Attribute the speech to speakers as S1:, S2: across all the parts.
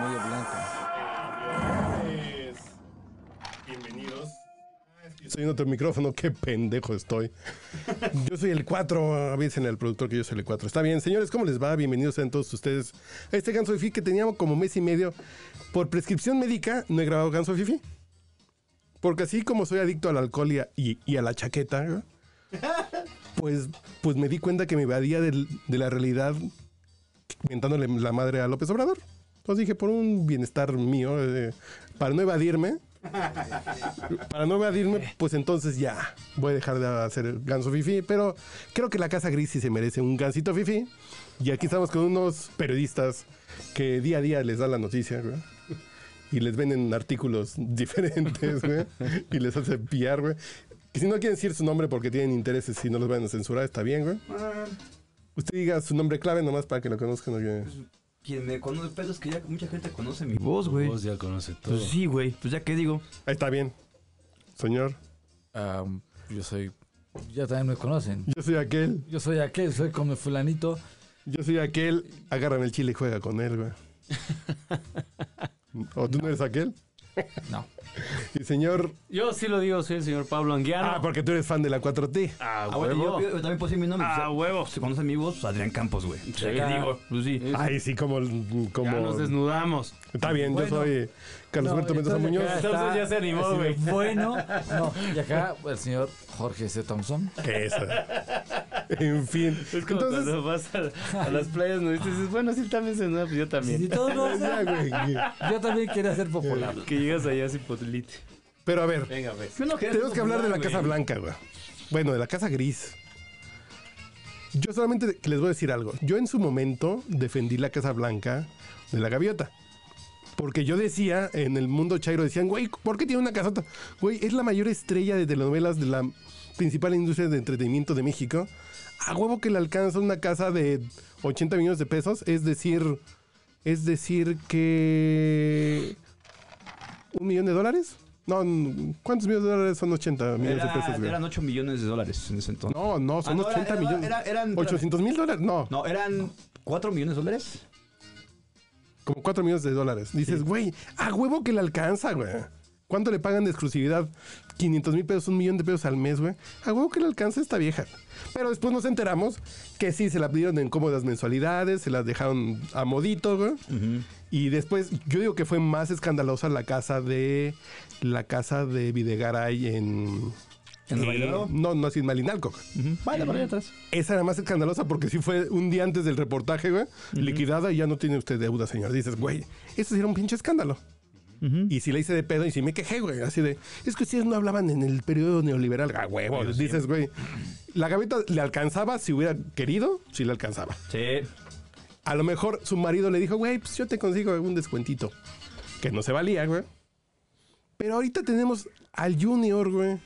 S1: Pues,
S2: Ah, saliéndote el micrófono, qué pendejo estoy. Yo soy el 4, avisen al productor que yo soy el 4. Está bien, señores, ¿cómo les va? Bienvenidos sean todos ustedes a este Ganso de Fifi que teníamos como mes y medio. Por prescripción médica no he grabado Ganso de Fifi. Porque así como soy adicto al alcohol y a, y- y a la chaqueta, ¿no? pues, pues me di cuenta que me evadía del- de la realidad mentándole la madre a López Obrador. Entonces dije, por un bienestar mío, eh, para no evadirme, para no evadirme, pues entonces ya voy a dejar de hacer ganso fifi. Pero creo que la Casa Gris sí se merece un gansito fifi. Y aquí estamos con unos periodistas que día a día les dan la noticia, güey. Y les venden artículos diferentes, güey. Y les hace pillar, güey. Que si no quieren decir su nombre porque tienen intereses y no los van a censurar, está bien, güey. Usted diga su nombre clave nomás para que lo conozcan. güey.
S1: Quien me conoce, pero es que ya mucha gente conoce mi voz, güey.
S3: Vos ya conoce todo.
S1: Pues sí, güey. Pues ya que digo.
S2: Ahí está bien. Señor,
S3: Am, yo soy.
S4: Ya también me conocen.
S2: yo soy aquel.
S4: Yo soy aquel, soy como el fulanito.
S2: Yo soy aquel, agárrame el chile y juega con él, güey. ¿O tú no eres aquel?
S4: No.
S2: Y señor...
S5: Yo sí lo digo, soy el señor Pablo
S2: Ah,
S5: Anguiano.
S2: porque tú eres fan de la 4T.
S5: pues, Ah,
S1: Ah, bueno,
S5: huevo.
S1: yo, yo también puedo decir mi nombre.
S5: Ah,
S1: Si-
S5: huevo.
S1: Si conoce mi voz, pues, Adrián Campos, güey. Ya
S5: Sí.
S1: que digo. Pues sí.
S5: Sí. Ah,
S2: Ay, sí, como... como...
S5: Ya nos desnudamos.
S2: Está bien,
S4: Bueno.
S2: yo soy Carlos
S4: No,
S2: Alberto Mendoza
S4: entonces
S2: Muñoz.
S4: acá
S5: Entonces
S4: está-
S5: ya se animó,
S4: así de
S5: güey.
S4: Bueno, no. Y acá el señor Jorge C. Thompson.
S2: Que eso. en fin.
S5: Es como
S2: Entonces,
S5: cuando vas a, a las playas ¿no? y dices, bueno, sí, también se pues yo
S4: Y si
S5: también.
S4: todos lo hacen,
S2: ya, güey.
S4: yo también quería ser popular.
S5: Que llegas allá sin potlite.
S2: Pero a ver,
S5: Venga, pues.
S2: tenemos que hablar de la Casa Blanca, güey. Bueno, de la Casa Gris. Yo solamente les voy a decir algo. Yo en su momento defendí la Casa Blanca de la Gaviota. Porque yo decía, en el mundo chairo decían, güey, ¿por qué tiene una casota? Güey, es la mayor estrella de telenovelas de la principal industria de entretenimiento de México. A huevo que le alcanza una casa de 80 millones de pesos. Es decir, es decir que... ¿Un millón de dólares? No, ¿cuántos millones de dólares son 80 millones de
S1: Era-
S2: pesos? güey?
S1: eran 8 millones de dólares en ese entonces.
S2: No, no, son
S1: Ah, no, era-
S2: 80
S1: era-
S2: millones.
S1: era- eran-
S2: 800 mil dólares, no,
S1: No, eran 4 millones de dólares.
S2: como 4 millones de dólares. Dices, güey, a huevo que le alcanza, güey. ¿Cuánto le pagan de exclusividad? 500 mil pesos, un millón de pesos al mes, güey. A huevo que le alcanza esta vieja. Pero después nos enteramos que sí, se la pidieron en cómodas mensualidades, se las dejaron a modito, güey. Y después, yo digo que fue más escandalosa la casa de. La casa de Videgaray en.
S1: ¿En el
S2: eh,
S1: Malinalco?
S2: No, no, así en Malinalco. güey.
S1: Vale, por ahí atrás.
S2: Esa era más escandalosa porque sí fue un día antes del reportaje, güey. Liquidada y ya no tiene usted deuda, señor. Dices, güey, eso sí era un pinche escándalo. Y si le hice de pedo y si me quejé, güey, así de, es que ustedes no hablaban en el periodo neoliberal, a huevo. Dices, güey, la gaveta le alcanzaba si hubiera querido, si le alcanzaba.
S1: Sí.
S2: A lo mejor su marido le dijo, güey, pues yo te consigo un descuentito. Que no se valía, güey. Pero ahorita tenemos al Junior, güey.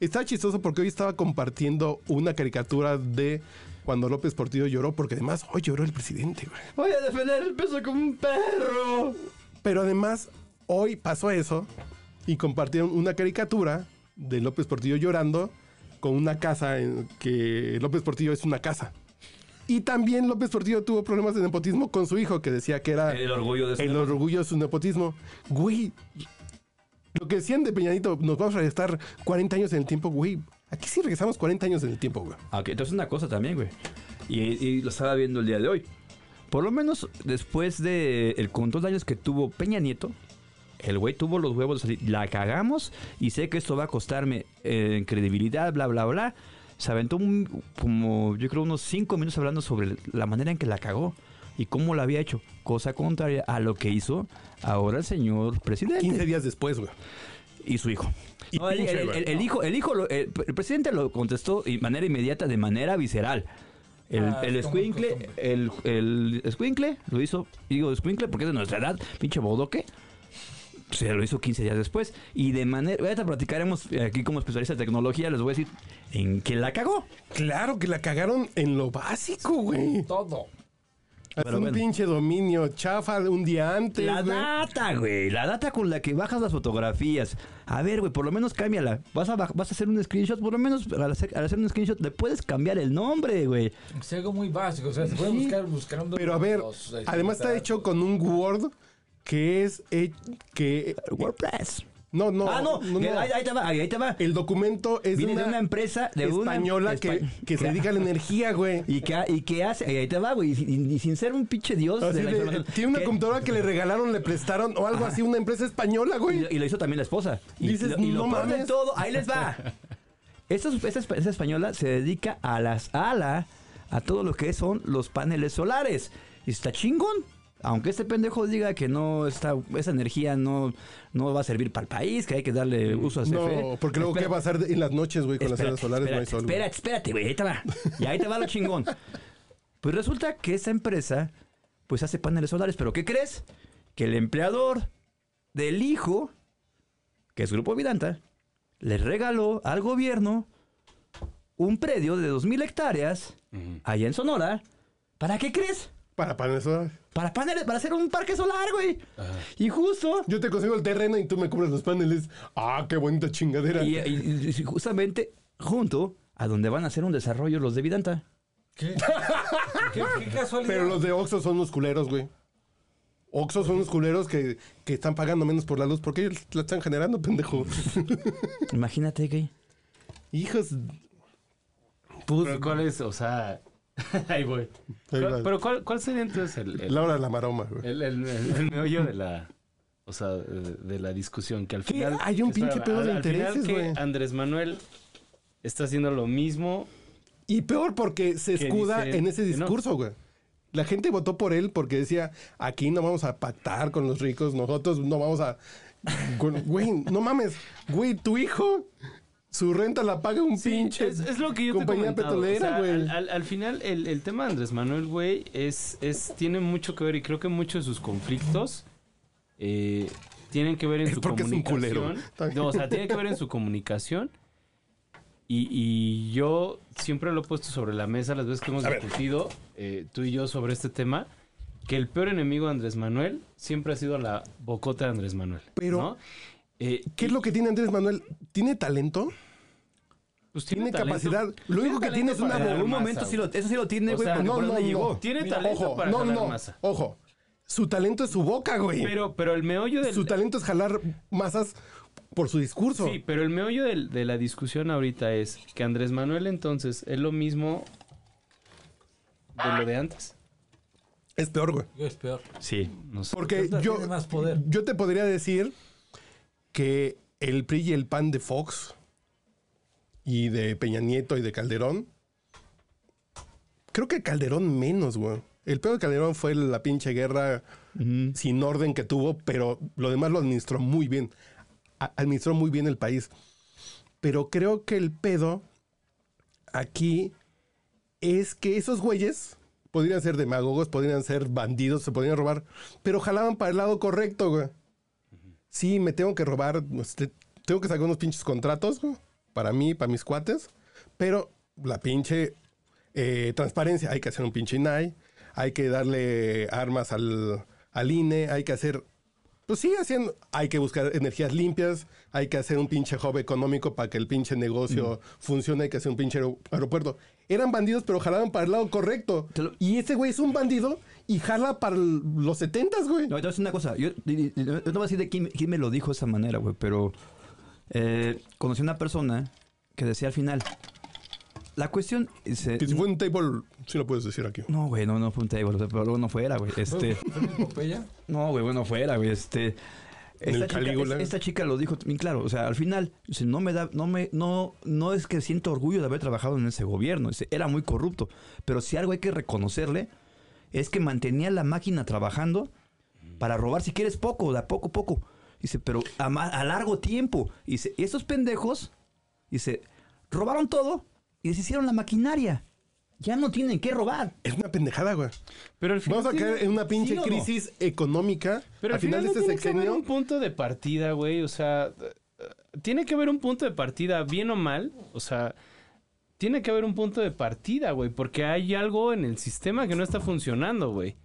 S2: Está chistoso porque hoy estaba compartiendo una caricatura de cuando López Portillo lloró, porque además hoy lloró el presidente, güey.
S1: Voy a defender el peso como un perro.
S2: Pero además, hoy pasó eso y compartieron una caricatura de López Portillo llorando con una casa en que López Portillo es una casa. Y también López Portillo tuvo problemas de nepotismo con su hijo, que decía que era
S1: El orgullo de este su
S2: el orgullo de su nepotismo. Güey, lo que decían de Peñanito, nos vamos a regresar 40 años en el tiempo, güey. Aquí sí regresamos 40 años en el tiempo, güey.
S1: Ah, Ok, entonces una cosa también, güey. Y, y lo estaba viendo el día de hoy. Por lo menos después de el control de años que tuvo Peña Nieto, el güey tuvo los huevos de salir. La cagamos y sé que esto va a costarme eh, en credibilidad, bla, bla, bla. Se aventó un- como yo creo unos cinco minutos hablando sobre la manera en que la cagó y cómo la había hecho. Cosa contraria a lo que hizo ahora el señor presidente
S2: 15 días después, güey.
S1: y su hijo.
S2: Y
S1: No, el,
S2: pinche,
S1: el-
S2: güey.
S1: el- el hijo, el hijo, lo- el, el presidente lo contestó de manera inmediata, de manera visceral. El,
S4: Ah,
S1: el
S4: es como
S1: escuincle,
S4: costumbre.
S1: el, el escuincle lo hizo, digo escuincle porque es de nuestra edad, pinche bodoque. Se lo hizo 15 días después. Y de manera. Ahorita platicaremos eh, aquí como especialistas de tecnología. Les voy a decir en qué la cagó.
S2: Claro que la cagaron en lo básico, güey.
S4: Todo.
S2: Hasta
S1: Pero
S2: un
S1: bueno.
S2: pinche dominio chafa de un día antes.
S1: La
S2: güey.
S1: data, güey. La data con la que bajas las fotografías. A ver, güey, por lo menos cámbiala. Vas a, baj- vas a hacer un screenshot, por lo menos al hacer, al hacer un screenshot le puedes cambiar el nombre, güey.
S4: Es algo muy básico. O sea, se puede buscar buscando.
S2: Pero a ver,
S4: los-
S1: este,
S4: este,
S2: además está hecho con un Word que es eh, que
S1: WordPress.
S2: No, no.
S1: ah, no, que- Ahí, ahí te va, ahí, ahí te va.
S2: El documento es
S1: Viene de una empresa de una-
S2: española que,
S1: Espa-
S2: que se dedica a la energía, güey.
S1: Y que, ha- y que hace, ahí te va, güey, y, sin- y sin ser un pinche dios
S2: Así
S1: de la
S2: de- eh,
S1: información.
S2: tiene una
S1: Que-
S2: computadora que le regalaron, le prestaron o algo así, una empresa española,
S1: Y
S2: güey.
S1: lo, y lo hizo también la esposa. Y,
S2: Dices,
S1: lo, y lo
S2: "No
S1: peor de
S2: mames".
S1: todo, ahí les va. Esta, esta espa- esta española se dedica a las ala, a todo lo que son los paneles solares. Y está chingón. Aunque este pendejo diga que no está, esa energía no, no va a servir para el país, que hay que darle uso a E. CFE.
S2: No, porque luego qué
S1: Espera-
S2: va a hacer de- en las noches, güey, con las celdas
S1: Espérate,
S2: solares no hay
S1: espérate,
S2: sol. güey.
S1: Espérate, espérate, güey, ahí te va. Y ahí te va lo chingón. Pues resulta que esa empresa, pues hace paneles solares, pero ¿qué crees? Que el empleador del hijo, que es Grupo Vidanta, le regaló al gobierno un predio de 2.000 hectáreas allá en Sonora. ¿Para qué crees?
S2: Para paneles solares.
S1: Para paneles, para hacer un parque solar, güey. Y justo
S2: Yo te consigo el terreno y tú me cubres los paneles. Ah, qué bonita chingadera.
S1: Y, y- y justamente junto a donde van a hacer un desarrollo los de Vidanta.
S4: ¿Qué, qué casualidad.
S2: Pero los de Oxxo son unos culeros, güey. Oxxo son unos culeros que, que están pagando menos por la luz porque ellos la están generando, pendejo.
S1: Imagínate, güey.
S2: Hijos.
S5: Pero Pues, cuál es, o sea. ahí voy.
S2: Ahí
S5: ¿Cuál-
S2: va.
S5: pero cuál, cuál sería entonces el, el,
S2: Laura la maroma, güey.
S5: el, el- el- el meollo de la. O sea, de de la discusión. Que al
S2: ¿Qué?
S5: final.
S2: Hay un pinche pedo de
S5: al- al final
S2: intereses,
S5: que
S2: güey.
S5: Andrés Manuel está haciendo lo mismo.
S2: Y peor porque se
S5: ¿Qué
S2: escuda
S5: dice?
S2: en ese
S5: Que no.
S2: discurso, güey. La gente votó por él porque decía, aquí no vamos a pactar con los ricos, nosotros no vamos a... con- Güey, no mames, güey, tu hijo, su renta la paga un
S5: Sí,
S2: pinche...
S5: es, es lo que yo te
S2: compañía
S5: comentaba, o
S2: petrolera,
S5: sea,
S2: güey.
S5: al, al- al final, el, el tema de Andrés Manuel, güey, es, es, tiene mucho que ver y creo que muchos de sus conflictos eh, tienen que ver en
S2: Es
S5: su
S2: porque es un
S5: comunicación.
S2: culero. Está bien.
S5: No, o sea, tiene que ver en su comunicación. Y, y yo siempre lo he puesto sobre la mesa las veces que hemos discutido, eh, tú y yo, sobre este tema, que el peor enemigo de Andrés Manuel siempre ha sido la bocota de Andrés Manuel.
S2: Pero-
S5: ¿no? Eh,
S2: ¿Qué es lo que tiene Andrés Manuel? ¿Tiene talento?
S5: pues
S2: ¿Tiene,
S5: talento-
S2: capacidad? Lo único que tiene
S5: talento
S2: es una...
S5: para
S1: En
S5: dar
S1: algún
S5: masa,
S1: momento sí
S5: güey.
S1: lo, eso sí lo tiene,
S5: O
S1: güey,
S5: sea,
S1: porque
S2: no,
S1: por
S2: no,
S1: dónde
S2: no.
S1: llegó.
S5: Tiene
S2: Mira,
S5: talento
S2: ojo,
S5: para
S2: no,
S5: jalar
S2: no,
S5: masa.
S2: Ojo, su talento es su boca, güey.
S5: Pero, pero el meollo del.
S2: Su talento es jalar masas por su discurso.
S5: Sí, pero el meollo del- de la discusión ahorita es que Andrés Manuel entonces es lo mismo de lo de antes.
S2: Es peor, güey.
S4: Yo es peor.
S1: Sí.
S5: No sé.
S2: Porque
S4: Puta,
S2: yo,
S4: tiene más poder.
S2: yo te podría decir que el PRI y el PAN de Fox y de Peña Nieto y de Calderón. Creo que Calderón menos, güey. El peor de Calderón fue la pinche guerra sin orden que tuvo, pero lo demás lo administró muy bien. A- administró muy bien el país. Pero creo que el pedo aquí es que esos güeyes podrían ser demagogos, podrían ser bandidos, se podrían robar, pero jalaban para el lado correcto, güey. Sí, me tengo que robar, este, tengo que sacar unos pinches contratos, güey, para mí, para mis cuates, pero la pinche eh, transparencia, hay que hacer un pinche INAI, hay que darle armas al, al INE, hay que hacer... Pues sí, haciendo, hay que buscar energías limpias, hay que hacer un pinche hub económico para que el pinche negocio funcione, hay que hacer un pinche aero- aeropuerto. Eran bandidos, pero jalaban para el lado correcto.
S1: Te lo-
S2: Y ese güey es un bandido y jala para el- los setentas, güey.
S1: No, te voy a decir una cosa. Yo, yo no voy a decir de quién, quién me lo dijo de esa manera, güey, pero eh, conocí a una persona que decía al final. La cuestión. es, eh,
S2: Que si fue un table, sí lo puedes decir aquí.
S1: no, güey, no, no fue un table, o sea, pero luego no fuera, güey. Este.
S4: ¿Fue una epopeya?
S1: No, güey, bueno, fuera, güey. Este.
S2: En el
S1: Esta chica,
S2: Calígula.
S1: es- esta chica lo dijo bien claro. O sea, al final, dice, no me da, no me, no, no es que siento orgullo de haber trabajado en ese gobierno. dice, era muy corrupto. Pero si algo hay que reconocerle, es que mantenía la máquina trabajando para robar, si quieres, poco, de a poco, poco. Dice, pero a, ma- a largo tiempo. Dice, y estos pendejos, dice, robaron todo y deshicieron la maquinaria. Ya no tienen que robar.
S2: Es una pendejada, güey.
S5: Pero al final.
S2: Vamos a caer en una pinche
S1: ¿sí o no?
S2: crisis económica
S5: Pero
S2: al final de este
S5: no tiene que haber
S2: sexenio.
S5: un punto de partida, güey. O sea, eh, eh, tiene que haber un punto de partida, bien o mal. O sea, tiene que haber un punto de partida, güey. Porque hay algo en el sistema que no está funcionando, güey.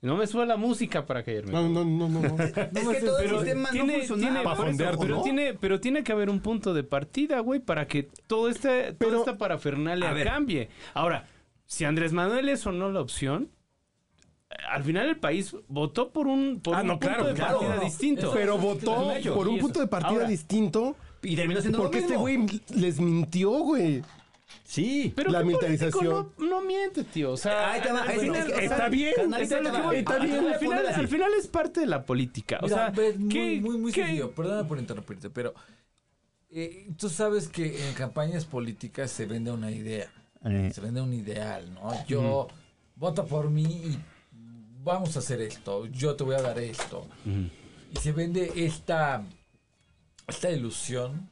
S5: No me suena la música para caerme.
S2: No, no, no, no. no.
S1: Es que todo el sistema no funcionaba.
S2: Pa'
S5: por eso,
S2: fondearte,
S5: pero
S2: ¿no?
S5: tiene, pero tiene que haber un punto de partida, güey, para que todo este,
S2: Pero-
S5: toda esta parafernalia
S1: A ver.
S5: cambie. Ahora, si Andrés Manuel es o no la opción, al final el país votó por un, por
S2: Ah,
S5: un
S2: no,
S5: punto
S2: claro,
S5: de
S2: claro.
S5: partida distinto.
S2: Pero votó
S5: Eso,
S2: por un
S5: eso.
S2: punto de partida
S5: Ahora,
S2: distinto.
S1: Y terminó siendo lo
S2: Porque este
S1: mismo.
S2: güey les mintió, güey.
S1: Sí.
S5: Pero
S2: La
S5: ¿qué
S2: militarización.
S5: político No, no miente, tío. O sea,
S1: Ahí te va, ahí sí
S5: bueno,
S1: te-
S5: o sea,
S2: está bien,
S1: canaliza,
S5: Está,
S1: te
S5: lo que
S1: va.
S5: voy,
S1: Ahí
S5: está
S1: te
S5: bien.
S1: voy a
S5: Al final,
S1: poner así.
S5: al final es parte de la política. O sea,
S4: Mira, es muy,
S5: ¿qué-
S4: muy, muy
S5: qué-
S4: sencillo. Perdona por interrumpirte, pero eh, tú sabes que en campañas políticas se vende una idea,
S1: Eh.
S4: se vende un ideal, ¿no? Yo vota por mí y vamos a hacer esto, yo te voy a dar esto. Y se vende esta, esta ilusión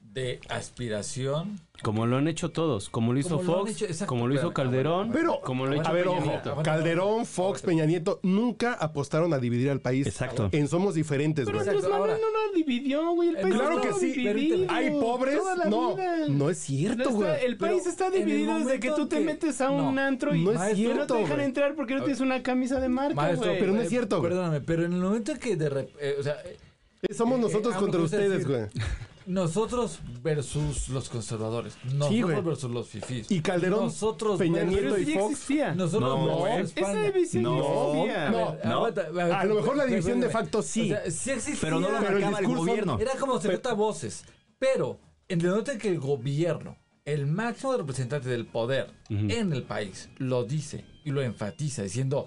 S4: de aspiración.
S5: Como lo han hecho todos, como lo hizo
S4: Como lo han
S5: Fox,
S4: hecho, exacto,
S5: como lo hizo
S4: claro.
S5: Calderón,
S2: Pero,
S5: como lo ha hecho
S2: a ver,
S5: Peña
S2: ojo,
S5: Nieto.
S2: Calderón, Fox, Peña Nieto nunca apostaron a dividir al país.
S1: Exacto.
S2: En Somos Diferentes,
S5: Pero
S2: güey.
S5: Andrés
S4: Exacto,
S5: Manuel
S4: ahora-
S5: no lo dividió, güey. El
S4: Eh,
S5: país
S2: claro que
S5: estaba
S2: sí, pero
S5: dividido
S4: te-
S2: ¿Hay pobres?
S5: toda la
S2: No,
S5: vida.
S2: no es cierto,
S5: Está-
S2: güey.
S5: El país
S4: Pero
S5: está
S4: en el
S5: dividido desde que
S4: momento
S5: tú te
S4: que-
S5: metes a un
S4: no,
S5: antro y
S2: no es
S5: y no
S2: cierto,
S5: te dejan
S2: güey.
S5: entrar porque no tienes una camisa de marca,
S4: Maestro, eh,
S5: güey.
S2: pero no es cierto.
S4: Perdóname, pero en el momento que de rep- eh, o sea, eh,
S2: Somos
S4: eh,
S2: nosotros
S4: algo
S2: contra
S4: que ustedes
S2: ustedes, güey.
S4: decir. Nosotros versus los conservadores. Nosotros
S2: güey.
S4: versus los fifís.
S2: Y Calderón,
S4: Nosotros
S2: Peña
S4: versus-
S5: Pero
S2: Nieto y
S5: sí
S2: Fox.
S5: existía.
S4: Nosotros
S1: No,
S4: versus
S2: güey.
S5: Esa
S4: España.
S5: división
S1: No,
S5: existía.
S2: no.
S4: ver, aguanta, a ver,
S2: A lo mejor la
S4: espérame,
S2: división de
S4: espérame.
S2: facto sí.
S4: O sea, sí existía.
S1: Pero no lo
S2: Pero el
S1: marcaba el,
S2: discurso-
S1: gobierno.
S4: Era como 70 voces. Pero en el momento en que el gobierno, el máximo representante del poder en el país, lo dice y lo enfatiza diciendo...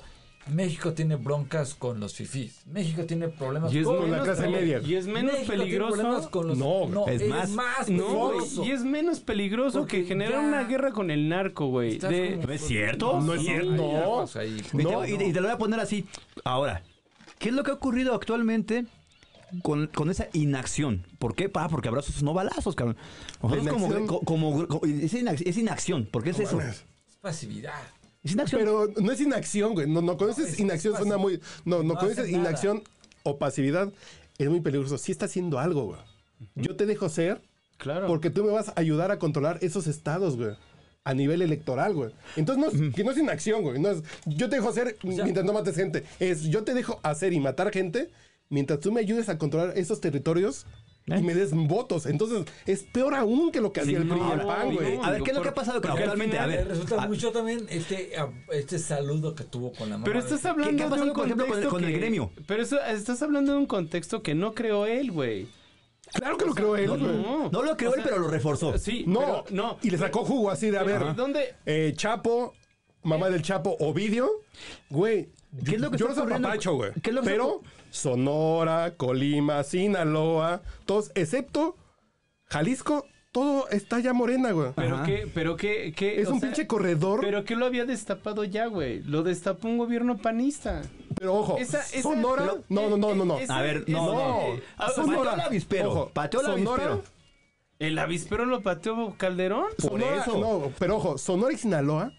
S4: México tiene broncas con los fifís. México tiene problemas
S5: Y es,
S4: con
S2: la
S5: menos,
S2: clase
S5: pe-
S2: media.
S5: y es menos
S4: México tiene problemas
S5: peligroso.
S4: con los-
S2: No,
S1: es más.
S5: No, güey,
S4: peligroso.
S5: y es menos peligroso
S4: Porque
S5: que generar
S4: ya-
S5: una guerra con el narco, güey.
S4: Estás
S5: De-
S4: como-
S1: ¿No es cierto?
S2: Pues, No es
S1: Sí.
S2: cierto.
S4: No,
S1: Y te- y, te, y te lo voy a poner así. Ahora, ¿qué es lo que ha ocurrido actualmente con, con esa inacción? ¿Por qué? Pa, porque abrazos no balazos, cabrón. Nosotros
S2: La
S1: como,
S2: inacción-
S1: co- como, co- es, inac- es inacción. ¿Por qué es eso?
S2: mames.
S4: Es pasividad.
S1: Es inacción.
S2: Pero no es inacción, güey. No, no conoces
S4: es-
S2: inacción,
S4: es
S2: suena
S4: fácil.
S2: muy. No, no
S4: No
S2: conoces
S4: hace nada.
S2: inacción o pasividad. Es muy peligroso. Sí está haciendo algo, güey. Yo te dejo ser
S5: Claro.
S2: porque tú me vas a ayudar a controlar esos estados, güey. A nivel electoral, güey. Entonces, no es, que no es inacción, güey. No es, yo te dejo ser mientras no mates gente. Es, yo te dejo hacer y matar gente mientras tú me ayudes a controlar esos territorios y me des votos. Entonces, es peor aún que lo que hacía el PRI y el
S5: no,
S2: PAN, güey.
S5: no.
S1: a ver, ¿qué es lo
S5: por-
S1: que ha pasado
S5: porque al
S1: actualmente? A
S5: final
S1: ver,
S4: Resulta
S1: a-
S4: mucho también este, ah, este saludo que tuvo con la mamá.
S5: Pero
S4: de-
S5: estás hablando
S1: qué ha pasado,
S5: de un
S1: por ejemplo, con el-
S5: contexto
S1: con el
S5: que-
S1: gremio?
S5: Pero eso- estás hablando de un contexto que no creó él, güey.
S2: Claro que lo creo él, güey.
S1: no lo creó él, pero lo reforzó.
S5: Sí,
S2: No,
S5: pero no.
S2: Y le sacó jugo así de, a ver,
S5: Ajá. ¿Dónde?
S2: eh, Chapo, mamá del Chapo, Ovidio, güey.
S1: ¿Qué es lo que
S2: yo
S1: está
S2: los
S1: ocurriendo?
S2: apapacho, güey.
S1: ¿Qué es lo que
S2: Pero Sonora, Colima, Sinaloa, todos, excepto Jalisco, todo está ya morena, güey.
S5: Pero
S1: Ajá.
S5: que, pero que, que-
S2: Es
S5: Ah, o
S2: un
S5: sea,
S2: pinche corredor, pero,
S5: Pero que lo había destapado ya, güey. Lo destapó un gobierno panista.
S2: ojo,
S5: Esa- esa-
S2: Sonora,
S5: pero-
S2: no, no, no, Ah, no, no.
S5: esa-
S1: A ver, no,
S2: no.
S1: no.
S5: Ah,
S1: Pateó
S2: Sonora.
S1: el avispero.
S2: Ojo,
S1: pateó el
S2: Sonora.
S1: avispero.
S5: ¿El avispero lo pateó Calderón?
S1: Por
S2: Sonora-
S1: eso.
S2: No, pero ojo, Sonora y Sinaloa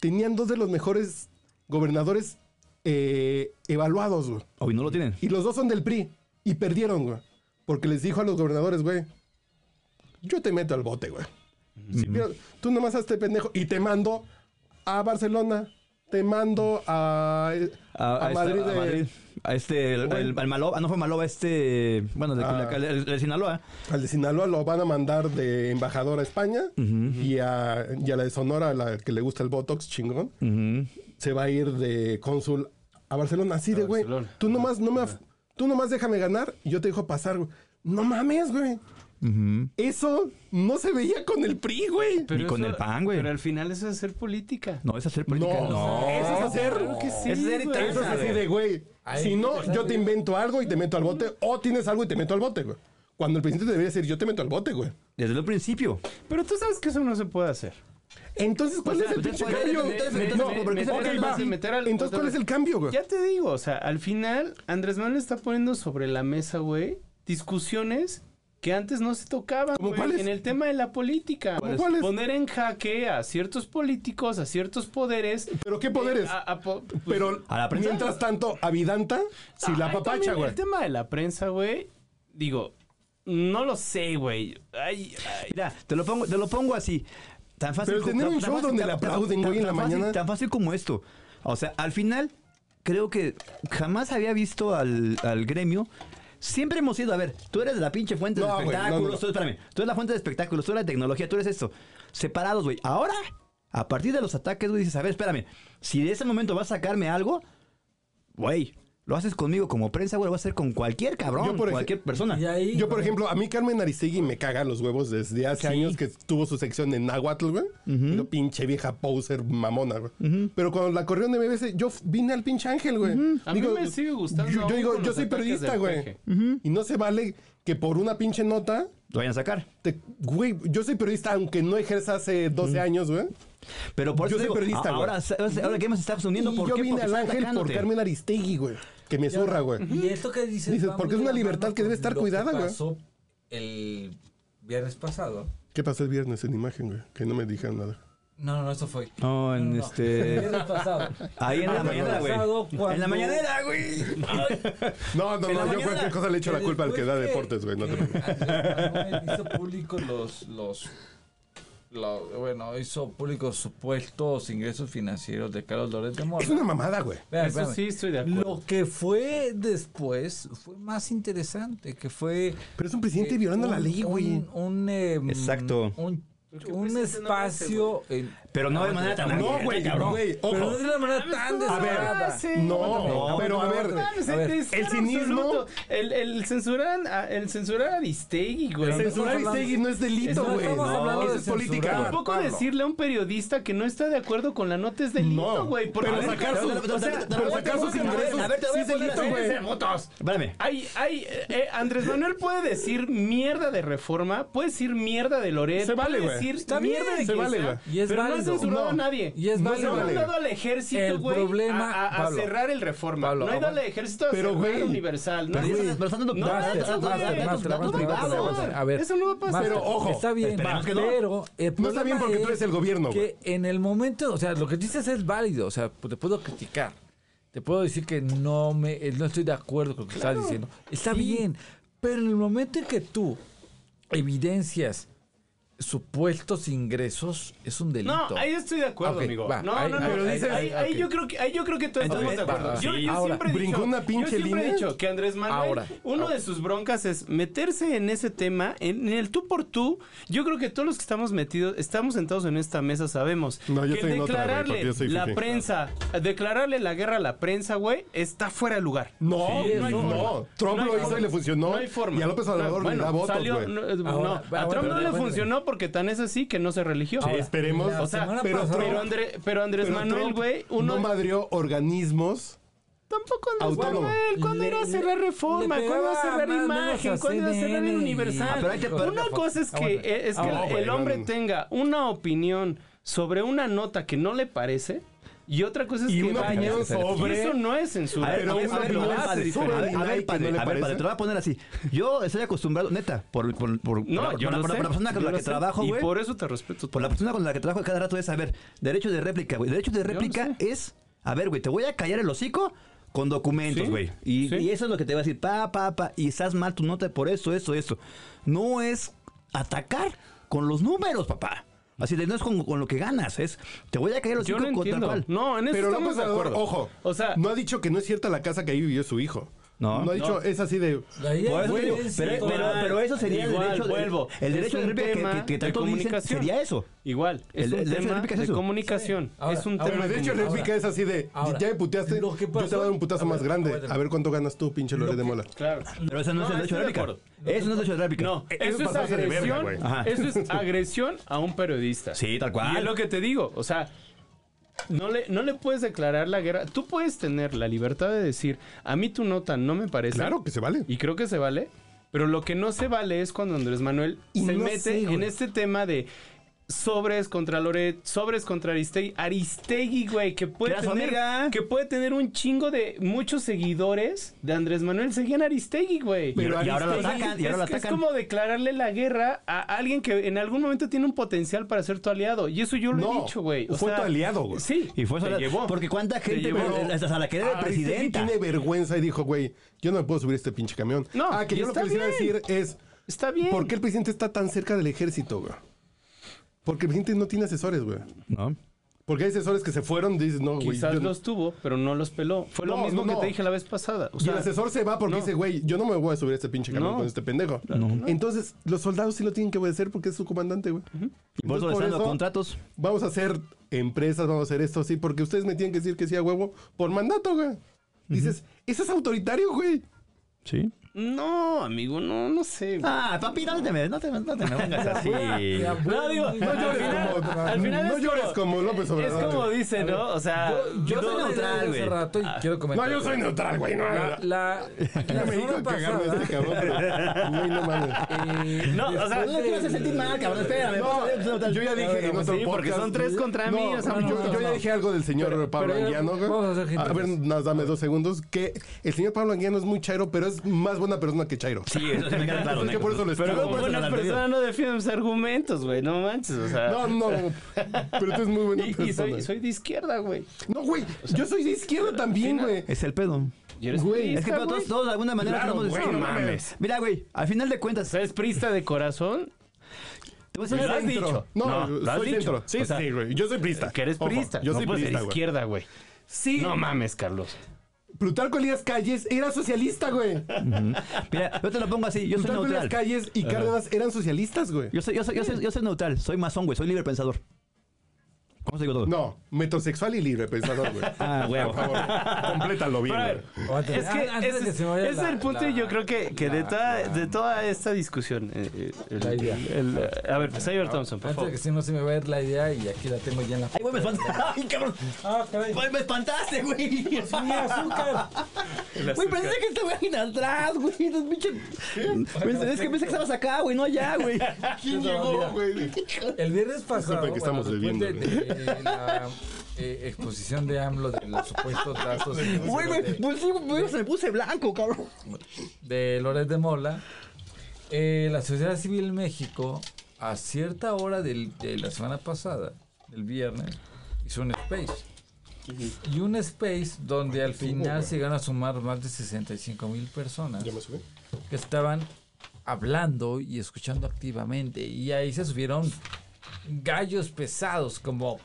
S2: tenían dos de los mejores gobernadores eh, evaluados, güey.
S1: Hoy no lo tienen.
S2: Y los dos son del PRI. Y perdieron, güey. Porque les dijo a los gobernadores, güey, yo te meto al bote, güey. Si pierdes, tú nomás hazte pendejo. Y te mando a Barcelona. Te mando a,
S1: A,
S2: a
S1: a esta-
S2: Madrid.
S1: a
S2: eh,
S1: Madrid. A este, el, el- al Maloba, no fue Maloba, este, bueno, de,
S2: Ah.
S1: Culiacán, el- el de Sinaloa.
S2: Al de Sinaloa lo van a mandar de embajador a España. y, a, y a la de Sonora, la que le gusta el Botox, chingón, se va a ir de cónsul a Barcelona. Así de, güey,
S5: Barcelona.
S2: tú nomás, no me, af- tú nomás déjame ganar y yo te dejo pasar, güey. No mames, güey. Eso no se veía con el PRI, güey.
S5: Pero
S1: Ni con
S5: eso-
S1: el pan, güey.
S5: Pero al final eso es hacer política.
S1: No, es hacer política.
S2: No. Eso es hacer-
S5: Claro que sí,
S1: es hacer
S5: güey.
S1: Ah,
S2: Eso es así
S1: güey.
S2: de, güey,
S4: Ahí
S2: si
S4: sí
S2: no,
S4: te sale.
S2: yo te invento algo y te meto al bote, o tienes algo y te meto al bote, güey. Cuando el presidente debería decir, yo te meto al bote, güey.
S1: Desde el principio.
S5: Pero tú sabes que eso no se puede hacer.
S2: Entonces, ¿cuál
S1: O sea,
S2: es el
S1: pues,
S2: pinche
S1: entonces,
S2: cambio?
S1: entonces,
S2: No,
S1: entonces, ¿por qué se
S2: ok,
S1: trata de
S2: va.
S5: hacer meter al-
S2: Entonces, ¿cuál es el cambio, güey?
S5: Ya te digo, o sea, al final Andrés Manuel está poniendo sobre la mesa, güey, discusiones que antes no se tocaban
S2: ¿Cómo
S5: güey,
S2: cuáles?
S5: en el tema de la política.
S2: ¿Cómo cuáles?
S5: Poner en jaque a ciertos políticos, a ciertos poderes.
S2: ¿Pero qué poderes?
S5: A- a po- pues,
S2: Pero
S1: A la prensa.
S2: mientras tanto, Avidanta, si la
S5: Ay,
S2: papacha,
S5: también
S2: güey.
S5: El tema de la prensa, güey, digo, no lo sé, güey. Ay, ay.
S1: Mira, te lo pongo, te lo pongo así. Tan fácil
S2: Pero
S1: co-
S2: tener
S1: tan-
S2: un
S1: tan
S2: show
S1: fácil-
S2: donde
S1: tan-
S2: le
S1: tan-
S2: aplauden,
S1: tan-
S2: güey, en
S1: tan
S2: la
S1: fácil-
S2: mañana.
S1: Tan fácil como esto. O sea, al final, creo que jamás había visto al, al gremio. Siempre hemos ido, a ver, tú eres la pinche fuente
S2: No,
S1: de
S2: güey, no, no,
S1: espectáculos,
S2: no.
S1: tú, espérame, tú eres la fuente de espectáculos, tú eres la tecnología, tú eres esto. Separados, güey. Ahora, a partir de los ataques, güey, dices, a ver, espérame, si de ese momento vas a sacarme algo, güey, lo haces conmigo como prensa, güey, lo vas a hacer con cualquier cabrón,
S2: Yo, por ej-
S1: cualquier persona.
S4: Y ahí,
S2: Yo, por ejemplo, a mí Carmen Aristegui me caga los huevos desde hace
S1: Sí.
S2: años que tuvo su sección en Nahuatl, güey. Lo pinche vieja poser mamona, güey. Pero cuando la corrieron de BBC, yo f- vine al pinche ángel, güey.
S5: A mí me sigue gustando
S2: Yo, yo
S5: aún
S2: digo,
S5: con
S2: yo
S5: los
S2: soy
S5: ataques
S2: periodista,
S5: del
S2: güey.
S5: peje.
S2: Y no se vale que por una pinche nota,
S1: Lo vayan a sacar.
S2: te- güey, yo soy periodista aunque no ejerza hace 12 años, güey.
S1: Pero por
S2: Yo
S1: eso
S2: soy
S1: te digo,
S2: periodista,
S1: a-
S2: güey.
S1: ahora, ahora, ahora Game se está uniendo
S2: Y
S1: por
S2: yo
S1: qué?
S2: vine
S1: Porque
S2: al
S1: están
S2: ángel por
S1: atacándote.
S2: Carmen Aristegui, güey. Que me zurra, güey.
S4: Y esto que dices.
S2: Dices,
S4: va
S2: porque
S4: muy
S2: es una
S4: de la
S2: libertad
S4: mano
S2: que debe
S4: con
S2: estar
S4: lo que
S2: cuidada, güey.
S4: pasó El viernes pasado.
S2: ¿Qué pasó el viernes en imagen, güey? Que no me dijeron nada.
S4: No, no, no, eso fue.
S1: No, en este-
S4: El viernes pasado.
S2: Ah,
S1: Ahí en la
S4: El viernes
S1: mañana, güey.
S4: pasado, cuando-
S1: En la mañanera, güey.
S2: No, no,
S1: En la
S2: no, yo
S1: mañana,
S2: cualquier cosa le echo la culpa al que da
S4: después
S2: deportes, güey. No te
S4: que
S2: preocupes.
S4: Andrés Manuel hizo público los, los, lo- bueno, hizo público supuestos ingresos financieros de Carlos López de Mola.
S2: Es una mamada, güey.
S4: Espérame,
S5: Eso
S4: espérame.
S5: sí estoy de acuerdo.
S4: Lo que fue después fue más interesante, que fue...
S2: Pero es un presidente
S4: eh,
S2: violando
S4: un-
S2: la ley, güey.
S4: Un, un, eh,
S1: Exacto.
S4: Un,
S5: qué
S4: un
S5: fuiste ese nombre,
S4: espacio... en-
S1: Pero no de manera tan
S2: No,
S1: abierta,
S2: güey,
S1: cabrón.
S2: güey. Ojo.
S4: Pero no de una
S5: Ah,
S4: manera tan
S2: A ver,
S4: descarada.
S2: no, pero a ver,
S5: Mames,
S4: A ver,
S5: es- es
S2: el
S5: claro,
S2: cinismo-
S5: absoluto. El, el censurar a, el censurar a Aristegui, güey.
S2: censurar
S4: estamos
S2: Aristegui
S4: hablando-
S2: no es delito,
S4: No
S2: güey.
S4: estamos hablando
S2: eso
S4: de
S2: es política.
S4: censurar.
S5: Tampoco
S4: Pablo.
S5: decirle a un periodista que no está de acuerdo con la nota es delito,
S2: No,
S5: güey. porque-
S2: pero sacar sus-
S5: o sea,
S2: pero sacar sus ingresos
S1: A ver, te voy
S2: sí
S1: a
S2: es
S1: poner
S2: delito, güey.
S1: así. Espérame.
S5: Ay, ay, eh, eh, Andrés Manuel puede decir mierda de reforma, puede decir mierda de Loret,
S2: Se vale,
S5: puede
S2: güey.
S5: decir
S2: Está
S5: mierda
S2: bien, se
S5: de quien
S2: vale,
S5: sea,
S2: güey.
S4: Y es
S5: pero no
S4: válido.
S5: ha censurado a
S2: No,
S5: nadie.
S4: y es
S5: no
S4: válido.
S5: han dado al ejército,
S4: El
S5: güey,
S4: problema,
S5: a, a- a
S4: Pablo.
S5: cerrar el reforma.
S4: Pablo,
S5: no hay dado al
S4: aguanta.
S5: ejército a
S2: Pero,
S5: cerrar
S2: güey,
S5: universal.
S1: pero
S5: no,
S1: güey, pero están dando-
S5: no,
S1: basta,
S5: eso no,
S1: basta,
S5: güey,
S1: basta,
S5: no,
S1: basta,
S5: no
S1: basta,
S5: va a
S1: basta,
S5: pasar.
S1: basta.
S4: A ver,
S5: Eso no va a pasar.
S2: Pero, ojo,
S4: Está bien,
S1: esperemos que no.
S4: pero el
S2: No está bien
S4: problema
S2: porque tú
S4: es
S2: eres el gobierno, güey.
S4: Que en el momento, o sea, lo que dices es válido, o sea, te puedo criticar, te puedo decir que no me, eh, no estoy de acuerdo con lo que estás diciendo, está bien, pero en el momento en que tú evidencias supuestos ingresos es un delito.
S5: No, ahí estoy de acuerdo,
S4: Ok,
S5: amigo.
S4: va,
S5: no,
S4: ahí-
S5: no, no,
S4: ahí-
S5: Ahí,
S4: dices-
S5: ahí- ahí
S4: ok.
S5: yo creo que, ahí yo creo que todos estamos de
S4: Entonces,
S5: acuerdo.
S4: va, va,
S5: yo
S4: sí.
S5: yo
S4: Ahora,
S5: siempre he
S2: brincó
S5: dicho,
S2: una pinche
S5: yo siempre he
S2: línea.
S5: dicho que Andrés Manuel,
S4: Ahora,
S5: uno
S4: ahora.
S5: de sus broncas es meterse en ese tema, en, en el tú por tú. Yo creo que todos los que estamos metidos, estamos sentados en esta mesa, sabemos
S2: No, yo
S5: que
S2: estoy en otra, güey,
S5: declararle
S2: porque yo soy
S5: la
S2: fifi.
S5: prensa, declararle la guerra a la prensa, güey, está fuera de lugar.
S2: No,
S5: Sí, no hay
S2: no,
S5: forma.
S2: Trump
S5: No hay
S2: lo hizo
S5: forma.
S2: y le funcionó.
S5: No hay forma.
S2: Y a López Obrador
S5: No,
S2: le da
S5: bueno,
S2: votos,
S5: salió-
S2: güey.
S5: no, eh, no,
S4: Ahora,
S5: a
S4: ahora,
S5: Trump no
S4: pero
S5: le
S4: aguántame.
S5: funcionó porque tan es así que no se religió.
S2: Sí, esperemos.
S4: la
S5: O sea,
S4: semana
S2: pero
S4: pasada-
S2: Trump-
S5: Pero, André- pero Andrés
S2: Pero
S5: Manuel,
S2: Trump
S5: güey, uno
S2: no madrió organismos.
S5: tampoco Andrés
S2: Autónomo.
S5: Manuel. ¿Cuándo
S4: Le-
S5: era a cerrar
S4: le-
S5: reforma?
S4: le
S5: ¿Cuándo iba a
S4: pegaba
S5: cerrar
S4: más o menos
S5: imagen?
S4: a
S5: ¿Cuándo iba a cerrar el
S4: CNN?
S5: universal?
S4: Ah,
S1: pero ahí te-
S5: Una cosa es que,
S4: Aguanta.
S5: eh, es que
S4: Ah,
S5: el,
S2: güey, no,
S5: hombre
S2: no, no.
S5: tenga una opinión sobre una nota que no le parece y otra cosa es
S2: Y
S5: que
S2: una
S5: vaya.
S2: opinión
S5: Y
S2: sobre-
S5: eso no es censura.
S1: A ver,
S2: Pero
S1: a ver,
S2: una
S1: a ver, lo
S2: opinión
S1: más padre,
S2: se sube
S1: a ver,
S2: y
S1: a ver,
S2: like,
S1: padre,
S2: ¿no le
S1: a ver, padre,
S2: parece?
S1: te lo voy a poner así. Yo estoy acostumbrado, neta, por, por, por,
S5: No,
S1: por- por
S5: yo
S1: la, por
S5: lo
S1: la-
S5: sé,
S1: por la persona con
S5: yo
S1: la
S5: lo
S1: que
S5: sé,
S1: trabajo,
S5: Y
S1: güey.
S5: por eso te respeto.
S1: Por Pues la persona con la que trabajo cada rato es, a ver, derecho de réplica, güey. Derecho de réplica es, a ver, güey, te voy a callar el hocico con documentos,
S5: Sí,
S1: güey. Y,
S5: sí.
S1: y eso es lo que te va a decir, pa, pa, pa, y estás mal tu nota por esto, esto, esto. No es atacar con los números, papá. Así de, no es con, con lo que ganas, es, te voy a callar el
S5: Yo
S1: hocico
S5: lo
S1: con tal
S5: entiendo.
S1: cual.
S5: No, en eso
S2: Pero López
S5: estamos de
S2: Obrador,
S5: acuerdo.
S2: ojo,
S5: O sea,
S2: no ha dicho que no es cierta la casa que ahí vivió su hijo.
S1: No.
S2: no ha dicho,
S5: No.
S2: es así de...
S4: Ahí hay
S1: Por eso te digo,
S4: evidencia
S1: pero,
S4: toda-
S1: pero- pero eso sería
S5: Igual,
S1: el derecho de,
S5: vuelvo.
S1: el
S5: Es
S1: derecho de
S5: un
S1: réplica que-
S5: tema
S1: que, que tanto
S5: de
S1: dicen
S5: comunicación.
S1: sería eso.
S5: Igual, es
S1: El-
S5: un
S1: el derecho de
S5: tema
S1: réplica es
S5: de
S1: eso.
S5: comunicación.
S4: Sí. Ahora,
S5: es un
S4: ahora,
S5: tema
S2: Pero de hecho,
S4: Ahora,
S2: réplica es así de,
S4: ahora,
S2: ya me puteaste,
S4: lo que
S2: yo te
S4: pasó-
S2: voy a dar un putazo
S4: a ver,
S2: más grande.
S4: aguántame.
S2: A ver cuánto ganas tú, pinche Lore de Mola.
S5: Claro.
S1: Pero eso no, es el derecho
S5: estoy
S1: de réplica.
S5: acuerdo.
S1: eso no es derecho de réplica.
S5: No,
S2: Eh,
S5: eso
S2: eso
S5: es
S2: es pasarse de verga,
S5: agresión.
S2: güey.
S1: Ajá.
S5: eso es agresión a un periodista.
S1: Sí, tal cual.
S5: Y es lo que te digo, o sea, no le, no le puedes declarar la guerra. Tú puedes tener la libertad de decir, a mí tu nota no me parece.
S2: Claro que se vale.
S5: Y creo que se vale. Pero lo que no se vale es cuando Andrés Manuel
S2: Y
S5: se
S2: no
S5: mete
S2: sé, güey.
S5: en este tema de sobres contra Loret, sobres contra Aristegui. Aristegui, güey, que puede
S1: Era su
S5: tener
S1: amiga.
S5: que puede tener un chingo de muchos seguidores de Andrés Manuel. Seguían a Aristegui, güey.
S1: Pero y ahora lo
S5: Entonces,
S1: atacan, y ahora
S5: es,
S1: lo
S5: que es
S1: atacan.
S5: como declararle la guerra a alguien que en algún momento tiene un potencial para ser tu aliado. Y eso yo lo he
S2: No,
S5: dicho, güey. O
S2: fue
S5: sea,
S2: tu aliado, güey.
S5: Sí.
S1: Y fue
S5: te
S1: sola-
S5: llevó.
S1: Porque cuánta gente,
S5: llevó.
S1: güey, hasta la que era
S2: Aristegui
S1: presidenta.
S2: tiene vergüenza y dijo, güey, yo no me puedo subir a este pinche camión.
S5: No,
S2: ah, que
S5: y
S2: yo lo
S5: está
S2: que les iba a
S5: bien.
S2: decir es,
S5: Está bien.
S2: ¿por qué el presidente está tan cerca del ejército, güey? Porque el presidente no tiene asesores, güey.
S1: No.
S2: Porque hay asesores que se fueron, dices, no, güey.
S5: Quizás
S2: yo-
S5: los tuvo, pero no los peló. Fue lo
S2: No,
S5: mismo
S2: no,
S5: que
S2: no.
S5: te dije la vez pasada. O
S2: y
S5: sea,
S2: el asesor se va porque dice, güey, yo no me voy a subir a este pinche camión
S5: No.
S2: con este pendejo. Entonces, los soldados sí lo tienen que obedecer porque es su comandante, güey.
S1: Y por eso
S2: Entonces,
S1: le están dando
S2: eso,
S1: contratos.
S2: Vamos a hacer empresas, vamos a hacer esto, sí, porque ustedes me tienen que decir que sí a huevo por mandato, güey. Dices, ese es autoritario, güey.
S1: Sí.
S5: No, amigo, no, no sé. güey.
S1: Ah, papi, no te me, no te, no te me vengas así.
S4: Mira,
S5: No, digo,
S4: bueno,
S5: al final, al final
S2: no
S5: es
S2: llores
S5: como-
S2: como, López
S5: Es
S2: Obrador.
S5: como
S2: güey.
S5: dice, ¿no? O sea,
S4: Yo, yo soy neutral, güey. Hace rato y quiero comentar.
S2: No, yo soy neutral, güey. No,
S4: La,
S2: no,
S4: la, la
S2: no me dijo
S4: semana
S2: cagarme
S4: pasada.
S2: este cabrón, pero, güey, no mames.
S4: eh,
S5: No, o sea,
S4: después
S5: no te vas a
S4: de-
S5: sentir mal, cabrón, espérame.
S1: eh,
S2: No, yo ya dije en otro
S1: sí, porque
S2: podcast-
S1: son tres contra mí, o sea,
S2: yo,
S4: no,
S2: yo ya
S4: no.
S2: dije algo del señor
S4: Pero-
S2: Pablo
S4: pero-
S2: Anguiano. güey.
S4: vamos a ser gente
S2: A ver,
S4: justa.
S2: nos dame dos segundos. Que el señor Pablo Anguiano es muy chairo, pero es más buena persona que chairo.
S1: Sí, eso sí me queda claro.
S2: Es que
S1: Neko.
S2: por eso lo
S5: Pero
S2: escribo.
S5: como buenas personas no defienden mis argumentos, güey. No manches, o sea.
S2: No, no, pero tú es muy buena
S5: y,
S2: persona.
S5: y soy, y soy de izquierda, güey.
S2: No, güey, yo soy de izquierda también, güey.
S1: Es el pedo.
S5: Y eres
S2: Güey,
S5: priista,
S1: Es que pero
S5: güey.
S1: todos, todos de alguna manera
S2: Claro,
S1: tenemos
S2: güey, no mames.
S1: Mira, güey, al final de cuentas,
S5: O sea, es prista de corazón.
S1: te voy a decir
S5: Lo has
S1: algo.
S5: dicho.
S2: No,
S5: No, lo has
S2: soy
S5: dicho.
S2: centro. Sí,
S5: O sea,
S2: sí, güey. Yo soy prista.
S5: Que eres
S2: Ojo,
S5: prista.
S2: yo
S5: no
S2: soy
S5: puedes ser
S2: prista, güey.
S5: izquierda, güey.
S2: Sí.
S5: No mames, Carlos.
S2: Plutarco Elías Calles era socialista, güey.
S1: Mira, yo te lo pongo así, yo soy
S2: Plutarco Elías
S1: neutral.
S2: Calles y Cárdenas eran socialistas, güey.
S1: Yo soy, yo soy, yo soy, yo soy neutral, soy masón, güey, soy libre pensador. ¿Cómo se digo todo?
S2: No, metrosexual y libre pensador, güey.
S1: Ah, güey.
S2: Por favor, complétalo bien,
S5: Pero, a ver,
S2: güey.
S4: Aguanta,
S5: es que
S4: ah, antes
S5: ese
S4: de
S5: es,
S4: se me vaya
S5: ese es
S4: la-
S5: el punto y yo
S4: la-
S5: creo que, que de,
S4: la-
S5: toda,
S4: la-
S5: de toda esta discusión. eh, eh, el-
S4: La idea.
S5: el- eh, a ver, pues Cyber Thompson, por
S4: Antes de
S5: favor.
S4: que si no se me va a ir la idea y aquí la tengo ya en la.
S1: Ay, güey, me espantaste. Ay, cabrón.
S4: Ah, caray.
S1: Güey, me espantaste, güey.
S4: Mi azúcar.
S1: Güey, pensé que estaba en atrás, güey. Entonces, pinche- Pensé- Es que pensé que estabas acá, güey, no allá, güey.
S2: ¿Quién llegó, güey?
S4: El viernes pasado,
S2: Disculpen que estamos
S4: después
S2: bebiendo,
S4: de, de la eh, exposición de AMLO de los supuestos datos
S1: Güey, me-
S4: de,
S1: pues sí, güey, se me puse blanco, cabrón.
S4: de Loret de Mola, eh, la sociedad civil México, a cierta hora del- de la semana pasada, el viernes, hizo un space. Y un space donde al final se llegaron a sumar más de 65 mil personas
S2: ¿Ya me subí?
S4: que estaban hablando y escuchando activamente. Y ahí se subieron gallos pesados como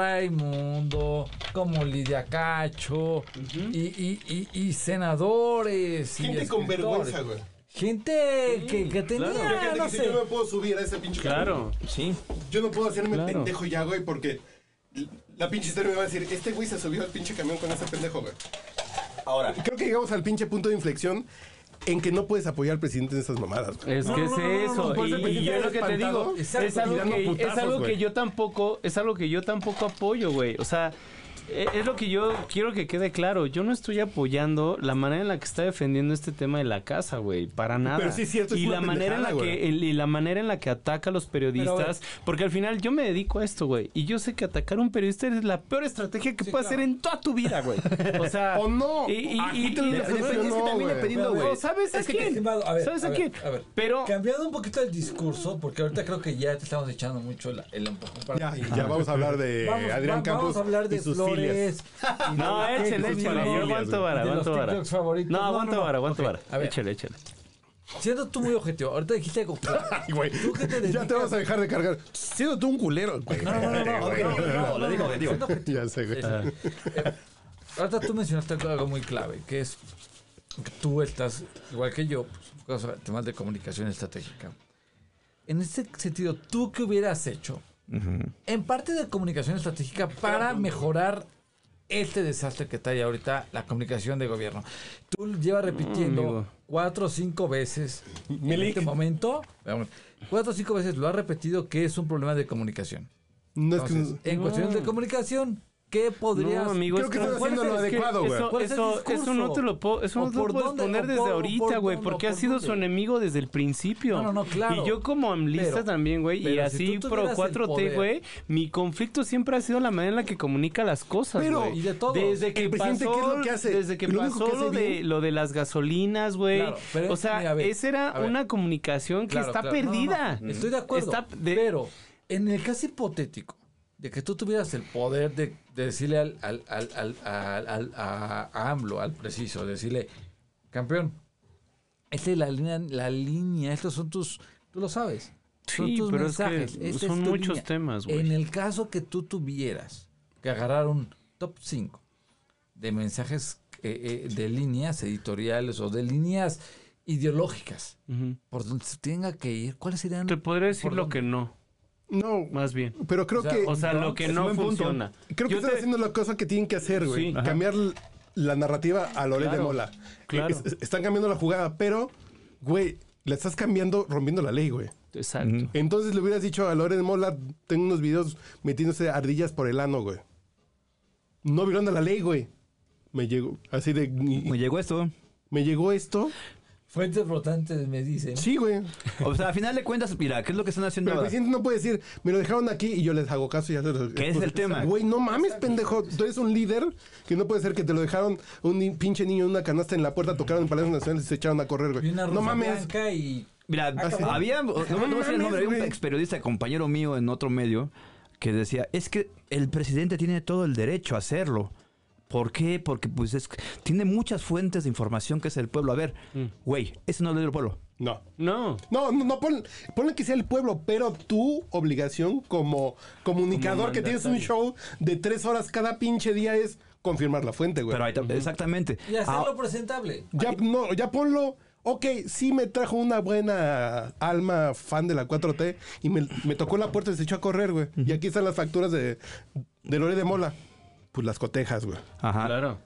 S4: Raimundo, como Lidia Cacho, y, y- y- y senadores. y
S2: Gente con
S4: escritores.
S2: vergüenza, güey.
S4: Gente que, que tenía,
S2: Fíjate
S4: no
S2: que
S4: sé.
S2: yo no me puedo subir a ese pinche
S5: Claro.
S1: Sí.
S2: camión. Yo no puedo hacerme
S5: Claro.
S2: pendejo ya, güey, porque la pinche historia me va a decir, este güey se subió al pinche camión con ese pendejo, güey. Ahora. Creo que llegamos al pinche punto de inflexión en que no puedes apoyar al presidente en esas mamadas, güey.
S5: Es que es eso.
S2: por
S5: y,
S2: eso
S5: y yo
S2: presidente
S5: es lo que te
S2: espantado.
S5: digo.
S2: Exacto,
S5: es algo,
S2: y dando
S5: que,
S2: putazos,
S5: es algo que
S2: güey.
S5: yo tampoco, es algo que yo tampoco apoyo, güey. O sea, e- es lo que yo quiero que quede claro. Yo no estoy apoyando la manera en la que está defendiendo este tema de la casa, güey. Para nada.
S2: Pero sí es cierto, es
S5: y
S2: una
S5: la manera en la
S2: pendejada,
S5: que, el- y la manera en la que ataca a los periodistas. porque al final yo me dedico a esto, güey. Y yo sé que atacar a un periodista es la peor estrategia que puedes hacer en toda tu vida, güey. O sea.
S2: O no.
S4: Ah,
S2: Agítale la
S5: depende-
S2: solución,
S5: es que
S2: no,
S5: también
S2: güey.
S5: dependiendo,
S4: Pero,
S5: güey.
S4: güey,
S5: ¿Sabes a
S4: es que,
S5: quién?
S4: estimado, a ver,
S5: ¿Sabes
S4: a
S5: a
S4: ver,
S5: quién?
S4: a ver.
S5: Pero.
S4: Cambiando un poquito el discurso, porque ahorita creo que ya te estamos echando mucho la- el empujón para
S2: Ya, ya vamos a hablar de
S4: Vamos,
S2: Adrián
S4: va-
S2: Campos
S4: vamos a hablar de
S2: y sus filias.
S4: flores. y
S5: No,
S4: de-
S5: échale,
S4: de
S5: échale.
S4: sus
S5: Yo
S4: familias,
S5: aguanto vara,
S4: y de
S5: aguanto
S4: los
S5: vara.
S4: TikToks favoritos.
S5: No,
S4: No, no,
S5: aguanto
S4: no.
S5: vara, aguanto
S4: Ok,
S5: vara.
S4: a ver.
S5: Échale, échale.
S4: güey. Siendo tú muy objetivo, ahorita dijiste algo claro.
S2: Ay, güey.
S4: ¿Tú qué te
S2: Ya
S4: dedicas?
S2: te vas a dejar de cargar. Siendo tú un culero, güey.
S4: No, no, no, no,
S2: Güey.
S4: no, no, no,
S1: lo digo,
S4: no,
S1: lo digo.
S4: siendo objetivo.
S2: Ya sé, güey.
S4: Eh, Ahorita tú mencionaste algo muy clave, que es que tú estás, igual que yo, pues, enfocados a temas de comunicación estratégica. En ese sentido, ¿tú qué hubieras hecho en parte de comunicación estratégica para mejorar este desastre que está ahí ahorita, la comunicación de gobierno? Tú llevas repitiendo
S5: amigo.
S4: cuatro o cinco veces en
S2: Milik.
S4: este momento, cuatro o cinco veces lo has repetido que es un problema de comunicación.
S2: No es que.
S4: Entonces, en cuestiones de comunicación, ¿qué podrías...?
S5: No, amigo,
S2: Creo
S5: es
S2: que estás
S5: ¿cuál
S2: haciendo
S5: es-
S2: lo
S5: es que
S2: adecuado, güey.
S5: Eso,
S4: ¿Cuál es el
S5: eso-
S4: discurso?
S5: eso no te lo puedo, eso
S4: ¿O
S5: no te lo
S4: por
S5: puedes
S4: dónde?
S5: poner
S4: ¿O
S5: desde
S4: por-
S5: ahorita,
S4: por
S5: güey,
S4: dónde?
S5: porque
S4: ¿O
S5: ha
S4: por
S5: sido
S4: dónde?
S5: su enemigo desde el principio.
S4: No, no, no, claro.
S5: Y yo como amlista
S4: Pero-
S5: también, güey, y
S4: pero si
S5: así
S4: tú
S5: pro
S4: tuvieras el
S5: 4T,
S4: poder-
S5: güey, mi conflicto siempre ha sido la manera en la que comunica las cosas,
S2: Pero,
S5: güey.
S4: y de todos.
S5: Desde que
S2: ¿El presidente
S5: pasó,
S2: qué es lo que hace?
S5: Desde que
S2: Lo único
S5: pasó
S2: que hace
S5: lo de,
S2: bien-
S5: lo de las gasolinas, güey.
S4: Claro, pero
S5: o
S4: es-
S5: sea,
S4: mira, a ver,
S5: esa era
S4: a ver.
S5: una comunicación que
S4: Claro,
S5: está
S4: claro. No, no,
S5: perdida.
S4: no. Estoy de acuerdo.
S5: Está de-
S4: Pero en el caso hipotético de que tú tuvieras el poder de, de decirle al, al, al, al- al- al- a, a AMLO, al preciso, decirle, campeón, esta es la línea, la línea, estos son tus, tú lo sabes. Son
S5: Sí,
S4: tus
S5: pero es que
S4: mensajes. esta
S5: son
S4: tu
S5: muchos temas, güey.
S4: En el caso que tú tuvieras que agarrar un top 5 de mensajes eh, eh, de líneas editoriales o de líneas ideológicas,
S5: Ujú.
S4: por donde se tenga que ir, ¿cuáles serían?
S5: Te podría decir
S4: ¿Por
S5: lo
S4: dónde?
S5: que no,
S2: No,
S5: más bien.
S2: pero creo
S4: O sea,
S2: que.
S5: O sea, lo que
S1: es
S5: no
S1: un buen punto.
S5: funciona.
S2: Creo que
S5: Yo
S2: están
S5: te-
S2: haciendo la cosa que tienen que hacer, güey.
S5: Sí.
S2: Cambiar l- la narrativa a Lorel de
S5: Claro,
S2: Mola.
S5: claro.
S2: Es- es- están cambiando la jugada, pero, güey, la estás cambiando rompiendo la ley, güey.
S5: Exacto.
S2: Entonces le hubieras dicho a Loren Mola, tengo unos videos metiéndose ardillas por el ano, güey. No violando la ley, güey. Me llegó, así de...
S1: Me llegó esto.
S2: Me llegó esto.
S4: Fuentes flotantes me dicen.
S2: Sí, güey.
S1: O sea, al final de cuentas, mira, ¿qué es lo que están haciendo
S2: Pero pues el
S1: ahora?
S2: presidente no puede decir, me lo dejaron aquí y yo les hago caso y ya se los...
S1: ¿Qué es el tema?
S2: Güey, no mames, pendejo. Tú eres un líder que no puede ser que te lo dejaron un ni- pinche niño en una canasta en la puerta, tocaron en Palacio Nacional y se echaron a correr,
S4: Y
S2: güey.
S4: una
S2: No
S4: rosa
S2: mames.
S4: blanca y
S1: Mira,
S4: cabrón.
S1: había, no, no voy a decir el nombre, había un
S2: güey.
S1: ex periodista, compañero mío en otro medio, que decía, es que el presidente tiene todo el derecho a hacerlo. ¿Por qué? Porque pues es, tiene muchas fuentes de información que es el pueblo. A ver,
S2: Mm.
S1: güey, eso no lo dio el pueblo.
S2: No.
S5: No.
S2: No, no, no, pon, ponle que sea el pueblo, pero tu obligación como comunicador
S5: Como
S2: que tienes un show de tres horas cada pinche día es confirmar la fuente, güey.
S1: Pero ahí ta- exactamente.
S4: Y hacerlo
S1: Ah,
S4: presentable.
S2: Ya, no, ya ponlo. Ok, sí me trajo una buena alma fan de la 4T y me, me tocó la puerta y se echó a correr, güey. Y aquí están las facturas de, de Lore de Mola. Pues las cotejas, güey.
S1: ajá.
S5: Claro.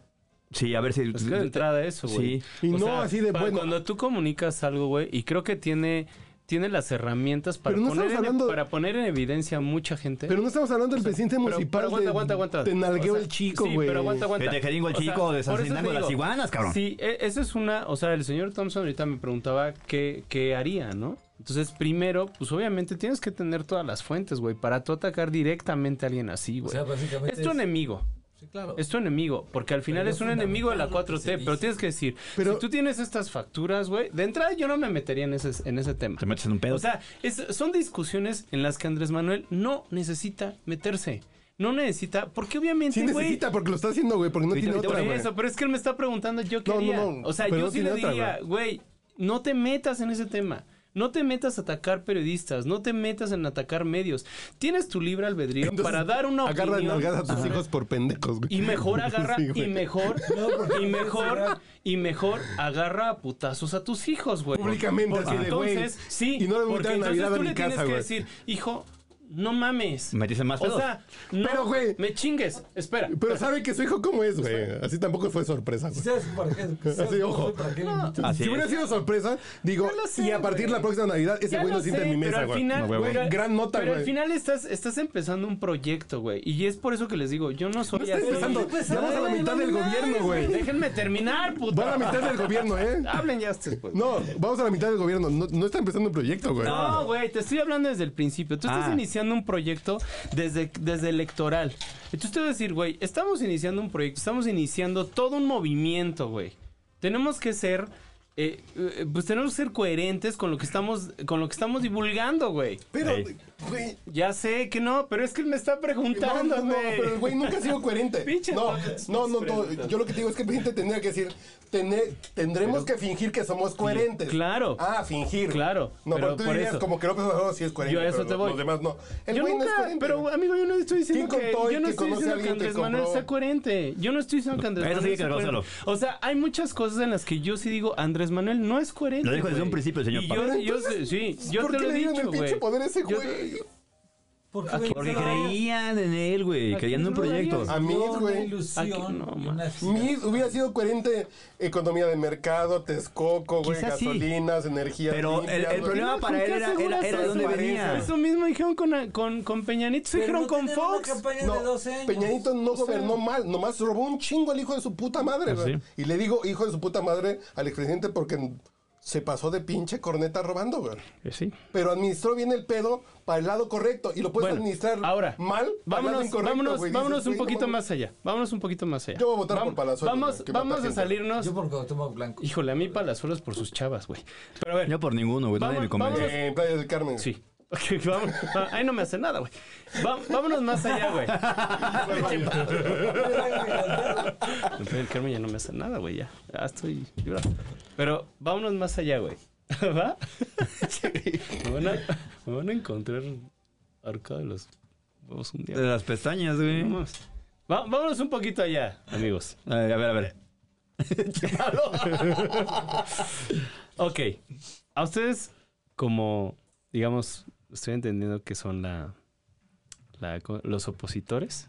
S1: Sí, a ver si...
S5: Es que de entrada eso, güey.
S1: pues Sí.
S2: Y
S5: O
S2: no
S5: sea,
S2: así de
S5: para
S2: bueno.
S5: Cuando tú comunicas algo, güey, y creo que tiene, tiene las herramientas para,
S2: Pero no
S5: poner en, e-
S2: estamos hablando de-
S5: para poner en evidencia a mucha gente.
S2: Pero no estamos hablando del presidente
S5: Pero-
S2: municipal.
S5: pero aguanta, aguanta, aguanta.
S2: Te nalgueo
S5: O sea,
S2: el chico,
S5: sí,
S2: güey.
S5: pero aguanta, aguanta.
S1: Que te jeringo el
S5: O sea,
S1: chico de
S5: por eso te
S1: Sancinango, las
S5: digo,
S1: iguanas, cabrón.
S5: Sí, e- eso es una. O sea, el señor Thompson ahorita me preguntaba qué, qué haría, ¿no? Entonces, primero, pues obviamente tienes que tener todas las fuentes, güey, para tú atacar directamente a alguien así,
S4: O
S5: güey.
S4: sea, básicamente.
S5: es tu
S4: es-
S5: enemigo.
S4: Sí, claro.
S5: Es tu enemigo, porque al final
S4: Pero
S5: es un enemigo de la
S4: fundamental lo que se
S5: 4T, pero
S4: dice.
S5: tienes que decir,
S2: Pero-
S5: si tú tienes estas facturas, güey, de entrada yo no me metería en ese, en ese tema.
S1: Te metes en un pedo.
S5: O sea, es- son discusiones en las que Andrés Manuel no necesita meterse. No necesita, porque obviamente,
S2: Sí
S5: güey...
S2: necesita, porque lo está haciendo, güey, porque no
S1: Ahorita-
S2: tiene
S1: ahorita
S2: otra,
S5: por
S2: güey.
S5: eso, pero es que él me está preguntando yo qué
S2: No, no,
S5: haría.
S2: no,
S5: o sea,
S2: pero
S5: yo
S2: no
S5: sí
S2: tiene
S5: le
S2: otra,
S5: diría, güey, no te metas en ese tema. No te metas a atacar periodistas, no te metas en atacar medios. Tienes tu libre albedrío
S2: Entonces,
S5: para dar una opinión.
S2: Agarra nalgadas a tus
S5: Ajá.
S2: hijos por pendejos, güey.
S5: Y mejor agarra,
S2: Sí, güey.
S5: y mejor,
S4: No, porque
S5: y
S4: no puedes
S5: mejor,
S4: agarrar.
S5: y mejor agarra a putazos a tus hijos, güey.
S2: Públicamente,
S5: Porque
S2: así de, güey,
S5: entonces, sí,
S2: y no le voy a
S5: porque
S2: invitar a
S5: entonces
S2: Navidad a
S5: tú
S2: mi
S5: le tienes
S2: casa,
S5: que
S2: güey.
S5: decir, hijo, no mames.
S1: Me dicen más
S5: O
S1: pedos.
S5: sea, no
S2: Pero, güey.
S5: me chingues. Espera.
S2: Pero sabe que su hijo cómo es, güey. Así tampoco fue sorpresa, güey.
S4: ¿Sabes para qué? ¿Sabes
S2: Así, ojo.
S4: ¿Para qué?
S1: Así
S2: si hubiera
S1: es.
S2: sido sorpresa, digo,
S5: Ya lo sé,
S2: y a partir de
S5: güey.
S2: la próxima Navidad, ese
S5: Ya
S2: güey
S5: lo
S2: no sienta
S5: sé,
S2: en mi mesa,
S5: pero al
S2: güey.
S5: final-
S2: Güey,
S5: pero-
S2: gran nota,
S5: Pero al
S2: güey.
S5: final estás, estás empezando un proyecto, güey. Y es por eso que les digo, yo no soy
S2: No estás
S5: así.
S2: empezando,
S5: pues,
S2: ya vamos a la mitad del gobierno, güey.
S5: Déjenme terminar, puta.
S2: Va a la mitad del gobierno, ¿eh?
S5: Hablen ya ustedes, pues.
S2: No, vamos a la mitad del gobierno. No, no está empezando un proyecto, güey.
S5: No, güey, te estoy hablando desde el principio. Tú estás
S1: Ah.
S5: iniciando un proyecto desde, desde electoral. Entonces te voy a decir, güey, estamos iniciando un proyecto, estamos iniciando todo un movimiento, güey. Tenemos que ser, eh, eh, pues tenemos que ser coherentes con lo que estamos, con lo que estamos divulgando, güey.
S2: Pero,
S1: Ey.
S2: güey.
S5: Ya sé que no, pero es que él me está
S2: No,
S5: preguntando,
S2: no, no,
S5: güey.
S2: pero el güey nunca ha sido coherente.
S5: Pinche
S2: No,
S5: tontos,
S2: no, no, no,
S5: pinches preguntas.
S2: Yo lo que te digo es que el presidente tendría que decir, "Tené- tendremos que fingir que somos coherentes.
S5: claro.
S2: Ah, fingir.
S5: Claro,
S2: No, pero,
S5: pero
S2: tú
S5: por
S2: dirías
S5: eso.
S2: como que López Obrador sí es coherente.
S5: Yo a eso
S2: pero
S5: te voy.
S2: Los demás no. El
S5: Yo
S2: güey
S5: nunca,
S2: no es coherente.
S5: pero amigo, yo no estoy diciendo
S2: ¿Quién
S5: que,
S2: contó y
S5: yo no
S2: que
S5: estoy
S2: conoce a
S5: diciendo que
S2: alguien que
S5: Andrés Manuel
S2: compró?
S5: sea coherente. Yo no estoy diciendo que Andrés
S1: Eso sí hay
S5: Manuel
S1: que
S5: sea coherente.
S1: reconócelo.
S5: O sea, hay muchas cosas en las que yo sí digo, Andrés Manuel no es coherente.
S1: Lo dijo desde
S5: güey.
S1: un principio el señor
S5: Y
S1: Pablo.
S5: yo,
S2: Pero
S5: yo-
S2: entonces,
S5: sí, yo
S2: ¿Por
S5: te
S2: qué
S5: lo he
S2: le dieron
S5: dicho,
S2: el pinche
S5: güey.
S2: poder a ese
S5: Yo-
S2: güey?
S4: Porque,
S5: Aquí-
S1: Porque
S4: no hay-
S1: creían en él, güey. Creían en un
S5: no lo
S1: proyecto.
S2: A mí,
S4: Una
S2: güey.
S5: Aquí-
S4: ilusión.
S5: no,
S4: una
S5: man.
S4: fiesta.
S2: Mi hubiera sido coherente economía de mercado, Texcoco, güey,
S1: Quizás sí.
S2: gasolinas, energía.
S1: Pero el- el problema para él era- era- era de dónde venía.
S5: Eso mismo dijeron con, con, con Peña Nieto, se
S4: Pero
S5: dijeron
S4: no
S5: con
S4: tenían una
S5: Fox.
S4: campaña de 12 años.
S2: Peñanito no gobernó mal, nomás robó un chingo al hijo de su puta madre.
S5: Pues
S2: güey.
S1: sí.
S2: Y le digo hijo de su puta madre al expresidente porque se pasó de pinche corneta robando, güey.
S1: Eh, Sí.
S2: Pero administró bien el pedo para el lado correcto y lo puedes
S5: Bueno,
S2: administrar
S5: ahora,
S2: mal. para el lado
S5: vámonos,
S2: incorrecto,
S5: vámonos,
S2: güey. Dices,
S5: vámonos un
S2: güey, no
S5: poquito
S2: mames.
S5: más allá. Vámonos un poquito más allá.
S2: Yo voy a votar por Palazuelos,
S5: Vamos,
S2: güey, que mata
S5: vamos a
S2: gente.
S5: salirnos.
S4: Yo porque tomo blanco.
S5: Híjole, a mí Palazuelos por sus chavas, güey. Pero a ver,
S1: Yo por ninguno, güey. Nadie
S5: Vamos-
S1: me convence.
S5: vámonos.
S2: En Playa del Carmen.
S5: Sí. Ok, vamos. va- Ahí no me hace nada, güey. Va- vámonos más allá, güey. El Carmen ya no me hace nada, güey. Ya, ya estoy librado. Pero vámonos más allá, güey. ¿Va? Me van, a, me van a encontrar arca de los huevos un día.
S1: De las pestañas, güey.
S5: Vamos. Va- vámonos un poquito allá, amigos.
S1: A ver, a ver, a ver.
S5: Ok. A ustedes, como, digamos, estoy entendiendo que son la, la- los opositores.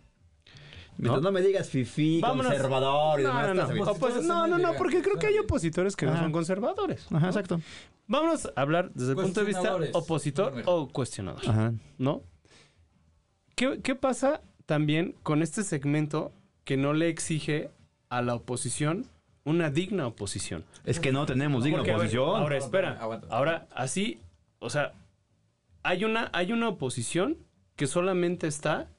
S1: Mientras no me digas fifi,
S5: Vámonos.
S1: conservador y demás.
S5: No, no,
S1: estás bien.
S5: no. Opos- No, no, no, porque creo que hay opositores que no
S1: Ajá.
S5: son conservadores.
S1: Ajá, exacto.
S5: Vamos a hablar desde el punto de vista
S4: Cuestionadores.
S5: opositor
S4: Mejor.
S5: o cuestionador.
S1: Ajá.
S5: ¿no? ¿Qué, qué pasa también con este segmento que no le exige a la oposición una digna oposición?
S1: Es que no tenemos digna
S5: Porque, a ver,
S1: oposición.
S5: ahora, espera.
S4: Aguanta.
S5: Ahora, así, o sea, hay una, hay una oposición que solamente está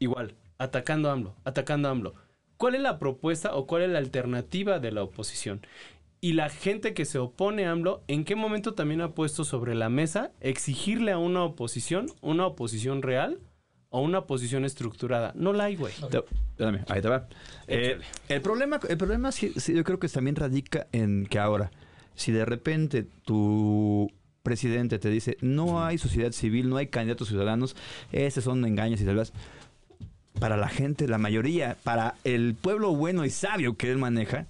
S5: igual, atacando a AMLO, atacando a AMLO. ¿Cuál es la propuesta o cuál es la alternativa de la oposición? Y la gente que se opone a AMLO, ¿en qué momento también ha puesto sobre la mesa exigirle a una oposición, una oposición real o una oposición estructurada? No la hay, güey.
S1: Te- espérame, ahí te va. Eh, el problema, el problema sí- sí, yo creo que también radica en que ahora, si de repente tu presidente te dice no hay sociedad civil, no hay candidatos ciudadanos, esos son engaños y tal vez. Para la gente, la mayoría, para el pueblo bueno y sabio que él maneja,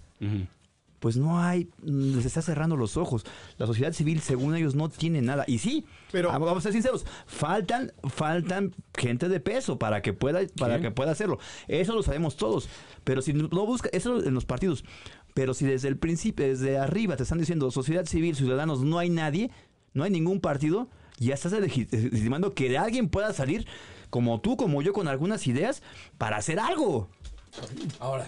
S1: pues no hay, mm, les está cerrando los ojos. La sociedad civil, según ellos, no tiene nada. Y sí,
S2: Pero-
S1: ah, vamos a ser sinceros, faltan, faltan gente de peso para que pueda, para que pueda hacerlo. Eso lo sabemos todos. Pero si no busca, eso en los partidos. Pero si desde el principio, desde arriba te están diciendo sociedad civil, ciudadanos, no hay nadie, no hay ningún partido, ya estás elegi- legitimando que alguien pueda salir como tú, como yo, con algunas ideas para hacer algo.
S4: Ahora,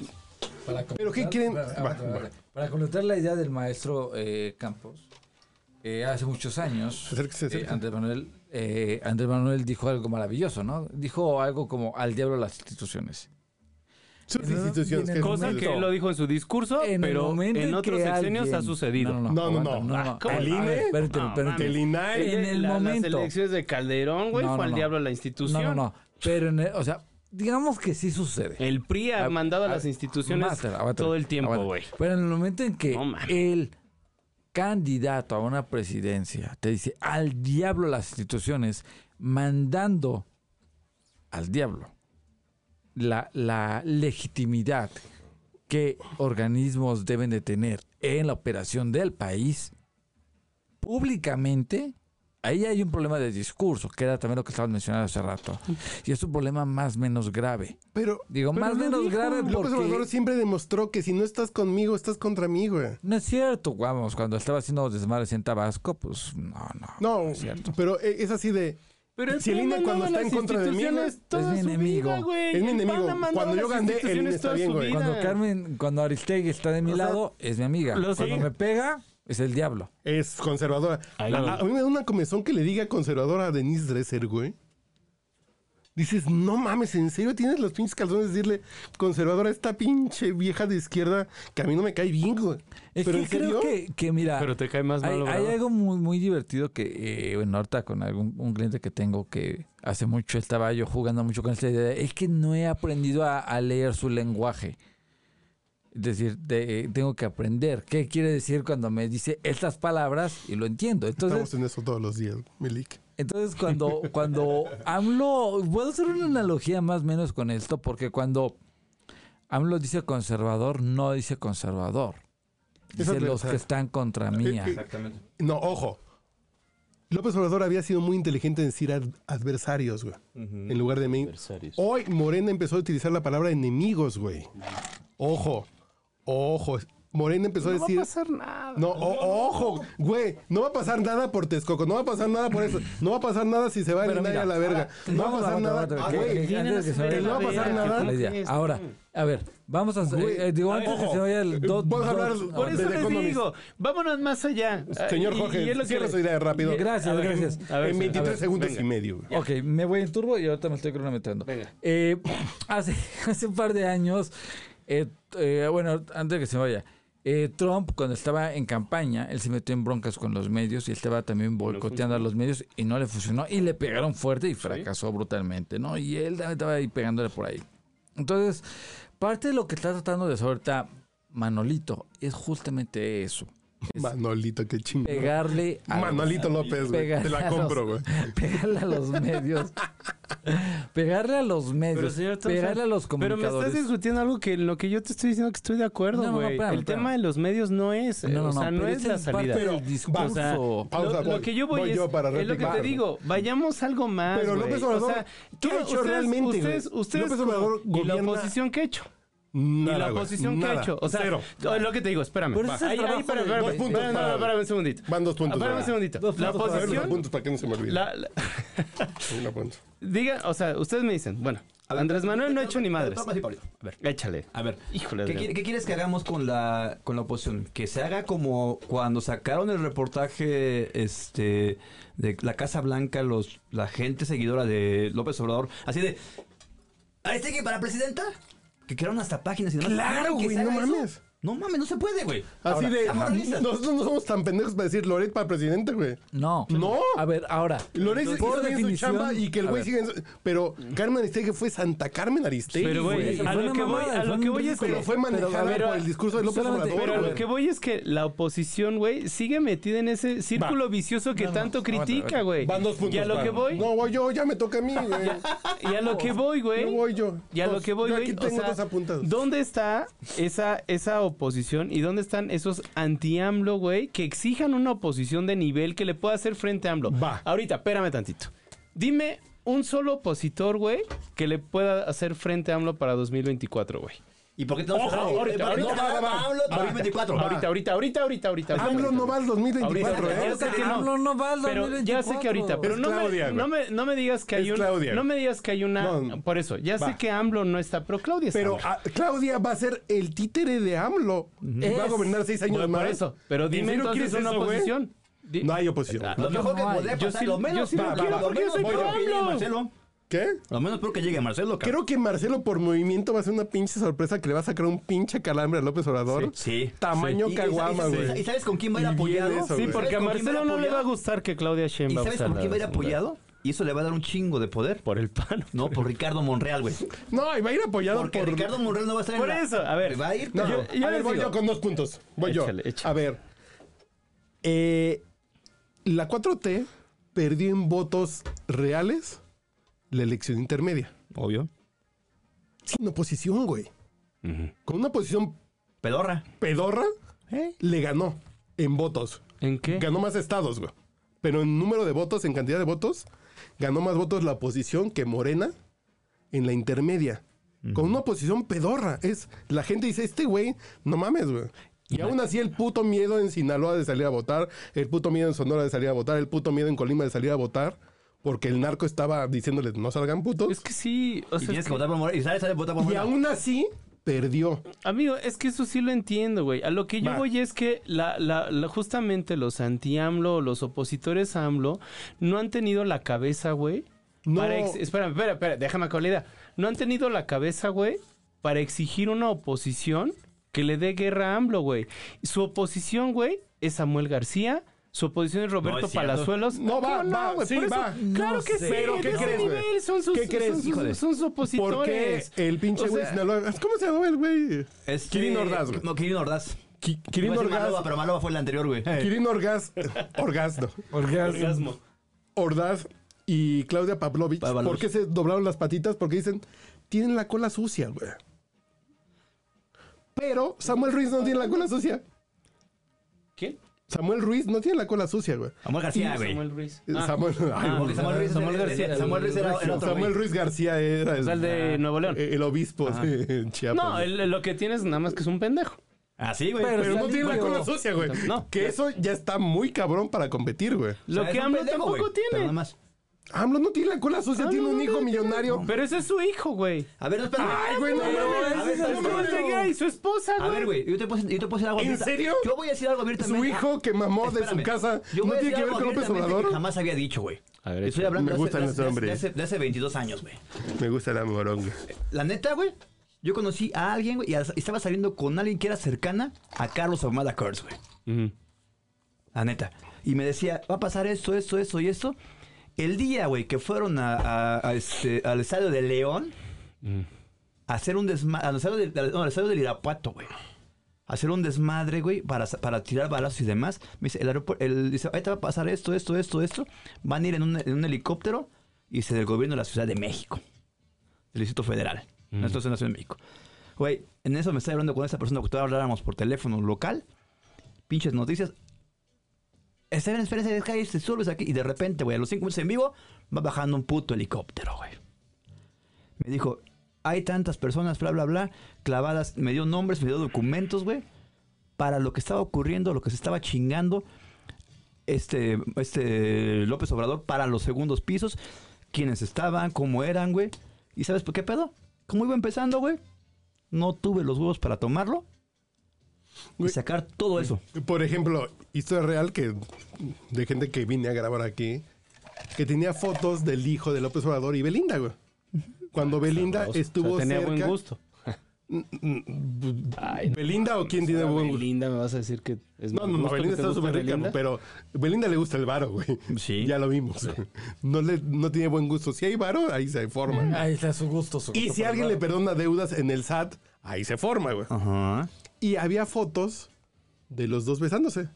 S4: para completar,
S2: qué quieren?
S4: Para,
S2: Va,
S4: para-
S2: va.
S4: para completar la idea del maestro eh, Campos, eh, hace muchos años,
S2: Acérquese, acérquese.
S4: eh, Andrés Manuel, eh, Andrés Manuel dijo algo maravilloso, ¿no? Dijo algo como al diablo las instituciones.
S2: Sus
S4: No,
S2: instituciones.
S4: tienen
S2: que-
S5: Cosa que él lo dijo en su discurso,
S4: En el
S5: pero
S4: momento
S5: en
S4: que
S5: otros sexenios
S4: alguien-
S5: ha sucedido.
S4: No, no, no.
S2: No, no,
S4: aguanta,
S2: no.
S5: Ah, ¿cómo?
S4: A ver,
S5: ¿El Ah,
S2: INE?
S4: espérate,
S5: No,
S4: espérate.
S5: mames.
S2: El INAI.
S4: En el
S5: la-
S4: momento.
S5: Las elecciones de Calderón, güey,
S4: No,
S5: fue
S4: no,
S5: al
S4: no.
S5: diablo la
S4: No,
S5: institución.
S4: no, no. Pero, en el- o sea, digamos que sí sucede.
S5: El PRI ha
S4: A-
S5: mandado a
S4: a-
S5: las instituciones
S4: Aguántala, aguántala,
S5: todo el tiempo,
S4: aguántala.
S5: güey.
S4: Pero en el momento en que
S5: No, man.
S4: el candidato a una presidencia te dice al diablo las instituciones, mandando al diablo la, la legitimidad que organismos deben de tener en la operación del país, públicamente, ahí hay un problema de discurso, que era también lo que estabas mencionando hace rato. Y es un problema más menos grave.
S2: Pero
S4: Digo,
S2: Pero
S4: más
S2: lo
S4: menos
S2: dijo.
S4: grave
S2: López
S4: porque...
S2: Obrador siempre demostró que si no estás conmigo, estás contra mí, güey.
S4: No es cierto, vamos, cuando estaba haciendo desmadres en Tabasco, pues no, no.
S2: No,
S4: es cierto.
S2: pero eh, es así de...
S5: Pero
S2: Si el
S5: PRI
S2: INE
S5: ha mandado
S2: cuando
S5: a
S2: está
S5: las
S2: en contra de mí,
S5: instituciones
S2: güey,
S5: toda
S4: es mi
S5: su
S4: enemigo.
S5: vida, güey.
S2: Es mi
S5: El PAN
S2: enemigo.
S5: ha mandado
S2: Cuando
S5: a
S2: yo
S5: las
S2: gané, el INE
S5: instituciones
S2: está
S5: toda
S2: bien,
S5: su
S2: güey.
S5: vida.
S4: Cuando Carmen, cuando Aristegui está de mi
S2: O sea,
S4: lado, es mi amiga.
S5: lo
S4: Cuando
S5: sé.
S4: me pega, es el diablo.
S2: Es conservadora.
S5: Ahí.
S2: A, a mí me da una comezón que le diga conservadora a Denise Dresser, güey. Dices, no mames, ¿en serio tienes los pinches calzones de decirle conservadora a esta pinche vieja de izquierda que a mí no me cae bien, güey?
S4: Es
S2: pero
S4: que
S2: en serio,
S4: creo que, que, mira,
S5: Pero te cae más mal
S4: hay, hay
S5: Obrador.
S4: algo muy, muy divertido que, eh, bueno, ahorita con algún un cliente que tengo que hace mucho estaba yo jugando mucho con esta idea, de, es que no he aprendido a, a leer su lenguaje. Es decir, de- eh, tengo que aprender qué quiere decir cuando me dice estas palabras y lo entiendo. Entonces,
S2: estamos en eso todos los días, Milik.
S4: Entonces, cuando, cuando AMLO, puedo hacer una analogía más o menos con esto, porque cuando AMLO dice conservador, no dice conservador.
S2: Eso te-
S4: Dice
S2: o
S4: los
S2: sea,
S4: que están contra
S2: Eh,
S4: mía.
S2: Exactamente. No, ojo. López Obrador había sido muy inteligente en decir ad- adversarios, güey. En lugar de me- Hoy Morena empezó a utilizar la palabra enemigos, güey. Ojo, ojo. Morena empezó a
S5: No va a
S2: decir.
S5: pasar nada.
S2: No, o- ojo, güey, no va a pasar nada por Texcoco, no va a pasar nada por eso, no va a pasar nada si se va a
S4: Pero
S2: eliminar a
S4: mira,
S2: la verga, no va a pasar nada. Ah,
S4: que-
S2: Güey,
S4: que- antes de que se
S2: que
S4: vaya
S2: no va a
S4: la
S2: pasar
S4: verga,
S2: nada.
S4: que la idea. Ahora, a ver, vamos a... eh, eh, digo,
S5: A
S4: antes
S5: ver,
S4: de que se
S2: ojo.
S4: vaya el... do-
S2: Vamos a
S4: do-
S2: hablar-
S4: a
S5: Por
S4: ver,
S5: eso
S2: Desde
S5: les
S2: Economist.
S5: digo, vámonos más allá.
S2: Señor
S5: Y-
S2: Jorge,
S5: y es lo que
S2: cierra
S5: le-
S2: su idea rápido.
S4: Gracias, gracias.
S5: A ver,
S2: en 23
S4: a ver,
S2: segundos y medio. güey.
S4: Ok, me voy en turbo y ahorita me estoy cronometrando.
S5: Venga.
S4: Eh, hace, hace un par de años, eh, eh, bueno, antes de que se vaya, eh, Trump cuando estaba en campaña, él se metió en broncas con los medios y él estaba también boicoteando a los medios y no le funcionó y le pegaron fuerte y fracasó brutalmente, ¿no? Y él también estaba ahí pegándole por ahí. Entonces, parte de lo que está tratando de hacer ahorita Manolito es justamente eso.
S2: Manolito, qué chingón.
S6: Pegarle a
S2: Manolito López, güey.
S6: pegar
S2: Te la
S6: a los-
S2: compro, güey.
S6: Pegarle a los medios. pegarle a los medios.
S5: Pero, señor Thompson,
S6: pegarle a los
S5: Pero me estás
S6: comunicadores.
S5: discutiendo algo que en lo que yo te estoy diciendo que estoy de acuerdo,
S6: No, no, no,
S5: güey.
S6: espérame,
S5: el
S6: espérame.
S5: tema de los medios no es, eh,
S6: No, no,
S5: o sea,
S6: no,
S5: no
S6: pero
S5: es
S6: esa
S5: la
S6: es parte
S5: salida.
S6: del
S2: Pero,
S6: discurso.
S5: o sea,
S2: Pausa,
S5: lo, lo
S2: voy.
S5: que yo voy,
S2: Voy
S5: es,
S2: yo para
S5: es lo que te
S2: replicar.
S5: digo, vayamos algo más.
S2: Pero
S5: güey.
S2: López Obrador,
S5: o sea,
S2: ¿qué
S5: tú-
S2: ha hecho
S5: ustedes,
S2: realmente, güey?
S5: ustedes, ustedes
S2: López
S5: como-
S2: Obrador
S5: y la
S2: gobierna-
S5: oposición que ha hecho.
S2: Nada,
S5: y la
S2: güey,
S5: oposición que
S2: nada.
S5: ha hecho. O sea,
S2: Cero.
S5: yo- lo que te digo, espérame.
S6: Pero ese es el
S5: Ahí- ahí,
S6: trabajo
S5: espérame,
S6: de-
S5: espérame,
S2: Dos puntos
S5: espérame,
S2: para-
S5: espérame un segundito.
S2: Van dos puntos.
S5: Espérame un segundito. La
S2: A ver, los
S5: oposición...
S2: puntos para que no se me olvide.
S5: La, la-
S2: Una punto.
S5: diga, o sea, ustedes me dicen, bueno, Andrés Manuel no ha hecho ni madres.
S1: Toma así, Pablito. A ver.
S5: Échale.
S1: A ver,
S5: Híjole,
S1: ¿qué,
S5: Adrián.
S1: qui- qué quieres que hagamos con la, con la oposición? Que se haga como cuando sacaron el reportaje este, de la Casa Blanca, los, la gente seguidora de López Obrador, así de. ¿A este que para presidenta? Que crearon hasta páginas y demás.
S2: Claro,
S1: ¿Quieren que
S2: güey,
S1: se
S2: no
S1: haga
S2: mames.
S1: No mames, no se puede, güey.
S2: Así
S1: Ahora, seamos
S2: de.
S1: realistas.
S2: Nosotros no somos tan pendejos para decir Loret para presidente, güey.
S6: No.
S2: No.
S6: A ver, ahora.
S2: Loret hizo
S6: por
S2: bien su
S6: definición.
S2: chamba y que el
S6: a
S2: güey
S6: ver,
S2: sigue en su- Pero Carmen Aristegui fue Santa Carmen Aristegui.
S5: Pero, güey,
S6: güey,
S5: a
S6: fue
S5: lo
S6: una
S5: que voy-
S6: mamada,
S5: a lo
S6: fue un
S5: que voy es que-
S6: ridículo.
S2: Pero fue manejada
S6: a ver,
S2: por el discurso de López
S6: solamente-
S2: Obrador,
S5: Pero a
S2: güey.
S5: lo que voy es que la oposición, güey, sigue metida en ese círculo vicioso que tanto critica, güey.
S2: Van dos puntos.
S5: Y a lo
S2: para-
S5: que voy,
S2: No, voy yo, ya me toca a mí, güey.
S5: y a lo que voy, güey.
S2: No voy yo.
S5: Y a lo que voy,
S2: Yo
S5: güey.
S2: Aquí
S5: o
S2: tengo
S5: sea,
S2: dos apuntados.
S5: ¿Dónde está esa, esa oposición y dónde están esos anti-AMLO, güey, que exijan una oposición de nivel que le pueda hacer frente a AMLO?
S2: Va.
S5: Ahorita, espérame tantito. Dime un solo opositor, güey, que le pueda hacer frente a AMLO para 2024, güey.
S1: ¿Y por qué tenemos
S5: Ojo, ahorita,
S1: ¿Por qué
S5: ahorita,
S1: tenemos
S5: va,
S1: a
S5: va,
S1: Pablo 2024?
S5: Ahorita, ahorita, ahorita, ahorita, ahorita.
S2: AMLO no va al 2024,
S5: Ahorita,
S2: ¿eh?
S5: ahorita. que no.
S6: AMLO no va al
S5: Pero ya sé que
S6: 2024.
S5: ahorita, pero
S2: Es
S5: no,
S2: pues, Claudia,
S5: me, no, me, no me digas que hay
S2: Es
S5: un,
S2: Claudia.
S5: no me digas que hay una,
S2: No.
S5: por eso, ya sé
S2: Va.
S5: que AMLO no está, pero Claudia está.
S2: Pero a- Claudia va a ser el títere de AMLO. Y va a
S6: Es-
S2: gobernar seis años
S5: Bueno,
S2: más.
S5: por eso, pero
S2: ¿En
S5: dime
S2: serio quieres
S5: entonces una
S2: eso, güey?
S5: oposición. Di-
S2: No hay oposición.
S1: Lo mejor que podría
S5: Yo
S1: pasar,
S5: sí-
S1: lo
S5: yo
S1: menos
S5: sí lo
S1: va, va,
S5: quiero
S1: va,
S5: porque
S1: lo
S5: yo soy
S1: menos
S5: pro
S1: que llegue
S5: AMLO.
S1: Marcelo.
S2: ¿Qué?
S1: Lo menos espero que llegue Marcelo, cabrón.
S2: Creo que Marcelo por movimiento va a ser una pinche sorpresa que le va a sacar un pinche calambre a López Obrador.
S1: Sí.
S2: Tamaño
S1: Y- y-
S2: caguama,
S1: y- y- ¿Y
S2: güey.
S1: sabes con quién va a ir
S2: Y bien
S1: apoyado?
S2: eso,
S5: Sí,
S2: güey.
S5: porque a
S1: ¿Sabes con quién
S5: Marcelo
S1: va
S5: no le va a
S1: apoyado?
S5: gustar que Claudia Sheinbaum
S1: ¿Y sabes
S5: sea
S1: con
S5: la
S1: quién va a ir
S5: segunda.
S1: apoyado? Y eso le va a dar un chingo de poder.
S5: Por el pan.
S1: No, por Ricardo Monreal, güey.
S2: No, y va a ir apoyado
S1: Porque
S2: por.
S1: Ricardo Monreal no va a estar en
S5: Por
S1: la-
S5: eso, a ver.
S1: Va a ir,
S2: No,
S1: pero-
S5: yo
S2: a ver,
S5: les
S2: voy
S5: digo.
S2: yo con dos puntos. Voy
S5: Échale,
S2: yo.
S5: échale.
S2: A ver. eh, la 4T perdió en votos reales la elección intermedia.
S1: Obvio.
S2: Sin oposición, güey. Con una posición
S1: Pedorra.
S2: pedorra,
S5: Eh.
S2: le ganó en votos.
S5: ¿En qué?
S2: Ganó más estados, güey. Pero en número de votos, en cantidad de votos, ganó más votos la oposición que Morena en la intermedia. Con una oposición pedorra. Es, la gente dice, este güey, no mames, güey. Y aún así el puto miedo en Sinaloa de salir a votar, el puto miedo en Sonora de salir a votar, el puto miedo en Colima de salir a votar, porque el narco estaba diciéndoles, no salgan putos.
S5: Es que sí, o
S1: Y
S5: sea,
S1: tienes
S5: es
S1: que
S5: que-
S1: votar por Monreal. Y sabes, sabes votar por
S2: Y
S1: Monreal.
S2: aún así, perdió.
S5: Amigo, es que eso sí lo entiendo, güey. A lo que yo
S2: Va.
S5: voy es que la, la- la- justamente los anti-AMLO, los opositores a AMLO, no han tenido la cabeza, güey.
S2: No.
S5: Para ex- espérame, espera, espera, déjame con la idea. No han tenido la cabeza, güey, para exigir una oposición que le dé guerra a AMLO, güey. Su oposición, güey, es Samuel García. Su oposición es Roberto
S1: es cierto.
S5: Palazuelos.
S2: No, va,
S5: ¿Cómo
S2: va,
S5: güey?
S2: sí,
S5: Por eso-
S2: va.
S5: Claro
S6: No
S5: que sí.
S6: sé.
S2: Pero,
S5: de
S2: ¿qué
S5: ese
S2: crees, güey?
S5: nivel Son sus,
S2: ¿Qué crees,
S5: son sus-
S2: híjole?
S5: son sus
S2: ¿Por qué
S5: opositores.
S2: el pinche
S5: O
S2: güey de
S5: sea,
S2: Sinaloa? ¿Cómo se llama el güey?
S1: Este-
S2: Kirin Ordaz, güey.
S1: No, Kirin Ordaz.
S2: Ki-
S1: Iba
S2: Kirin
S1: a decir Maloba,
S2: Orgaz.
S1: pero Maloba fue el anterior, güey.
S5: Eh.
S2: Kirin Orgaz. Orgaz, no.
S6: Orgasmo.
S2: Ordaz y Claudia Pavlovich.
S1: Pavlovich.
S2: ¿Por qué se doblaron las patitas? Porque dicen, tienen la cola sucia, güey. Pero Samuel Ruiz no tiene la cola sucia.
S5: ¿Quién?
S2: Samuel Ruiz no tiene la cola sucia, güey.
S1: Samuel García, güey.
S5: Samuel Ruiz.
S2: Eh,
S5: Ah.
S2: Samuel, ay,
S5: Ah,
S2: güey.
S1: Porque Samuel Ruiz,
S6: Samuel
S1: Samuel
S6: García-
S1: García, Samuel Ruiz era, era otro
S2: Samuel
S1: güey.
S2: Ruiz García era
S5: O sea, el
S2: el,
S5: de Nuevo León.
S2: el obispo de Chiapas.
S5: No,
S2: güey.
S5: el- lo que tienes nada más que es un pendejo.
S1: Ah, sí, güey.
S6: Pero
S2: Pero no tiene la
S6: Salido.
S2: cola sucia, güey.
S5: No.
S2: Que eso ya está muy cabrón para competir, güey.
S5: Lo
S1: O sea,
S5: que
S1: es un
S5: AMLO
S1: pendejo,
S5: tampoco
S1: güey, pero
S5: tiene.
S1: nada más.
S2: AMLO no tiene la cola sucia,
S5: Ah,
S2: tiene
S5: no,
S2: un
S5: no,
S2: hijo
S5: no,
S2: millonario.
S5: Pero ese es su hijo, güey.
S1: A ver, no, espérame.
S2: Ay, güey, no
S1: A ver,
S2: mames,
S1: a ver,
S2: ese es
S1: espérame.
S2: el
S5: Este
S2: Pero-
S5: güey, su esposa,
S1: A
S5: güey.
S1: ver, güey, yo te puedo, yo te puedo decir algo
S2: ¿En
S1: abierta.
S2: serio?
S1: Yo voy a decir algo abiertamente. Ah,
S2: Su hijo que mamó de su
S1: Espérame.
S2: casa
S1: Yo
S2: no
S1: voy
S2: tiene
S1: a decir
S2: que ver
S1: algo
S2: con López
S1: abiertamente que
S2: Obrador.
S1: jamás había dicho, güey.
S5: A ver,
S1: Estoy hablando
S2: Me
S1: de hace-
S2: gustan
S1: de
S2: los
S1: hace-
S2: hombres.
S1: de hace- de hace 22 años, güey.
S2: Me gusta la moronga.
S1: La neta, güey, yo conocí a alguien, güey, y a- estaba saliendo con alguien que era cercana a Carlos Armada Kurtz, güey. La neta. Y me decía, va a pasar esto, esto, esto y esto. El día, güey, que fueron a, a- a este, al estadio de León a hacer un desmadre, al estadio del, al- no, al estadio del Irapuato, güey. a hacer un desmadre, güey, para, sa- para tirar balazos y demás. Me dice, el aeropuerto, el, dice, ahí te va a pasar esto, esto, esto, esto. Van a ir en un, en un helicóptero y se del gobierno de la Ciudad de México, del Distrito Federal. No, Esto es en la Ciudad de México. Güey, en eso me estaba hablando con esa persona que todavía habláramos por teléfono local. Pinches noticias. Esperen, esperen, esperen, calle, te subes aquí. Y de repente, güey, a los cinco minutos en vivo, va bajando un puto helicóptero, güey. Me dijo, hay tantas personas, bla, bla, bla, clavadas. Me dio nombres, me dio documentos, güey. Para lo que estaba ocurriendo, lo que se estaba chingando. Este, este López Obrador para los segundos pisos. Quienes estaban, cómo eran, güey. ¿Y sabes por qué pedo? ¿Cómo iba empezando, güey? No tuve los huevos para tomarlo y
S2: Güey.
S1: sacar todo eso.
S2: Por ejemplo, historia real que de gente que vine a grabar aquí, que tenía fotos del hijo de López Obrador y Belinda, güey. Cuando Belinda
S5: O sea,
S2: estuvo
S5: tenía
S2: cerca.
S5: buen gusto.
S2: Belinda o quién tiene buen gusto.
S5: Belinda me vas a decir que es
S2: No, no, no, Belinda está súper rica, pero Belinda le gusta el varo, güey.
S1: Sí.
S2: Ya lo vimos. güey. No, le, no tiene buen gusto. Si hay varo, ahí se
S5: Mm.
S2: forma.
S4: Ahí está su gusto. Su
S2: Y
S4: gusto
S2: si
S4: por
S2: alguien
S4: el
S2: le perdona deudas en el SAT, ahí se forma, güey.
S1: Ajá.
S2: Y había fotos de los dos besándose.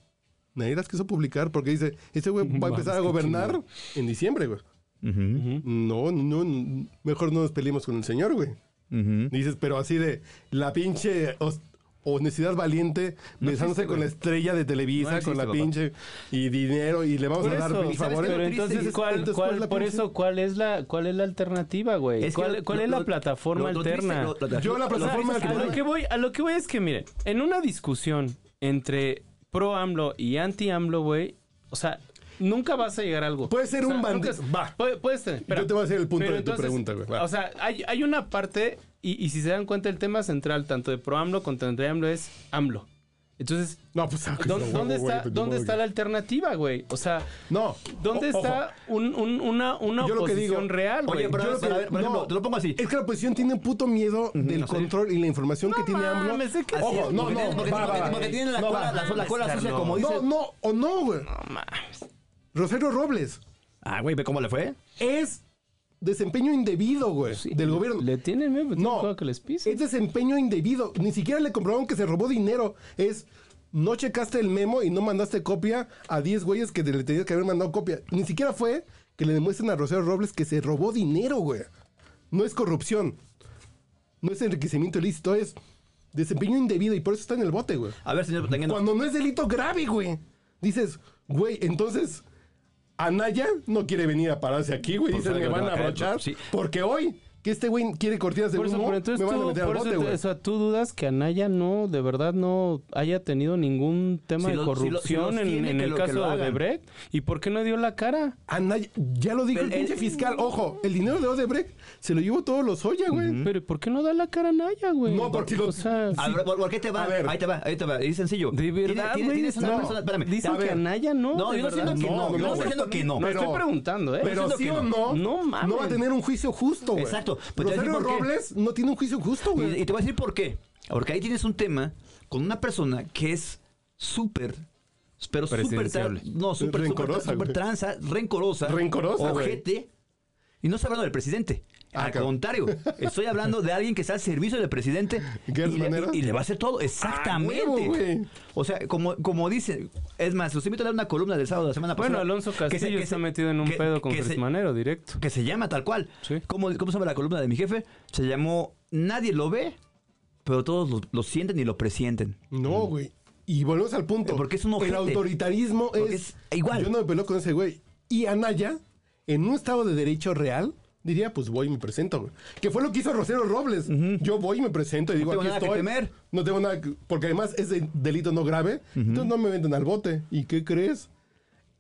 S2: Nadie las quiso publicar porque dice, este güey va a empezar a gobernar en diciembre, güey.
S1: Ujú,
S2: No, no, no, mejor no nos peleemos con el señor, güey.
S1: ujú.
S2: Dices, pero así de la pinche os- honestidad valiente, besándose con la estrella de Televisa,
S1: No existe,
S2: con la
S1: papá.
S2: pinche y dinero, y le vamos
S5: Por
S2: a dar
S5: eso,
S2: mil
S5: ¿sabes?
S2: favores.
S5: pero
S1: triste?
S5: entonces,
S2: Entonces,
S5: ¿cuál,
S2: entonces,
S5: cuál-
S2: ¿cuál es la
S5: por
S2: pinche?
S5: eso, ¿cuál es la, cuál es la alternativa, güey?
S1: Es que
S5: ¿Cuál,
S1: lo-
S5: cuál
S1: lo-
S5: es la
S1: lo- lo-
S5: plataforma
S1: lo triste-
S5: alterna?
S1: lo- lo-
S2: Yo la
S1: lo
S2: plataforma
S1: triste
S5: a
S2: alterna-
S1: es
S5: lo que voy, a lo que voy es que, miren, en una discusión entre pro AMLO y anti AMLO, güey, o sea, nunca vas a llegar a algo.
S2: Puede ser
S5: O sea,
S2: un
S5: nunca
S2: bandero.
S5: es-
S2: Va.
S5: Puede- puedes tener. espera.
S2: Yo te voy a hacer el punto
S5: Pero
S2: de tu pregunta, güey. Va.
S5: O sea, hay, hay una parte, y, y si se dan cuenta, el tema central, tanto de pro AMLO contra anti AMLO, es AMLO. Entonces,
S2: No, pues, ah,
S5: ¿dó-
S2: güey,
S5: ¿dónde, está,
S2: pues, ni
S5: ¿dónde
S2: modo
S5: está
S2: que-
S5: la alternativa, güey? O sea,
S2: No.
S5: ¿dónde
S2: o- ojo.
S5: está un- un- una, una
S2: Yo lo que digo-
S5: oposición real, güey?
S1: Oye, pero,
S2: Yo lo
S1: pero,
S2: que-
S1: a ver, por ejemplo,
S2: no.
S1: te lo pongo así.
S2: Es que la oposición tiene un puto miedo del
S1: no sé.
S2: control y la información que tiene AMLO.
S5: mames, es que-
S1: Así
S2: Ojo,
S1: es,
S2: no,
S1: porque
S2: no,
S1: tiene- porque,
S2: va,
S1: tiene-
S2: va,
S1: porque
S2: va.
S1: tiene la
S2: No,
S1: cola,
S2: va.
S1: la, la cola sucia, como dice.
S2: No, no, o no, güey. Rosario Robles.
S1: Ah, güey, ve cómo le fue.
S2: Es desempeño indebido, güey, del gobierno.
S5: Le tienen miedo, pero tienen
S2: no,
S5: cuidado que les pisen.
S2: es desempeño indebido. Ni siquiera le comprobaron que se robó dinero. Es, no checaste el memo y no mandaste copia a 10 güeyes que le tenías que haber mandado copia. Ni siquiera fue que le demuestren a Rosario Robles que se robó dinero, güey. No es corrupción. No es enriquecimiento ilícito, es desempeño indebido y por eso está en el bote, güey.
S1: A ver, señor Petanguero.
S2: Cuando no es delito grave, güey. Dices, güey, entonces Anaya no quiere venir a pararse aquí, güey. Dice,
S1: sabe
S2: me
S1: que
S2: van
S1: va
S2: a
S1: a caer,
S2: abrochar.
S1: sí.
S2: Porque hoy, que este güey quiere cortinas de
S5: Por eso,
S2: humo,
S5: pero entonces
S2: me van a
S5: tú,
S2: meter al
S5: por eso
S2: bote,
S5: te-
S2: güey.
S5: o sea, tú dudas que Anaya no, de verdad, no haya tenido ningún tema
S1: Si
S5: de
S1: lo- si lo- si los
S5: corrupción en- en,
S1: tiene, que
S5: el
S1: lo- que lo
S5: caso de
S1: hagan.
S5: Brecht. ¿Y por qué no dio la cara?
S2: Anaya, ya lo dijo el,
S1: Pero el-
S2: pinche fiscal. Ojo, el dinero de Odebrecht se lo llevó todos los Oya, güey.
S1: ¿Mm?
S5: Pero ¿por qué no da la cara Anaya, güey?
S2: No, porque lo-
S5: O sea,
S1: A ver, ¿por, por qué te va?
S2: A ver.
S1: Ahí te va, ahí te va. Es sencillo.
S5: de verdad,
S1: Tiene- tiene-
S5: güey.
S1: Tienes una
S5: no.
S1: persona. Espérame.
S5: Dicen
S2: A
S5: que
S2: ver.
S5: Anaya no.
S1: No,
S5: de
S1: yo no estoy
S5: verdad.
S1: diciendo
S2: No,
S1: que no.
S2: no,
S1: Yo no
S2: güey.
S1: estoy diciendo que no.
S5: No estoy
S2: pero-
S5: preguntando, ¿eh?
S2: Pero
S1: diciendo
S2: sí
S1: que
S2: o
S1: no.
S2: no,
S5: No mames.
S2: va a tener un juicio justo, güey.
S1: Exacto. Pero te voy a decir
S2: Rosario
S1: por qué.
S2: Robles no tiene un juicio justo,
S1: Y,
S2: güey.
S1: y te voy a decir por qué. Porque ahí tienes un tema con una persona que es súper, pero súper tra-
S5: Presidenciable.
S1: no, súper, súper,
S2: Rencorosa,
S1: súper
S2: güey.
S1: tranza, rencorosa,
S2: Rencorosa, güey.
S1: ojete. Y no estoy hablando del presidente.
S2: Ah,
S1: al
S2: cabrón.
S1: contrario, estoy hablando de alguien que está al servicio del presidente y
S2: ¿Gertz
S1: le,
S2: Manero?
S1: y le va a hacer todo. Exactamente.
S2: Ah, huevo, güey.
S1: o sea, como, como dice, es más, los invito a leer una columna del sábado de la semana pasada.
S5: Bueno, Alonso
S1: que se-
S5: Castillo
S1: que
S5: está
S1: se-
S5: metido en un
S1: que-
S5: pedo con
S1: que se-
S5: Fritz Manero, directo.
S1: que se llama tal cual.
S5: Sí.
S1: ¿Cómo, cómo se llama la columna de mi jefe? Se llamó Nadie lo ve, pero todos lo, lo sienten y lo presienten.
S2: No, güey. Y volvemos al punto.
S1: Mm. Porque es un ojete.
S2: El autoritarismo
S1: Porque
S2: es,
S1: es igual.
S2: Yo no me peleo con ese güey. Y Anaya, en un estado de derecho real, diría, pues voy y me presento. güey. Que fue lo que hizo Rosero Robles. Yo voy y me presento y digo,
S1: tengo
S2: aquí
S1: nada que
S2: estoy.
S1: temer.
S2: No tengo nada que- Porque además es de- delito no grave. Entonces no me venden al bote. ¿Y qué crees?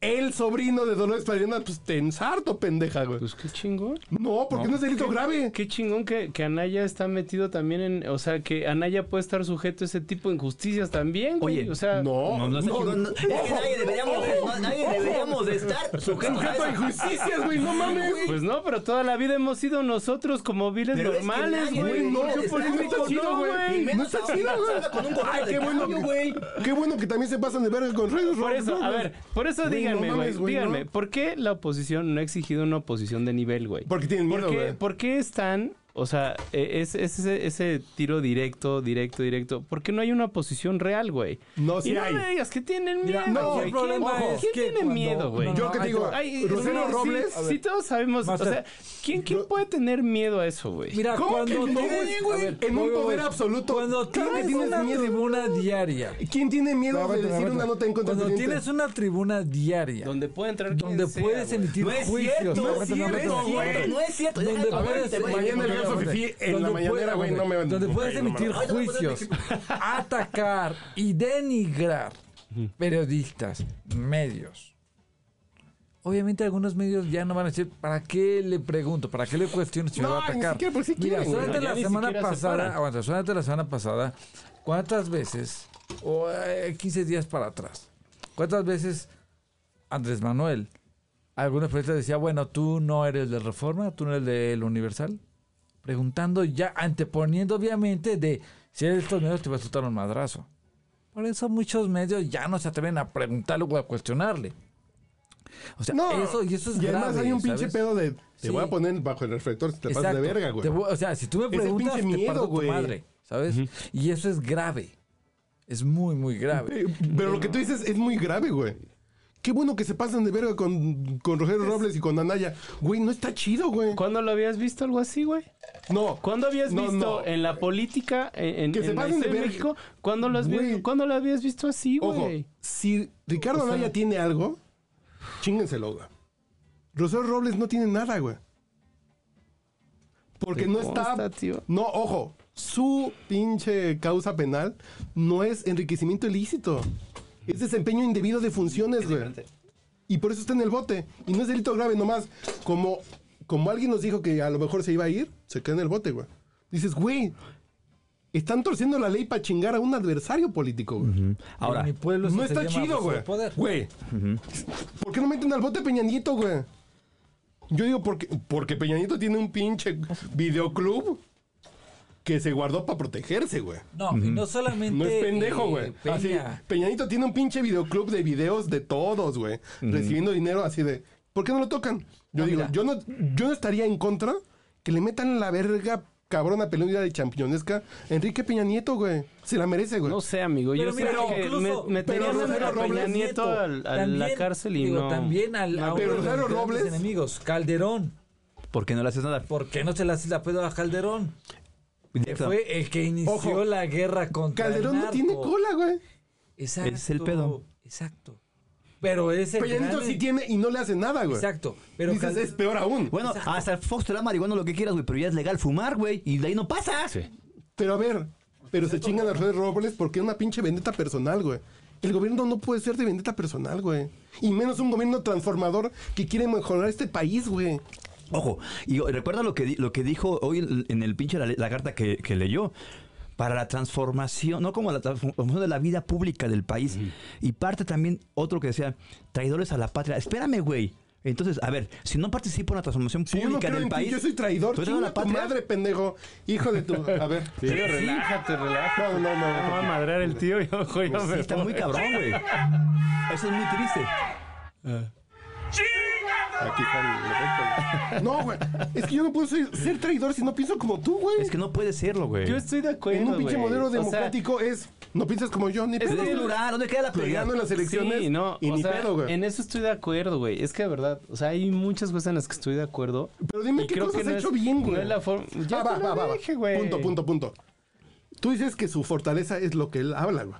S2: El sobrino de Dolores Padrina, pues te ensarto, pendeja, güey.
S5: Pues qué chingón.
S2: no, porque no, es delito grave.
S5: Qué chingón que, que Anaya está metido también en. O sea, que Anaya puede estar sujeto a ese tipo de injusticias también, güey.
S1: Oye,
S5: o sea,
S2: No,
S1: No, no,
S2: no,
S1: no, no, es que nadie deberíamos, no, nadie deberíamos de estar sujetos a
S2: Sujeto a
S1: eso.
S2: injusticias, güey, no mames.
S5: Pues no, pero toda la vida hemos sido nosotros como viles
S1: Pero es que
S5: normales,
S1: nadie,
S5: güey.
S1: güey,
S2: No,
S1: no,
S5: Yo por
S1: está
S5: eso
S2: está
S5: digo,
S2: chido,
S5: no,
S2: güey.
S5: güey.
S2: No está chido,
S1: Con un
S2: güey.
S1: gorro
S2: Ay,
S1: de
S2: qué bueno,
S1: cambio,
S2: güey. Qué bueno que también se pasan de verga con Reyes
S5: Por
S2: Robles,
S5: eso, a
S2: Robles.
S5: ver, por eso
S2: Güey,
S5: díganme,
S2: no
S5: güey,
S2: mames, güey,
S5: díganme,
S2: no.
S5: ¿por qué la oposición no ha exigido una oposición de nivel, güey?
S2: Porque tienen miedo,
S5: ¿Por qué,
S2: güey.
S5: por qué están O sea, e- es, es ese, ese tiro directo, directo, directo. ¿Por qué no hay una posición real, güey?
S2: No,
S5: y
S2: sí
S5: no
S2: hay.
S5: me digas que tienen miedo.
S4: Mira, aquí el
S5: güey. ¿Quién,
S4: problema
S5: ojo,
S4: es
S5: ¿quién
S4: que
S5: tiene
S4: cuando-
S5: miedo, güey?
S4: no,
S2: Yo que
S4: ahí
S2: digo,
S4: te va.
S5: Ay,
S2: Rosero
S5: sí,
S2: Robles.
S5: Sí, todos sabemos. O
S4: Master.
S5: sea, ¿quién, quién puede tener miedo a eso, güey?
S4: Mira,
S2: ¿Cómo
S4: cuando
S2: que no,
S4: tienes-
S2: güey, güey?
S4: a ver,
S2: En un
S4: voy, voy,
S2: poder
S4: voy.
S2: absoluto.
S4: Cuando
S2: Claro que
S4: tienes una
S2: miedo.
S4: tribuna diaria.
S2: ¿Quién tiene miedo de
S6: Aguántame,
S2: decir una
S6: aguántame.
S2: nota en contra del
S4: Cuando
S2: presidente?
S4: tienes una tribuna diaria.
S5: Donde puede entrar quien
S4: Donde
S5: sea,
S4: puedes
S5: güey.
S4: emitir juicios.
S2: no es
S4: Aguántame,
S2: cierto,
S4: aguántame,
S2: güey,
S4: aguántame.
S7: no es cierto.
S4: Donde
S7: Déjame
S4: puedes-
S7: ponerte, güey.
S2: Mañana el verso
S4: Donde
S2: fifí en la
S4: puedes-
S2: mañanera, güey, no me
S4: Donde puedes
S2: Ay, no
S4: emitir
S2: mames.
S4: juicios, atacar y denigrar periodistas, medios. Obviamente algunos medios ya no van a decir, ¿para qué le pregunto? ¿Para qué le cuestiono si me
S2: No,
S4: va a
S2: ni
S4: atacar?
S2: siquiera por si
S4: Mira,
S2: quieren,
S4: solamente
S5: güey. Ya
S4: la
S5: ni
S4: semana
S5: siquiera se
S4: pasada,
S5: paran.
S4: aguanta, solamente la semana pasada, ¿cuántas veces, o eh, 15 días para atrás, cuántas veces Andrés Manuel, algunos periodistas decía, bueno, tú no eres de Reforma, tú no eres del Universal? Preguntando ya, anteponiendo obviamente de si eres de estos medios te va a soltar un madrazo. Por eso muchos medios ya no se atreven a preguntarle o a cuestionarle. O sea,
S2: No,
S4: eso, y eso es
S2: y además
S4: grave,
S2: hay un pinche
S4: ¿sabes?
S2: pedo de. Te
S4: Sí.
S2: voy a poner bajo el reflector si te pasas de
S4: Exacto.
S2: verga, güey.
S4: Te voy- o sea, si tú me
S2: el
S4: preguntas,
S2: pinche
S4: te
S2: miedo,
S4: parto tu
S2: güey.
S4: madre, ¿sabes? Y eso es grave. Es muy, muy grave.
S2: Eh, Pero lo que tú dices es muy grave, güey. Qué bueno que se pasan de verga con, con Rogelio Robles y con Anaya. Güey, no está chido, güey.
S5: ¿Cuándo lo habías visto algo así, güey?
S2: No.
S5: ¿Cuándo habías
S2: No,
S5: visto
S2: no.
S5: en la política, en, en-
S2: Que se
S5: en la
S2: pasen de
S5: historia
S2: verga.
S5: de México, ¿cuándo lo, has
S2: Güey.
S5: visto, ¿cuándo lo habías visto así,
S2: Ojo,
S5: güey?
S2: si Ricardo Anaya tiene algo, chíngenselo, güey. Rosario Robles no tiene nada, güey. Porque
S5: Te
S2: no está.
S5: consta, tío.
S2: No, ojo. Su pinche causa penal no es enriquecimiento ilícito. Es desempeño indebido de funciones, güey. Y por eso está en el bote. Y no es delito grave, nomás. Como, como alguien nos dijo que a lo mejor se iba a ir, se queda en el bote, güey. Dices, güey, están torciendo la ley para chingar a un adversario político, güey.
S1: Ahora,
S4: En mi pueblo eso
S2: No
S4: se
S2: está
S4: llama
S2: chido,
S4: abuso
S2: güey.
S4: de poder.
S2: Güey. ¿Por qué no meten al bote a Peña Nieto, güey? Yo digo porque, porque Peña Nieto tiene un pinche videoclub que se guardó para protegerse, güey.
S4: No, y no solamente.
S2: No es pendejo,
S4: eh,
S2: güey. Así,
S4: Peña.
S2: Peña Nieto tiene un pinche videoclub de videos de todos, güey. Recibiendo dinero así de... ¿Por qué no lo tocan? Yo
S4: Ah,
S2: digo, yo no, yo no estaría en contra que le metan la verga cabrona peluda de championesca a Enrique Peña Nieto, güey. Se la merece, güey.
S5: No sé, amigo.
S4: Pero
S5: Yo
S4: mira,
S5: sé que
S4: incluso-
S5: me, meterían
S2: pero
S5: a
S2: Rosario
S5: Peña
S2: Robles
S5: Nieto al- a la
S4: También,
S5: cárcel y
S4: digo,
S5: no.
S4: También al, a uno
S2: Pero
S4: de los
S2: Rosario
S4: grandes
S2: Robles-
S4: enemigos, Calderón.
S1: ¿por qué no le haces nada?
S4: ¿Por qué no se le haces la pedo a Calderón? Que
S1: Directo.
S4: fue el que inició
S2: Ojo.
S4: la guerra contra
S2: Calderón
S4: el
S2: no tiene
S4: narco.
S2: cola, güey.
S4: Exacto.
S1: Es el pedo.
S4: Exacto. Pero es el.
S2: Peña Nieto
S4: gran-
S2: sí tiene y no le hace nada, güey.
S4: Exacto. Pero
S2: Dices,
S4: Calderón-
S2: es peor aún.
S1: Bueno, hasta el Fox te da marihuana lo que quieras, güey, pero ya es legal fumar, güey, y de ahí no pasa. Sí.
S2: Pero a ver, pero se chingan a Alfredo Robles porque es una pinche vendetta personal, güey. El gobierno no puede ser de vendetta personal, güey. Y menos un gobierno transformador que quiere mejorar este país, güey.
S1: Ojo, y recuerda lo que, di- lo que dijo hoy el- en el pinche la, la carta que, que leyó. Para la transformación, no como la transformación de la vida pública del país. Y parte también otro que decía, traidores a la patria. Espérame, güey. Entonces, a ver, si no participo en la transformación
S2: Si yo no
S1: pública
S2: creo
S1: del
S2: en ti,
S1: país. Pues
S2: yo soy traidor.
S1: ¿tú eres de
S2: Chinga
S1: la
S2: tu
S1: patria?
S2: madre, pendejo. Hijo de tu... A ver.
S5: Relájate, relájate.
S2: No, no, no.
S5: No va a madrar el tío. Yo, yo
S2: Pues
S1: Sí,
S5: me
S1: está
S5: voy.
S1: muy cabrón, güey. Eso es muy triste.
S2: Aquí está el efecto, güey. No, güey. Es que yo no puedo ser, ser traidor si no pienso como tú, güey.
S1: Es que no puede serlo, güey.
S5: Yo estoy de acuerdo,
S2: en un pinche
S5: güey.
S2: modelo
S5: O sea,
S2: democrático es... No piensas como yo, ni
S5: Es
S2: pedo.
S5: que-
S1: Es plural, ¿dónde queda la
S2: Te
S1: pluralidad?
S2: gano en las elecciones
S5: Sí, no,
S2: y
S5: o
S2: ni
S5: sea,
S2: pedo, güey.
S5: En eso estoy de acuerdo, güey. Es que de verdad, o sea, hay muchas cosas en las que estoy de acuerdo.
S2: Pero dime
S5: Y
S2: qué
S5: creo
S2: cosas
S5: que no
S2: ha hecho
S5: es-
S2: bien,
S5: no
S2: güey.
S5: es la forma- ya
S2: Ah,
S5: te lo dije, güey.
S2: Punto, punto, punto. Tú dices que su fortaleza es lo que él habla, güey.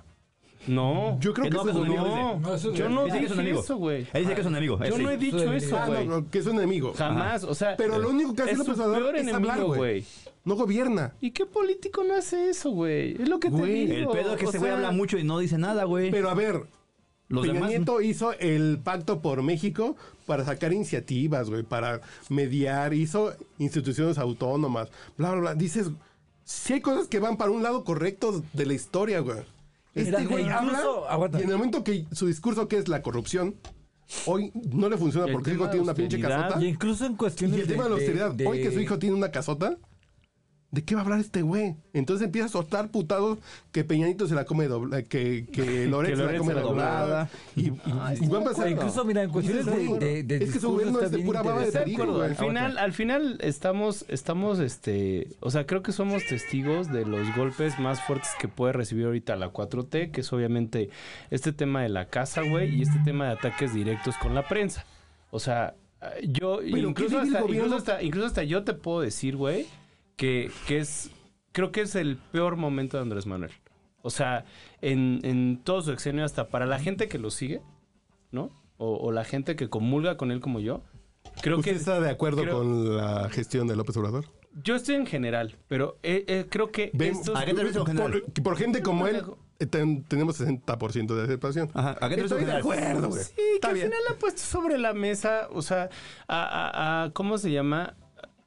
S5: No.
S2: Yo creo
S1: Eh,
S2: que
S1: no,
S2: eso es
S1: pues,
S2: un
S1: no.
S2: amigo.
S4: No, eso es-
S5: Yo no
S1: Dice que es un
S5: dije
S1: amigo.
S5: eso, güey.
S1: Él dice que es un amigo. él
S5: Yo
S1: sí.
S5: no he dicho
S4: debería.
S5: eso,
S2: Ah,
S5: güey.
S2: no, no, que es un enemigo.
S5: Jamás, o sea.
S2: Pero lo único que hace
S5: es su
S2: López Obrador
S5: peor
S2: es
S5: enemigo,
S2: hablar, güey.
S5: güey.
S2: No gobierna.
S5: ¿Y qué político no hace eso, güey? Es lo que
S2: Güey,
S5: te
S1: El
S5: digo.
S1: pedo es que
S5: o
S1: ese güey
S5: sea,
S1: habla mucho y no dice nada, güey.
S2: Pero a ver,
S1: Los
S2: Peña
S1: demás.
S2: Nieto hizo el pacto por México para sacar iniciativas, güey, para mediar, hizo instituciones autónomas, bla, bla, bla. Dices, si hay cosas que van para un lado correcto de la historia, güey. Este
S4: Mira,
S2: güey
S4: incluso-
S2: habla
S4: aguanta.
S2: y en el momento que su discurso que es la corrupción, hoy no le funciona
S5: El
S2: porque su
S5: tema
S2: hijo
S5: de
S2: tiene una pinche
S5: austeridad.
S2: casota.
S4: Y incluso en
S2: Y
S4: cuestiones
S2: el tema de la austeridad, hoy que su hijo tiene una casota, ¿De qué va a hablar este güey? Entonces empieza a soltar putados que Peñanito se la come dobla, que, que Loret se la
S5: Loret
S2: come
S5: se la
S2: doblada. Y, y, y va a empezar-
S6: Incluso, mira, en cuestiones
S2: Sí,
S6: de,
S2: sí.
S6: de, de
S2: Es que su
S6: discurso
S2: gobierno
S6: está
S2: es de
S6: bien
S2: pura baba de
S6: interesante.
S2: perico,
S5: Acuerdo,
S2: güey.
S5: al final, al final estamos, estamos, este, o sea, creo que somos testigos de los golpes más fuertes que puede recibir ahorita la 4T, que es obviamente este tema de la casa, güey, y este tema de ataques directos con la prensa. O sea, yo
S2: Pero, ¿qué
S5: incluso
S2: vive el
S5: hasta,
S2: gobierno?
S5: incluso hasta, incluso hasta yo te puedo decir, güey, que, que es, creo que es el peor momento de Andrés Manuel. O sea, en, en todo su exenio, hasta para la gente que lo sigue, ¿no? O, o la gente que comulga con él como yo. Creo
S2: ¿Usted
S5: que
S2: está de acuerdo
S5: creo-
S2: con la gestión de López Obrador?
S5: yo estoy en general, pero eh, eh, creo que
S2: Ve-
S5: estos-
S1: ¿A qué te refieres con general?
S2: Por, por gente como él, eh, ten- tenemos 60% de aceptación.
S1: Ajá, ¿a qué te refieres
S2: Estoy
S1: con
S2: de
S1: general?
S2: acuerdo, güey.
S5: Sí, que al final ha puesto sobre la mesa, o sea, a, a- a- ¿cómo se llama?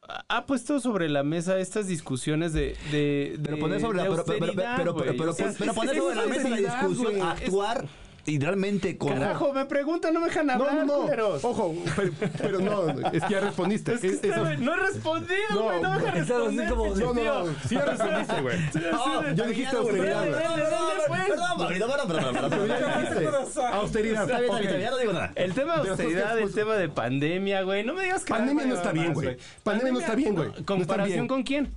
S5: Ha- Ha puesto sobre la mesa estas discusiones de. de-
S1: Pero
S5: de-
S1: poner sobre la
S5: de
S1: pero, pero, pero,
S5: austeridad,
S1: pero, pero,
S5: güey.
S1: pero,
S5: O sea,
S1: pero
S5: es-
S1: poner
S5: es
S1: sobre la mesa la
S5: austeridad,
S1: discusión,
S5: güey.
S1: actuar y realmente con
S5: Carajo, me preguntan, no me dejan hablar,
S2: No, no, no.
S5: culeros.
S2: Ojo, pero, pero no, es que ya respondiste.
S5: Es que
S2: Es-
S5: este
S2: eso-
S5: güey- no he respondido,
S2: No,
S5: güey. No, me dejan
S6: güey. Claro, así
S5: responder.
S6: como-
S5: pinche
S2: No, no,
S5: tío.
S2: no, sí ya respondiste, güey.
S1: Ah,
S2: ya dijiste
S1: güey.
S2: austeridad,
S1: Perdón,
S5: güey.
S1: perdón, perdón, Pablito, perdón, perdón, perdón,
S2: Pero
S1: perdón.
S2: ya dijiste. Austeridad.
S1: Está bien, está bien, está
S2: Ok.
S1: bien, ya no digo nada.
S5: El tema
S2: De
S5: de
S2: los
S5: austeridad,
S2: Oscars,
S5: el
S2: pues,
S5: tema de pandemia, güey. No me digas que.
S2: Pandemia no está bien, güey. Pandemia no está bien, güey. No está bien.
S5: ¿Comparación con quién?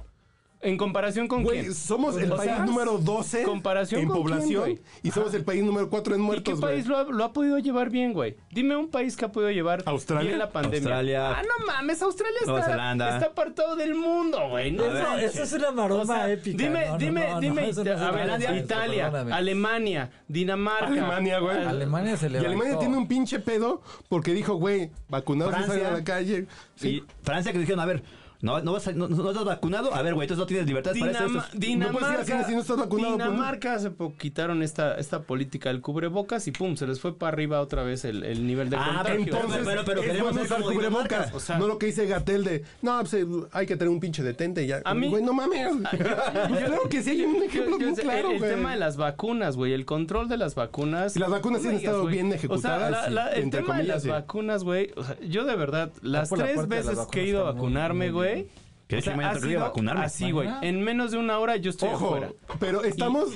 S5: ¿En comparación con
S2: Güey,
S5: quién?
S2: somos el
S5: O
S2: país
S5: sea,
S2: número 12
S5: ¿comparación
S2: en
S5: con quién,
S2: población
S5: güey?
S2: y somos el país número 4 en
S5: ¿Y qué
S2: muertos, güey.
S5: país lo ha, lo ha podido llevar bien, güey? Dime un país que ha podido llevar
S2: ¿Australia?
S5: bien la pandemia.
S1: Australia.
S5: Ah, no mames, Australia
S1: Nueva
S5: está,
S1: Zelanda.
S5: está apartado del mundo, güey. No
S6: Eso,
S5: mames.
S6: eso es una maroma
S5: O sea,
S6: épica.
S5: Dime,
S6: No, no,
S5: dime,
S6: no, no,
S5: dime.
S6: eso no
S5: a
S6: se
S5: ver,
S6: trata de eso,
S5: Italia,
S6: perdóname.
S5: Alemania, Dinamarca.
S2: Alemania, güey.
S4: Alemania se
S2: Y
S4: le
S2: Alemania tiene un pinche pedo porque dijo, güey, vacunados no
S1: Francia.
S2: salen a la calle. Sí.
S1: Y Francia que dijeron, a ver, no, no, vas a- no, no estás vacunado, a ver, güey, entonces no tienes libertades para esto.
S5: Dinama-
S1: esto
S2: No
S1: es-
S2: puedes ir al cine
S5: Dinamarca,
S2: si no estás vacunado, pues, ¿no?
S5: Dinamarca se po- quitaron esta, esta política del cubrebocas y pum, se les fue para arriba otra vez el, el nivel de
S1: Ah,
S5: contagio.
S2: Entonces,
S1: Pero, pero, pero
S2: es
S1: queremos
S2: bueno
S1: ser
S2: usar
S1: como
S2: cubrebocas.
S1: Dinamarca.
S5: O sea-
S2: no lo que dice Gatel de, no, pues, eh, hay que tener un pinche detente y ya.
S5: A mí-
S2: Güey, no mames. claro que sí, hay un
S5: Yo-
S2: ejemplo
S5: yo
S2: muy
S5: sé,
S2: claro,
S5: el, el
S2: güey.
S5: tema de las vacunas, güey, el control de las vacunas.
S2: Y las vacunas
S5: No
S2: sí han
S5: me digas,
S2: estado
S5: güey.
S2: bien
S5: O sea,
S2: ejecutadas,
S5: la- la- el
S2: entre
S5: tema de
S2: comillas,
S5: las
S2: sí.
S5: vacunas, güey, o sea, yo de verdad, las
S4: por la
S5: tres
S4: puerta de las
S5: veces que he
S4: vacunas
S5: ido a
S4: está muy-
S5: vacunarme,
S4: muy bien.
S5: güey,
S1: Que de
S5: o
S1: hecho
S5: sea,
S1: me
S5: ha
S1: atreví a
S5: sido
S1: vacunarme.
S5: Así, güey.
S4: Mañana.
S5: En menos de una hora yo estoy
S2: Ojo,
S5: afuera.
S2: pero estamos.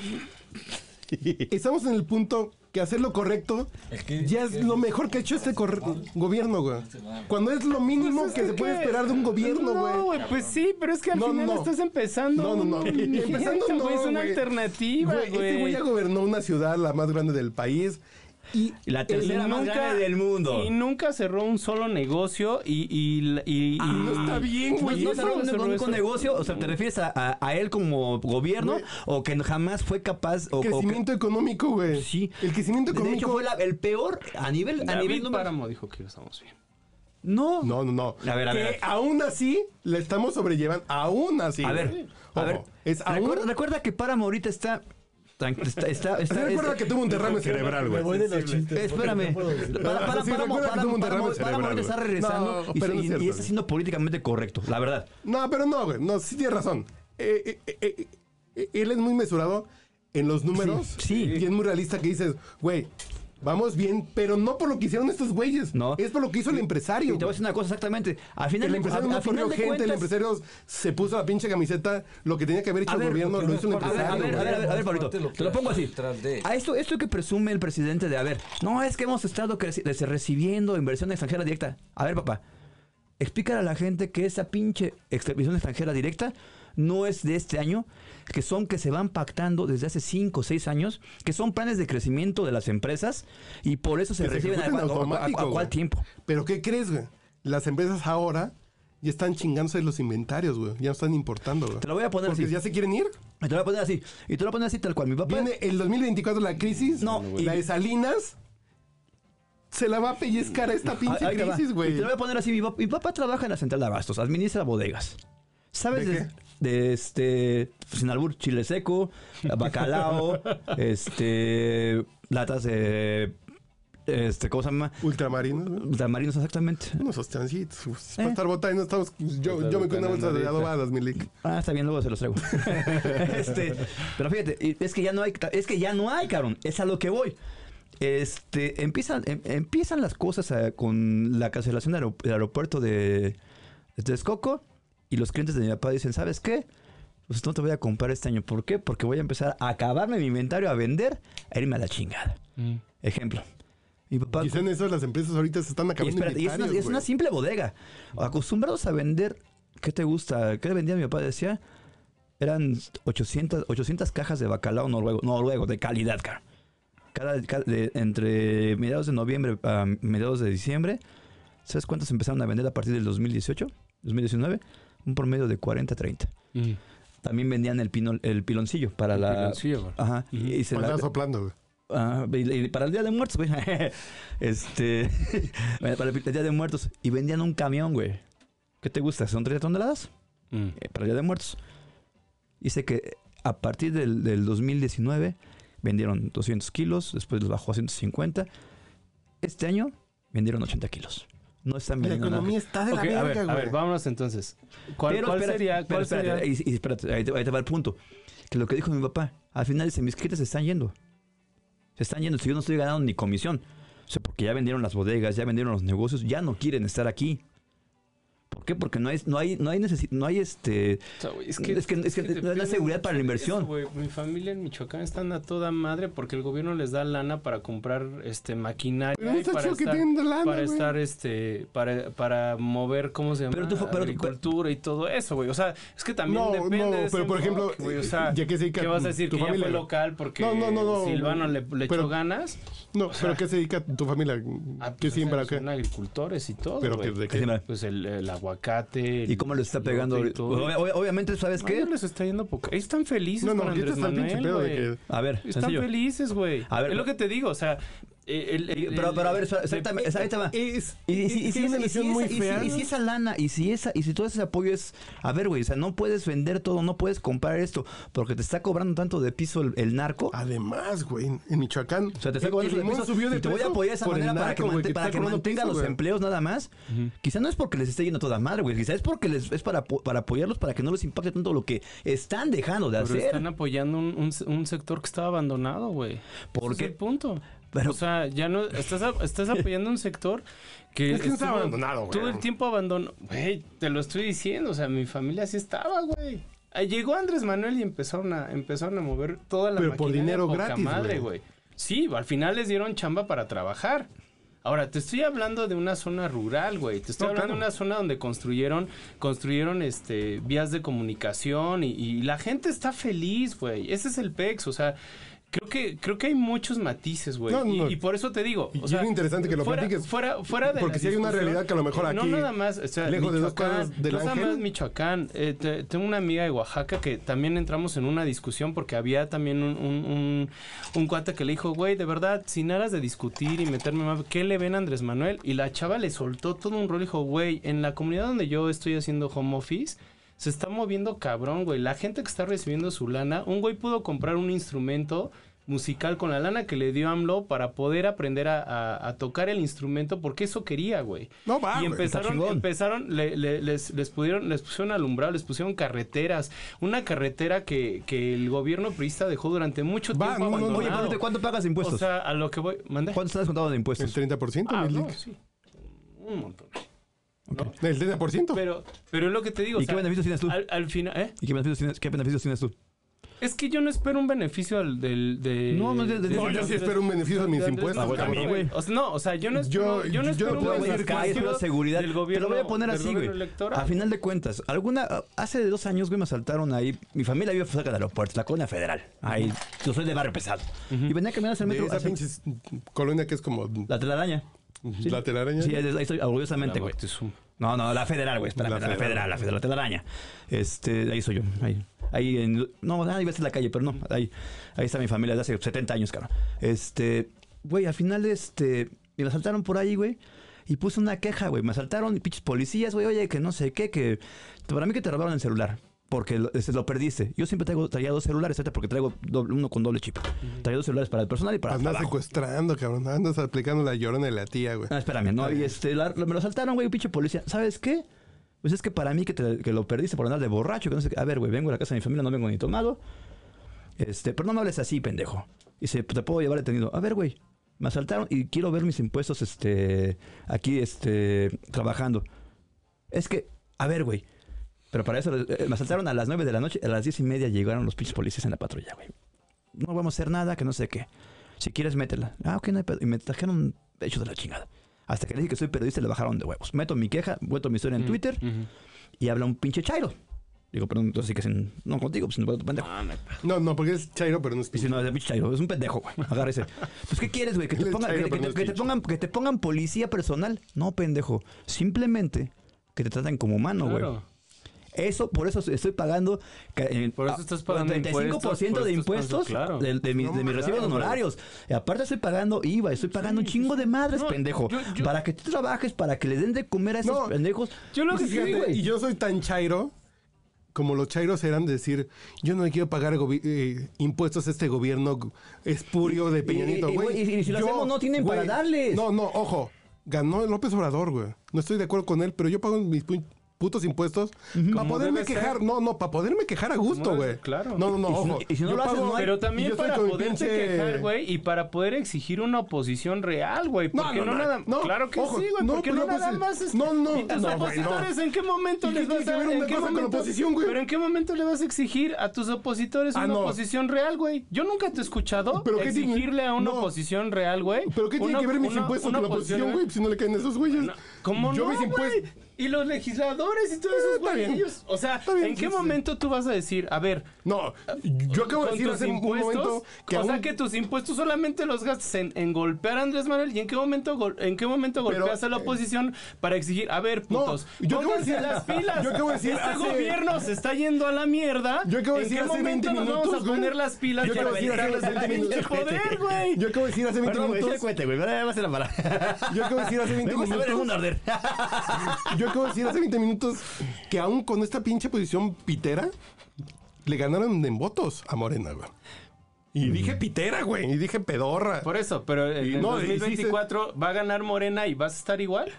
S2: estamos en el punto que hacer lo correcto
S4: Es que-
S2: ya es,
S4: es-
S2: lo mejor que ha hecho este corre- gobierno, güey. Cuando es lo mínimo
S5: Pues es
S2: que se puede
S5: ¿qué?
S2: esperar de un gobierno, güey.
S5: No, güey, pues sí, pero es que al
S2: No,
S5: final
S2: no.
S5: estás empezando.
S2: No, no, no.
S5: un-
S2: Empezando
S5: güey,
S2: no,
S5: Es una
S2: güey.
S5: alternativa,
S2: Güey,
S5: güey.
S2: Este güey ya gobernó una ciudad, la más grande del país. Y
S1: La tercera más grande del mundo.
S5: Y nunca cerró un solo negocio y... y, y, y-
S2: Ah, no está bien,
S1: Pues
S2: güey.
S1: no
S5: eso
S1: cerró
S5: no
S1: un
S5: cerró
S1: único
S5: eso.
S1: negocio, o sea, ¿te refieres a, a- a él como gobierno o que jamás fue capaz o, o que-
S2: crecimiento económico, güey.
S1: Sí.
S2: El crecimiento
S1: de hecho
S2: económico.
S1: fue la- el peor a nivel a
S5: David
S1: nivel número-
S5: Páramo dijo que estamos bien.
S1: No.
S2: No, no, no.
S1: A ver, a
S2: que
S1: ver.
S2: aún así la estamos sobrellevando. Aún así.
S1: A ver,
S2: güey.
S1: a
S2: Ojo,
S1: ver.
S2: Es aún.
S1: recuerda, recuerda que Páramo ahorita está tran- está está,
S2: Sí,
S1: está-
S2: recuerda
S1: está-
S2: que tuvo un derrame cerebral, güey.
S6: Me voy de los chistes.
S1: Espérame.
S6: porque no puedo decir.
S1: Para, para,
S2: Sí,
S1: Páramo-
S2: recuerda que
S1: Páramo-
S2: tuvo un derrame
S1: Páramo-
S2: cerebral,
S1: Páramo
S2: güey.
S1: ahorita está regresando
S2: No,
S1: y,
S2: pero no
S1: se-
S2: es
S1: y- y
S2: cierto.
S1: está siendo políticamente correcto, la verdad.
S2: No, pero no, güey. No, sí tienes razón. Eh, eh, eh, eh, él es muy mesurado en los números.
S1: Sí, sí.
S2: Y es muy realista que dices, güey, vamos bien, pero no por lo que hicieron estos güeyes.
S1: No.
S2: Es por lo que hizo el
S1: Y
S2: empresario.
S1: te voy a
S2: güey.
S1: decir una cosa exactamente. Al final,
S2: El
S1: de-
S2: empresario
S1: a-
S2: no
S1: a final
S2: corrió
S1: de
S2: gente, el
S1: cuentas-
S2: empresario se puso la pinche camiseta. Lo que tenía que haber hecho
S1: A
S2: el
S1: ver,
S2: gobierno lo hizo el
S1: A ver, a
S2: empresario.
S1: ver, a
S2: güey.
S1: ver, a ver, a ver, Pablito,
S4: Parte lo
S1: Te lo
S4: que
S1: pongo
S4: hay
S1: así.
S4: detrás de él.
S1: A esto, esto que presume el presidente de, a ver, no, es que hemos estado creci- des- recibiendo inversión extranjera directa. A ver, papá, explícale a la gente que esa pinche ex- inversión extranjera directa no es de este año, que son que se van pactando desde hace 5 o 6 años, que son planes de crecimiento de las empresas y por eso se
S2: Que se
S1: reciben a,
S2: ejecutan
S1: cua- a- a-
S2: automático,
S1: a- a cuál
S2: güey.
S1: tiempo.
S2: Pero ¿qué crees, güey? Las empresas ahora ya están chingándose los inventarios, güey. Ya no están importando, güey.
S1: Te lo voy a poner
S2: Porque
S1: así.
S2: ya se quieren ir.
S1: Y te lo voy a poner así. Y te lo voy a poner así tal cual. Mi papá.
S2: Viene el 2024 la crisis.
S1: Pues- No,
S2: y
S1: y-
S2: la de Salinas. Se la va a pellizcar a esta pinche
S1: Ahí te va.
S2: crisis,
S1: Y
S2: güey.
S1: Te lo voy a poner así. Mi, pap- mi papá trabaja en la central de abastos, administra bodegas. ¿Sabes
S2: ¿De
S1: de, de, este sin albur, chile seco, bacalao, este latas de este ¿cómo se llama?
S2: Ultramarinos, güey.
S1: Tamarinos exactamente.
S2: Unos hostiancitos.
S1: Eh.
S2: Para estar botando, estamos. pues, Yo, yo me con una bolsa de adobadas, Milik.
S1: Ah, está bien, luego se los traigo. este, pero fíjate, y- es que ya no hay, es que ya no hay, cabrón. Es a lo que voy. Este, empiezan, em- empiezan las cosas a- con la cancelación del aeropu- del aeropuerto de, de Texcoco y los clientes de mi papá dicen, ¿sabes qué? pues no te voy a comprar este año. ¿Por qué? Porque voy a empezar a acabarme mi inventario, a vender, a irme a la chingada. Ejemplo. Mi papá.
S2: Quizá en eso las empresas ahorita se están
S1: Y
S2: acabando.
S1: espérate, y es, una,
S2: inventarios,
S1: es una
S2: güey.
S1: simple bodega. Acostumbrados a vender, ¿qué te gusta? ¿Qué vendía mi papá? Decía, eran 800, 800 cajas de bacalao noruego, noruego de calidad, cara. Cada, ca- de- entre mediados de noviembre a mediados de diciembre, ¿sabes cuántos empezaron a vender a partir del 2018? 2019, un promedio de 40 30.
S5: Mm.
S1: También vendían el, pino, el piloncillo para la...
S5: Piloncillo, güey.
S1: Ajá, y- y se
S2: Cuando
S1: la-
S2: estaba soplando, güey.
S1: Ah, y- y para el Día de Muertos, güey. este. para el Día de Muertos. Y vendían un camión, güey. ¿Qué te gusta? ¿Son 30 toneladas? Eh, para el Día de Muertos. Dice que a partir del, del 2019 vendieron 200 kilos, después los bajó a 150. Este año vendieron 80 kilos. No están
S2: La
S1: vendiendo nada.
S2: economía está de
S5: Ok, a
S2: la
S5: ver,
S2: verga,
S5: a ver,
S2: güey.
S5: vámonos entonces. ¿Cuál,
S1: Pero
S5: cuál
S1: espérate,
S5: sería?
S1: pero
S5: ¿Cuál
S1: espérate,
S5: sería?
S1: y- y espérate, ahí te, ahí te va el punto. Que lo que dijo mi papá, al final dice, mis clientes se están yendo. Se están yendo, si yo no estoy ganando ni comisión. O sea, porque ya vendieron las bodegas, ya vendieron los negocios, ya no quieren estar aquí. ¿Por qué? Porque no hay, no hay, no hay necesi- no hay este.
S5: O sea, güey,
S1: es que- es que
S5: te
S1: no es la
S5: pierdes
S1: seguridad para la
S5: mucho de
S1: inversión.
S5: eso, güey. Mi familia en Michoacán están a toda madre porque el gobierno les da lana para comprar este maquinaria
S2: Pero no
S5: y
S2: está
S5: para
S2: chido que
S5: estar-
S2: tengan lana,
S5: para
S2: güey.
S5: estar este para, para mover cómo se llama
S1: Pero tú fue- pero-
S5: agricultura y todo eso, güey. O sea, es que también
S2: No,
S5: depende
S2: no,
S5: de ese
S2: pero por ejemplo,
S5: enfoque, güey. O sea,
S2: ya que se dedica
S5: ¿qué vas a decir
S2: tu
S5: que
S2: familia,
S5: ya fue
S2: güey?
S5: local porque
S2: No, no, no, no.
S5: Silvano le, le
S2: Pero-
S5: echó ganas?
S2: No, pero ¿qué se dedica tu familia?
S5: Ah,
S2: ¿Qué
S5: pues,
S2: siembra?
S5: son
S2: ¿Qué?
S5: agricultores y todo,
S2: Pero que
S5: güey.
S2: de
S1: que se
S2: qué.
S1: me-
S5: Pues el, el aguacate.
S1: ¿Y cómo lo está
S5: elote
S1: pegando?
S5: y todo.
S1: Obvia- obvia- obviamente, ¿sabes
S5: ¿Qué?
S1: qué?
S5: les está yendo poca. Ahí están felices
S2: No, no,
S5: con
S2: ahorita
S5: Andrés
S2: está el pinche
S5: Manuel,
S2: pedo de
S5: güey.
S2: que.
S1: A ver,
S5: Están
S1: sencillo.
S5: felices, güey.
S1: A ver,
S5: es
S1: pero-
S5: lo
S1: Eh,
S5: que te digo, o sea... el- el- el-
S1: Pero, pero a ver,
S5: el-
S1: espera, exactamente, esa- ahí te va.
S2: Es,
S1: Y, y- y- y-
S2: es una
S1: y- y-
S2: lesión
S1: y-
S2: muy
S1: y- y-
S2: fea.
S1: y si esa lana, y si esa, y si todo ese apoyo es, a ver, güey, o sea, no puedes vender todo, no puedes comprar esto, porque te está cobrando tanto de piso el, el narco.
S2: Además, güey, en- en Michoacán.
S1: O sea, te está
S2: el-
S1: cobrando
S2: el
S1: de
S2: limón
S1: piso
S2: subió de
S1: y te voy a
S2: peso
S1: apoyar de esa
S2: por el
S1: manera para que,
S2: narco, güey,
S1: mante-
S2: que
S1: para
S2: está
S1: que
S2: cobrando
S1: mantenga
S2: piso,
S1: los
S2: güey.
S1: empleos nada más. Quizá no es porque les esté yendo toda madre, güey. Quizá es porque les, es para, apo- para apoyarlos, para que no les impacte tanto lo que están dejando de
S5: Pero
S1: hacer.
S5: están apoyando un, un- un sector que estaba abandonado, güey.
S1: ¿Por
S5: Ese
S1: qué?
S5: Es el punto.
S1: Pero-
S5: o sea, ya no... Estás, a- estás apoyando un sector que...
S2: Es que no estaba
S5: estuvo
S2: abandonado, güey.
S5: Todo el tiempo abandonó. Güey, te lo estoy diciendo. O sea, mi familia sí estaba, güey. Ah, Llegó Andrés Manuel y empezaron a, empezaron a mover toda la
S2: Pero por
S5: maquinaria
S2: dinero
S5: poca
S2: gratis,
S5: madre,
S2: güey.
S5: güey. Sí, al final les dieron chamba para trabajar. Ahora, te estoy hablando de una zona rural, güey. Te estoy
S2: No,
S5: hablando de
S2: claro.
S5: una zona donde construyeron, construyeron este, vías de comunicación y, y la gente está feliz, güey. Ese es el PEX, o sea... Creo que, creo que hay muchos matices, güey.
S2: No,
S5: y,
S2: no.
S5: y por eso te digo.
S2: Y es interesante que lo
S5: fuera,
S2: platiques.
S5: Fuera, fuera de
S2: Porque
S5: la
S2: sí hay una
S5: discusión,
S2: realidad que a lo mejor
S5: eh, No
S2: aquí,
S5: nada más. O sea,
S2: lejos de dos
S5: Michoacán,
S2: cuadras del
S5: no nada
S2: Ángel.
S5: más Michoacán. Eh, te- tengo una amiga de Oaxaca que también entramos en una discusión porque había también un, un, un- un cuate que le dijo, güey, de verdad, sin aras de discutir y meterme más, ¿qué le ven a Andrés Manuel? Y la chava le soltó todo un rol y dijo, güey, en la comunidad donde yo estoy haciendo home office. Se está moviendo cabrón, güey. La gente que está recibiendo su lana, un güey pudo comprar un instrumento musical con la lana que le dio AMLO para poder aprender a, a- a tocar el instrumento porque eso quería, güey.
S2: No va,
S5: Y
S2: güey, está
S5: empezaron,
S2: chingón.
S5: empezaron le- le- les, les pudieron, les pusieron alumbrado, les pusieron carreteras. Una carretera que, que el gobierno priista dejó durante mucho
S2: Va,
S5: tiempo
S2: no, no, no,
S5: abandonado.
S1: Oye, ¿cuánto, ¿cuánto pagas de
S5: O
S1: impuestos?
S5: sea, a lo que voy... ¿Mandé?
S1: ¿Cuánto estás contado de
S2: El
S1: impuestos?
S2: 30%,
S5: Ah,
S2: mil
S5: no,
S2: dicks.
S5: sí. Un montón.
S2: El 30%.
S5: Pero, pero es lo que te digo.
S1: ¿Y
S5: o
S1: qué
S5: sea,
S1: beneficios tienes tú?
S5: al, al final... ¿eh?
S1: ¿Y qué beneficios tienes, qué beneficios tienes tú?
S5: Es que yo no espero un beneficio al- del... de-
S1: No, no, de- de-
S2: No, yo sí espero un beneficio de
S5: de
S2: mis
S5: Andrés
S2: impuestos,
S5: Manuel,
S2: cabrón.
S1: también, güey.
S5: O sea, no, o sea, yo no
S2: Yo-
S5: espero, yo, no
S2: yo
S5: espero
S2: no
S5: un
S2: puedo
S5: beneficio
S2: decir que hay,
S1: pero seguridad. Te
S5: del
S1: lo voy a
S5: gobierno-
S1: poner
S5: del
S1: así, güey.
S5: gobierno electoral.
S1: A final de cuentas, alguna hace dos años, güey, me asaltaron ahí. Mi familia vive cerca del aeropuerto, la colonia federal. Ahí, yo soy de barrio pesado. Y venía caminando hacia el
S2: De esa
S1: metro. hacia-
S2: pinche colonia que es como ¿eh?
S1: La telaraña. Sí.
S2: la telaraña.
S1: Sí, ahí estoy
S2: Ah,
S1: orgullosamente, güey.
S2: este
S1: No, no, la federal, güey. espérame,
S2: La
S1: La,
S2: federal.
S1: federal, la federal, la telaraña. Este, ahí soy yo. Ahí. Ahí en, no, ah, iba a ser la calle, pero no. Ahí, ahí está mi familia de hace 70 años, cabrón. Este, güey, al final, este, me asaltaron por ahí, güey. Y puse una queja, güey. Me asaltaron y pinches policías, güey. Oye, que no sé qué, que para mí que te robaron el celular. Porque lo, se lo perdiste. Yo siempre traigo, traía dos celulares, ahorita porque traigo doble- uno con doble chip. Traía dos celulares para el personal y para el
S2: Andas
S1: trabajo.
S2: secuestrando, cabrón. Andas aplicando la llorona de la tía, güey.
S1: No, espérame, no. Y este, la- me lo saltaron, güey, pinche policía. ¿Sabes qué? Pues es que para mí que, te- que lo perdiste por andar de borracho, que no sé qué. A ver, güey, vengo a la casa de mi familia, no vengo ni tomado. Este, pero no me hables así, pendejo. Dice, te puedo llevar detenido. A ver, güey, me asaltaron y quiero ver mis impuestos, este, aquí, este, trabajando. Es que, a ver, güey, Pero para eso eh, me asaltaron a las 9 de la noche, a las 10 y media llegaron los pinches policías en la patrulla, güey. No vamos a hacer nada, que no sé qué. Si quieres, métela. Ah, ok, no hay pedo. Y me trajeron hecho de la chingada. Hasta que le dije que soy periodista, le bajaron de huevos. Meto mi queja, meto mi historia en Twitter y habla un pinche chairo. Digo, perdón, entonces sí que sin- no contigo, pues no tu pendejo.
S2: No, no, porque es chairo, pero no es
S1: Y dice,
S2: pinche.
S1: no, es un pinche chairo, es un pendejo, güey. Agárrese. Pues, ¿qué quieres, güey? Que, te
S2: Él es
S1: pongan-
S2: chairo,
S1: que-
S2: pero
S1: que-
S2: no es
S1: que te
S2: pinche.
S1: pongan, que te pongan policía personal. No, pendejo. Simplemente que te traten como humano, güey.
S5: Claro.
S1: Eso, por eso estoy pagando. ca- eh,
S5: Por eso estás pagando
S1: 35% de
S5: impuestos, por eso
S1: impuestos
S5: estás pagando, claro.
S1: de, de mis, de mis recibos honorarios. Y aparte estoy pagando IVA, estoy pagando un chingo de madres,
S5: No,
S1: pendejo.
S5: yo- yo-
S1: Para que tú trabajes, para que le den de comer a esos
S2: No,
S1: pendejos.
S5: Yo lo
S2: Y
S5: que
S1: Pues
S5: sí,
S2: fíjate,
S5: güey.
S2: y yo soy tan chairo como los chairos eran de decir, yo no le quiero pagar gobi- eh, impuestos a este gobierno gu- espurio de Peña
S1: Y- y-
S2: Nieto,
S1: y-
S2: güey.
S1: y- y si lo
S2: Yo,
S1: hacemos, no tienen
S2: güey,
S1: para darles.
S2: No, no, ojo. Ganó López Obrador, güey. No estoy de acuerdo con él, pero yo pago mis pu- putos impuestos para
S5: Como
S2: poderme
S5: debe
S2: quejar.
S5: ser.
S2: No, no, para poderme quejar a gusto,
S5: Como debe
S2: güey.
S5: ser, claro.
S2: No, no, no,
S1: Y si no-
S2: ojo.
S1: y si no
S2: Yo
S1: lo haces,
S2: pago-
S1: no hay.
S5: Pero
S2: y yo
S5: también
S2: estoy
S5: para
S2: con mi
S5: poderse
S2: pinche-
S5: quejar, güey, y para poder exigir una oposición real, güey.
S2: No,
S5: Porque
S2: no,
S5: no,
S2: no,
S5: nada
S2: no,
S5: Claro que
S2: ojo,
S5: sí, güey.
S2: no,
S5: porque
S2: pero
S5: no
S2: yo
S5: nada
S2: pensé-
S5: más. es-
S2: no, no,
S5: ¿Y
S2: no, güey,
S5: tus
S2: no.
S5: opositores en qué momento
S2: ¿Y qué
S5: les
S2: tiene
S5: vas
S2: que
S5: a
S2: ver una
S5: en qué
S2: cosa con la
S5: momento-
S2: oposición, güey?
S5: Pero en qué momento le vas a exigir a tus opositores
S2: Ah,
S5: una
S2: no.
S5: oposición real, güey. Yo nunca te he escuchado
S2: ¿Pero qué tiene-
S5: exigirle a una
S2: no.
S5: oposición real, güey.
S2: ¿Pero qué tiene
S5: una-
S2: que ver mis
S5: una-
S2: impuestos
S5: una
S2: con la oposición,
S5: real?
S2: güey? Si no le caen a esos güeyes.
S5: pues, No, ¿Cómo
S2: yo
S5: no,
S2: mis
S5: güey?
S2: impuestos.
S5: Y los legisladores y todos
S2: Ah,
S5: esos
S2: está bien.
S5: güeyes. O sea,
S2: Está bien,
S5: ¿en
S2: sí,
S5: qué
S2: sí, sí.
S5: momento tú vas a decir, a ver,
S2: No, yo acabo de
S5: con
S2: decir
S5: tus
S2: hace un
S5: impuestos,
S2: momento que
S5: o sea
S2: aún-
S5: que tus impuestos solamente los gastas en, en golpear a Andrés Manuel y en qué momento gol- en qué momento
S2: Pero, eh,
S5: golpeas a la oposición para exigir, a ver,
S2: No,
S5: putos,
S2: yo acabo de
S5: pónganse
S2: decir-
S5: las pilas.
S2: yo acabo de decir
S5: este
S2: hace-
S5: gobierno se está yendo a la mierda.
S2: Yo acabo de
S5: ¿En
S2: decir
S5: qué
S2: hace
S5: momento
S2: 20
S5: nos
S2: minutos,
S5: vamos a
S2: güey?
S5: poner las pilas
S2: Yo
S5: y
S2: acabo
S5: a
S2: de decir hace
S5: vencer la
S2: 20
S5: pinche
S2: minutos.
S5: poder, güey?
S2: Yo acabo de decir hace 20
S1: Perdón, güey,
S2: minutos.
S1: ese cuete, güey. Va a ser la palabra.
S2: Yo acabo de decir hace 20
S1: Me gusta ver el mundo
S2: minutos.
S1: arder.
S2: Yo acabo de decir hace 20 minutos que aún con esta pinche posición pitera, le ganaron en votos a Morena, güey. Y dije pitera, güey. Y dije pedorra.
S5: Mm. Por eso, pero en
S2: Y
S5: el
S2: no, y sí
S5: 2024 va a ganar Morena y vas a estar igual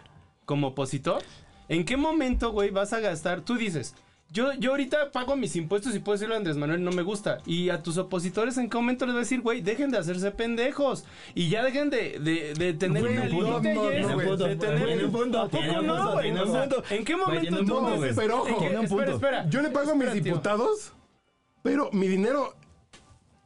S5: como opositor. ¿En qué momento, güey, vas a gastar? Tú dices, yo, yo ahorita pago mis impuestos y puedo decirle a Andrés Manuel, no me gusta. Y a tus opositores, ¿en qué momento les vas a decir, güey, dejen de hacerse pendejos? Y ya dejen de, de, de tener
S2: Güey,
S5: una
S2: no, no,
S5: línea
S2: no,
S5: y
S2: no,
S5: es-
S2: güey.
S5: de tener
S1: Tiene un punto,
S5: ¿A poco
S1: tiene un
S5: no,
S1: punto,
S5: güey?
S1: tiene un
S5: O sea,
S1: punto.
S5: ¿En qué
S1: Güey,
S5: momento
S1: tiene un
S5: tú
S1: punto,
S2: güey.
S5: dices-
S2: Pero ojo,
S5: ¿en qué-
S2: tiene
S1: un
S5: espera,
S1: punto.
S5: espera.
S2: Yo le pago a mis
S5: Espera, tío.
S2: diputados, pero mi dinero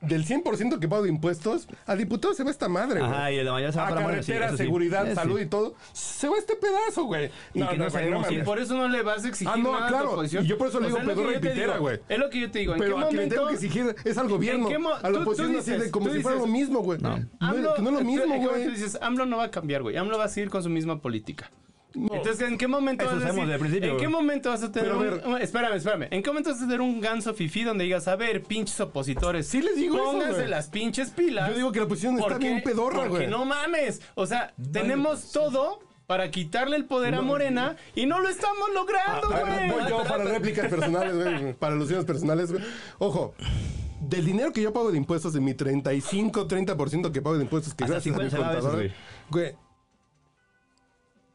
S2: del 100% que pago de impuestos, a diputados se va esta madre, güey.
S1: Ajá, y de la mañana se va
S2: a
S1: para Morena, sí,
S2: carretera,
S1: eso sí.
S2: seguridad,
S1: Eh,
S2: salud
S1: sí.
S2: y todo, se va este pedazo, güey.
S1: Y que no
S2: güey,
S1: sabemos si
S5: Y
S2: mames.
S5: por eso no le vas a exigir
S2: Ah, no,
S5: nada a
S2: claro.
S5: tu oposición.
S2: Y yo por eso le digo
S5: es lo que
S2: pedorra
S5: yo
S2: y
S5: te
S2: pitera,
S5: digo.
S2: güey.
S5: Es lo que yo te digo. ¿En
S2: Pero
S5: qué
S2: a quien le
S5: momento?
S2: tengo que exigir es al
S5: ¿En
S2: gobierno.
S5: qué mo-
S2: A la
S5: tú- tú
S2: oposición así
S5: dices-
S2: de como
S5: tú
S2: si fuera lo
S5: dices,
S2: mismo, güey. No,
S5: AMLO-
S2: es que no es lo mismo,
S5: espera,
S2: güey.
S5: tú dices, AMLO no va a cambiar, güey. AMLO va a seguir con su misma política. Entonces, ¿en qué momento
S1: Eso
S5: vas a
S1: sabemos
S5: decir-
S1: desde el principio,
S5: ¿En qué
S1: güey.
S5: momento vas a tener
S2: Pero a
S5: un-
S2: ver.
S5: un- Espérame, espérame. ¿En qué momento vas a tener un ganso fifí donde digas, a ver, pinches opositores?
S2: Sí les digo eso,
S5: Pónganse
S2: güey.
S5: las pinches pilas.
S2: Yo digo que la oposición está
S5: porque-
S2: bien pedorra,
S5: Porque
S2: güey.
S5: no mames. O sea, tenemos todo para quitarle el poder a Morena y no lo estamos logrando,
S2: Ah, A ver, voy
S5: güey.
S2: yo para réplicas personales, güey, para alusiones personales. güey. Ojo, del dinero que yo pago de impuestos, de mi 35, 30% que pago de impuestos, que
S1: Hasta
S2: gracias a mi
S1: 50 centavos,
S2: contador,
S1: güey.
S2: güey,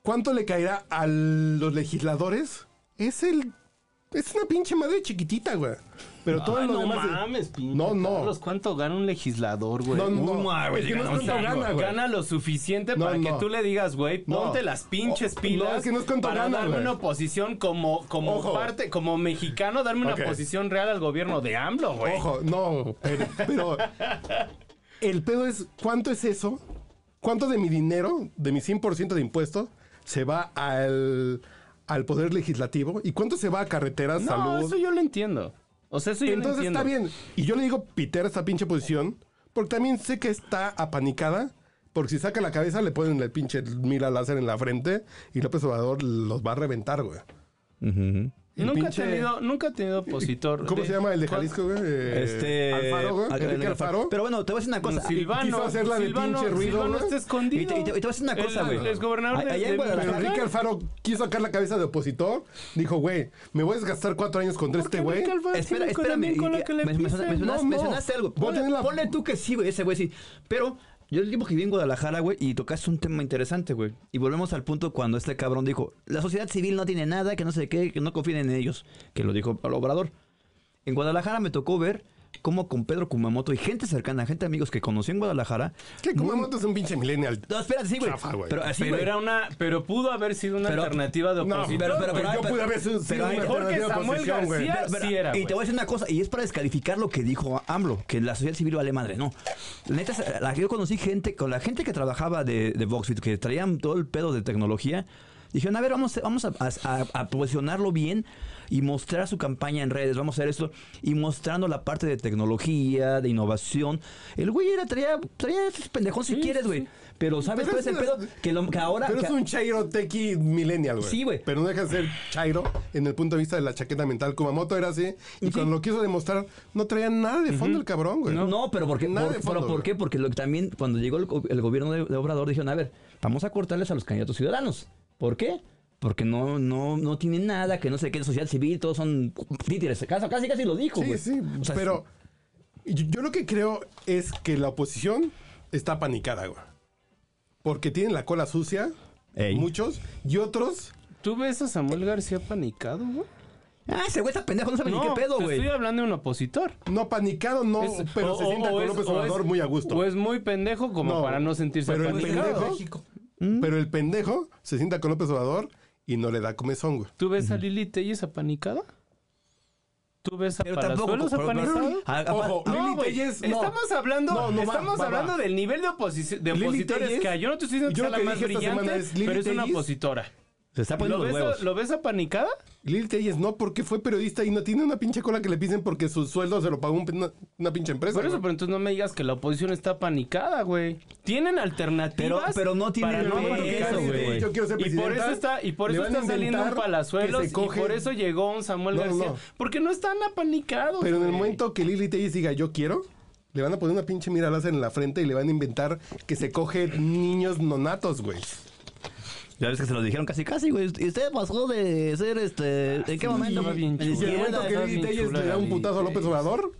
S2: ¿cuánto le caerá a los legisladores? Es el... Es una pinche madre chiquitita, güey. Pero todo
S5: Ay,
S2: lo
S5: Ah, no
S2: demás... es-
S5: mames, pinche
S2: No, no.
S5: Carlos, ¿cuánto gana un legislador, güey?
S2: No, no,
S1: Uy, madre,
S2: es que no es
S1: gana un
S2: cuánto
S1: chingo.
S2: gana, güey.
S5: Gana lo suficiente
S2: No,
S5: para que
S2: no.
S5: tú le digas, güey,
S2: No.
S5: ponte las pinches
S2: No,
S5: pilas
S2: es que no es cuánto
S5: para
S2: gana,
S5: darme
S2: güey.
S5: una oposición como, como
S2: Ojo.
S5: parte, como mexicano, darme una
S2: Ok.
S5: oposición real al gobierno de AMLO, güey.
S2: Ojo, no, pero, pero el pedo es cuánto es eso, cuánto de mi dinero, de mi 100% de impuestos, se va al, al poder legislativo y cuánto se va a carreteras,
S5: No,
S2: salud.
S5: eso yo lo entiendo. O sea, eso yo
S2: Entonces
S5: lo entiendo.
S2: está bien. Y yo le digo Peter a esta pinche posición, porque también sé que está apanicada, porque si saca la cabeza le ponen el pinche mira láser en la frente y López Obrador los va a reventar, güey. El
S5: Nunca,
S2: pinche-
S5: he tenido, nunca he tenido opositor.
S2: ¿Cómo
S5: de-
S2: se llama el de Jalisco, güey? Eh,
S1: Este.
S2: Alfaro, güey.
S1: Al-
S2: Enrique Alfaro.
S1: Pero bueno, te voy a decir una cosa.
S5: Silvano,
S2: quiso hacer la de
S5: Silvano,
S2: pinche ruido,
S5: Silvano
S2: güey.
S5: está escondido.
S1: Y te- y te- y te voy a decir una cosa,
S5: El-
S1: güey.
S5: El exgobernador de,
S1: Allá en
S5: de
S1: Guadalajara.
S2: Pero Enrique Alfaro quiso sacar la cabeza de opositor. Dijo, güey, me voy a desgastar cuatro años contra este güey.
S1: Espera,
S5: Espera,
S1: espérame.
S5: espérame. Con
S1: y-
S5: lo que le
S1: me- me-
S5: pisen.
S1: me-
S2: No,
S1: me-
S2: no.
S1: Mencionaste algo.
S2: Voy a
S1: Ponle,
S2: tener la-
S1: ponle tú que sí, güey. Ese güey sí. Pero yo el tiempo que viví en Guadalajara, güey, y tocaste un tema interesante, güey. Y volvemos al punto cuando este cabrón dijo: La sociedad civil no tiene nnada, que no sé qué, que no confíen en ellos. Que lo dijo el obrador. En Guadalajara me tocó ver como con Pedro Kumamoto y gente cercana, gente amigos que conocí en Guadalajara.
S2: Que Kumamoto es un pinche millennial.
S1: No, espérate, sí, güey.
S2: Chafa, güey.
S1: Pero, así,
S5: Pero
S1: güey.
S5: era una. Pero pudo haber sido una
S1: Pero-
S5: alternativa de
S2: No,
S5: oposición.
S2: pero, pero,
S1: güey,
S2: yo pude haber sido
S1: pero hay-
S5: mejor que Samuel García.
S1: Pero, pero,
S5: Sí era,
S1: y
S5: güey.
S2: pues.
S1: te voy a decir una cosa, y es para descalificar lo que dijo AMLO, que la sociedad civil vale madre, no. La neta, es- la que yo conocí gente, con la gente que trabajaba de, de Voxfit, que traían todo el pedo de tecnología, dijeron, a ver, vamos, a- vamos a, a- a posicionarlo bien y mostrar su campaña en redes, vamos a hacer esto, y mostrando la parte de tecnología, de innovación. El güey era, traía, traía esos pendejón si quieres, güey. Pero ¿sabes
S2: Pero
S1: cuál es el
S2: es
S1: pedo?
S2: una-
S1: Que, lo, que ahora...
S2: Pero
S1: que-
S2: es un chairo tequi millennial, güey.
S1: Sí, güey.
S2: Pero no deja de ser chairo en el punto de vista de la chaqueta mental. Kumamoto era así. Y cuando lo quiso demostrar, no traía nada de fondo el cabrón, güey.
S1: No, pero, porque,
S2: Nada
S1: por,
S2: de fondo,
S1: pero ¿por
S2: güey.
S1: qué? Porque lo, que también cuando llegó el, go- el gobierno de, de Obrador dijeron, a ver, vamos a cortarles a los candidatos ciudadanos. ¿Por qué? Porque no, no, no tienen nada, que no sé qué, sociedad civil, todos son títeres. Casi, casi, casi lo dijo,
S2: Sí,
S1: güey.
S2: sí.
S1: O sea,
S2: pero yo, yo lo que creo es que la oposición está panicada, güey. Porque tienen la cola sucia,
S1: Ey.
S2: muchos, y otros.
S5: ¿Tú ves a Samuel García panicado, güey?
S1: Ah, ese güey está pendejo, no sabe ni qué pedo,
S5: te
S1: güey.
S5: estoy hablando de un opositor.
S2: No panicado, no,
S5: Es-
S2: pero
S5: o-
S2: se
S5: o-
S2: sienta
S5: o
S2: con
S5: es-
S2: López
S5: o es-
S2: Obrador muy a gusto.
S5: O es muy pendejo como
S2: No,
S5: para no sentirse
S2: pero el
S5: panicado.
S2: pendejo-
S4: México.
S1: Mm.
S2: Pero el pendejo se sienta con López Obrador y no le da comezón, güey.
S5: ¿Tú ves a Lili Telles apanicada? ¿Tú ves a
S1: Pero tampoco-
S5: Palazuelos
S1: pero- pero-
S5: apanicada?
S1: Ah, ah,
S2: Ojo,
S1: ah,
S2: Lili
S5: güey,
S2: Telles, no.
S5: Estamos hablando,
S2: No, no va,
S5: estamos
S2: va,
S5: hablando
S2: va.
S5: del nivel de, oposici- de
S2: Lili
S5: opositores
S2: Telles,
S5: que hay. Yo no te estoy diciendo que
S2: yo
S5: sea
S2: lo
S5: la
S2: que
S5: más
S2: dije esta
S5: brillante,
S2: semana es Lili
S5: pero es una
S2: Telles.
S5: opositora.
S1: se está poniendo
S5: ¿Lo
S1: los
S5: ves,
S1: huevos.
S5: a- ¿Lo ves apanicada?
S2: Lil Telles no, porque fue periodista y no tiene una pinche cola que le pisen porque su sueldo se lo pagó un- una, una pinche empresa.
S5: Por eso,
S2: güey.
S5: pero entonces no me digas que la oposición está panicada, güey. Tienen
S1: Pero,
S5: alternativas.
S1: pero no tiene
S5: para
S2: Pero
S5: no
S2: no, porque
S5: eso,
S2: dice,
S5: güey.
S2: yo quiero ser
S5: Y por
S2: presidenta,
S5: eso está, y por
S2: le
S5: eso
S2: van a
S5: está saliendo un
S2: inventar
S5: Palazuelos
S2: que
S5: y
S2: se coge-
S5: por eso llegó un Samuel
S2: No, no,
S5: García.
S2: no.
S5: Porque no están apanicados.
S2: Pero en el
S5: güey.
S2: momento que Lili Telles diga yo quiero, le van a poner una pinche mira láser en la frente y le van a inventar que se coge niños nonatos, güey.
S1: Ya ves que se lo dijeron casi, casi, güey. Y usted pasó de ser, este... ¿En qué momento?
S5: va bien
S1: Me
S5: chulo.
S2: Y en el
S1: dijeron,
S2: momento que
S5: está
S2: Lili
S5: bien
S2: Telles
S5: chula
S2: le da
S5: la
S2: un
S5: Lili
S2: putazo a López Obrador,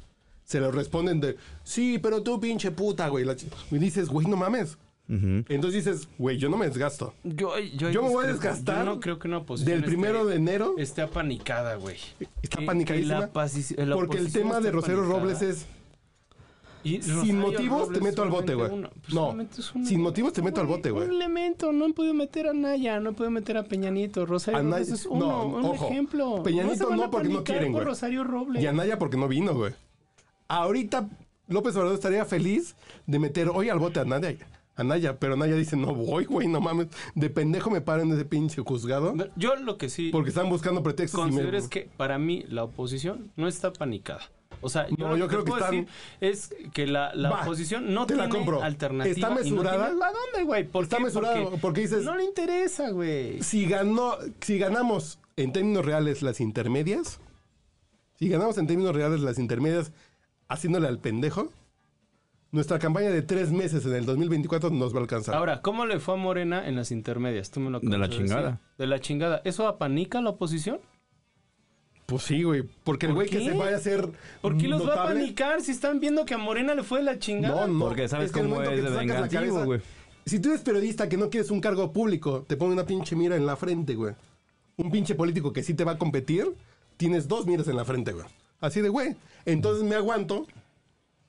S2: se lo responden de sí, pero tú pinche puta, güey. La ch- Y dices, güey, no mames. Entonces dices, güey, yo no me desgasto.
S5: Yo,
S2: Yo me voy a
S5: discrepo.
S2: desgastar
S5: Yo no creo que una oposición
S2: Del primero
S5: esté-
S2: de enero
S5: esté apanicada, güey.
S2: está
S5: Que-
S2: panicadísima.
S5: que la pasici- la
S2: porque el
S5: oposición
S2: tema de
S5: esté
S2: Rosero
S5: apanicada.
S2: Robles es
S5: Y
S2: Sin
S5: Rosario
S2: motivos
S5: Robles
S2: te meto al bote, güey.
S5: solamente uno. Pues
S2: No,
S5: solamente es un
S2: sin motivos te meto al bote, güey.
S5: Un elemento, no han podido meter a Naya, no han podido meter a Peñanito, Rosario
S2: A Naya-
S5: Robles es uno,
S2: no,
S5: un
S2: ojo.
S5: ejemplo.
S2: Peña
S5: se
S2: Nieto
S5: van a
S2: no, porque no
S5: panicar
S2: quieren,
S5: por
S2: güey.
S5: Rosario Robles.
S2: Y a Naya porque no vino, güey. Ahorita López Obrador estaría feliz de meter hoy al bote a Naya. A Naya, pero Naya dice, no voy, güey, no mames. De pendejo me paren de ese pinche juzgado.
S5: Yo lo que sí
S2: Porque están buscando pretextos. y me-
S5: considero es que para mí la oposición no está panicada. O sea, yo,
S2: No,
S5: lo
S2: yo
S5: te
S2: creo que
S5: puedo
S2: están-
S5: decir es que la, la
S2: Va,
S5: oposición no
S2: te la
S5: tiene
S2: compro.
S5: alternativa.
S2: Está
S5: y no
S2: mesurada.
S5: tiene- ¿A dónde, güey? ¿Por
S2: Está
S5: qué?
S2: mesurada, porque dices-
S5: No le interesa, güey.
S2: Si, ganó, si ganamos en términos reales las intermedias, si ganamos en términos reales las intermedias haciéndole al pendejo, nuestra campaña de tres meses en el 2024 nos va a alcanzar.
S5: Ahora, ¿cómo le fue a Morena en las intermedias? Tú me lo acabas
S1: De la
S5: decir.
S1: chingada.
S5: De la chingada. ¿Eso apanica a la oposición?
S2: pues sí, güey. Porque el
S5: ¿Por
S2: güey que se
S5: qué?
S2: vaya a hacer.
S5: ¿Por qué los va a
S2: notable-
S5: panicar si están viendo que a Morena le fue de la chingada?
S2: No, no.
S1: Porque sabes
S2: que el
S1: cómo
S2: momento que
S1: es
S2: te
S1: de
S2: sacas la
S1: vengativo,
S2: cabeza-
S1: güey.
S2: Si tú eres periodista que no quieres un cargo público, te pone una pinche mira en la frente, güey. Un pinche político que sí te va a competir, tienes dos miras en la frente, güey. Así de, güey. Entonces me aguanto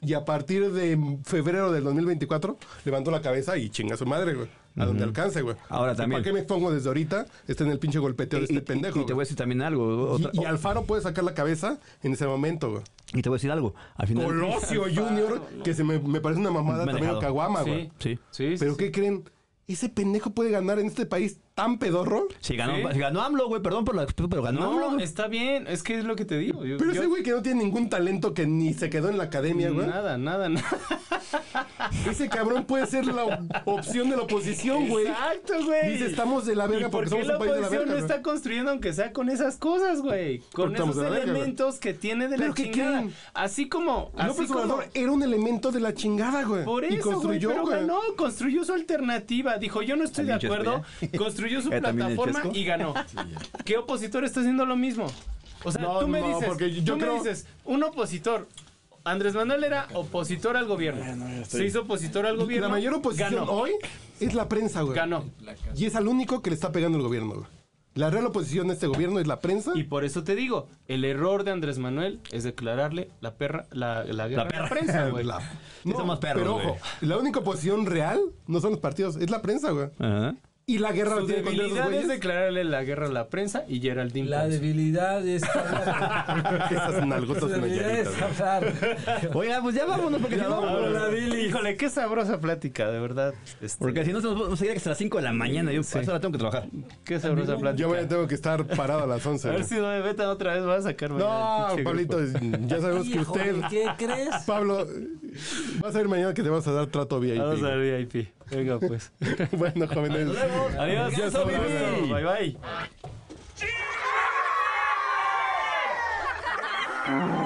S2: y a partir de febrero del 2024 levanto la cabeza y chinga su madre, güey. A donde alcance, güey.
S1: Ahora
S2: ¿Y
S1: también.
S2: ¿Para qué me pongo desde ahorita? Está en el pinche golpeteo de
S1: Y-
S2: este
S1: y-
S2: pendejo.
S1: Y te voy a
S2: güey.
S1: decir también algo.
S2: Y-
S1: otra-
S2: y Alfaro puede sacar la cabeza en ese momento, güey.
S1: y te voy a decir algo. Al final...
S2: Colosio Junior, que se me, me parece una mamada también
S1: Manejado.
S2: en Caguama,
S5: Sí.
S2: güey.
S1: Sí.
S5: Sí, sí,
S2: ¿Pero
S5: sí.
S2: qué creen? ¿Ese pendejo puede ganar en este país tan pedorro?
S1: Si ganó,
S5: Sí.
S1: si ganó AMLO, güey, perdón por la pero ganó AMLO,
S5: No, eh.
S1: güey.
S5: está bien. Es que es lo que te digo. Yo-
S2: Pero
S5: yo-
S2: ese güey que no tiene ningún talento, que ni se quedó en la academia, güey.
S5: Nada, nada, nada.
S2: Ese cabrón puede ser la op- opción de la oposición, güey.
S5: Exacto, güey.
S2: Dice, estamos de la
S5: ¿Y
S2: verga
S5: por
S2: porque
S5: qué
S2: somos
S5: la
S2: un país de la
S5: oposición
S2: verga.
S5: no
S2: güey.
S5: está construyendo aunque sea con esas cosas, güey? Con
S2: Porque estamos
S5: esos
S2: de la verga, güey.
S5: elementos que tiene de
S2: ¿Pero
S5: la
S2: qué
S5: chingada.
S2: creen?
S5: Así como... Así
S2: López
S5: como-
S2: Obrador era un elemento de la chingada, güey.
S5: Por eso,
S2: y
S5: güey,
S2: construyó,
S5: pero
S2: güey.
S5: ganó, construyó su alternativa. Dijo, yo no estoy de
S1: ¿También
S5: acuerdo,
S1: Chesco ya?
S5: construyó su
S1: ¿Ya también el
S5: plataforma
S1: Chesco?
S5: y ganó. ¿Qué opositor está haciendo lo mismo? O sea,
S2: No,
S5: tú me
S2: no,
S5: dices,
S2: porque yo
S5: tú me
S2: creo-
S5: dices, un opositor. Andrés Manuel era opositor al gobierno. Se hizo opositor al gobierno.
S2: La mayor oposición
S5: ganó,
S2: hoy es la prensa, güey.
S5: Ganó.
S2: Y es al único que le está pegando el gobierno, güey. La real oposición de este gobierno es la prensa.
S5: Y por eso te digo, el error de Andrés Manuel es declararle la perra, la, la guerra a la prensa, güey.
S2: La-
S1: Sí somos perros,
S2: pero
S1: güey.
S2: ojo, la única oposición real no son los partidos, es la prensa, güey.
S1: Ajá.
S2: Y la guerra
S5: Su
S2: la tiene contra esos
S5: debilidad es
S2: güeyes.
S5: declararle la guerra a la prensa y Geraldine
S4: La
S5: Ponce.
S4: debilidad es hablar.
S2: Esas
S4: La
S2: nalgotas
S4: debilidad
S2: nayaritas,
S4: es
S2: güey.
S4: hablar.
S1: Oiga, pues ya vámonos porque si no.
S5: Ahora, Híjole, qué sabrosa plática, de verdad. Este,
S1: Porque si no, se nos vamos a seguir hasta las 5 de la mañana. Yo por eso la tengo que trabajar.
S5: qué sabrosa plática.
S2: Yo mañana tengo que estar parado a las
S5: A
S2: 11.
S5: ver
S2: güey.
S5: si no me vetan otra vez, vas a sacar mañana
S2: No,
S5: el pinche
S2: Pablito,
S5: grupo.
S2: ya sabemos que
S4: Híjole,
S2: usted,
S4: ¿Qué crees?
S2: Pablo, vas a ir mañana que te vas a dar trato VIP.
S5: Vamos al VIP. Venga, pues.
S2: bueno, jóvenes.
S5: Adiós.
S1: Adiós,
S5: un abrazo.
S1: Vivi.
S5: Bye, bye.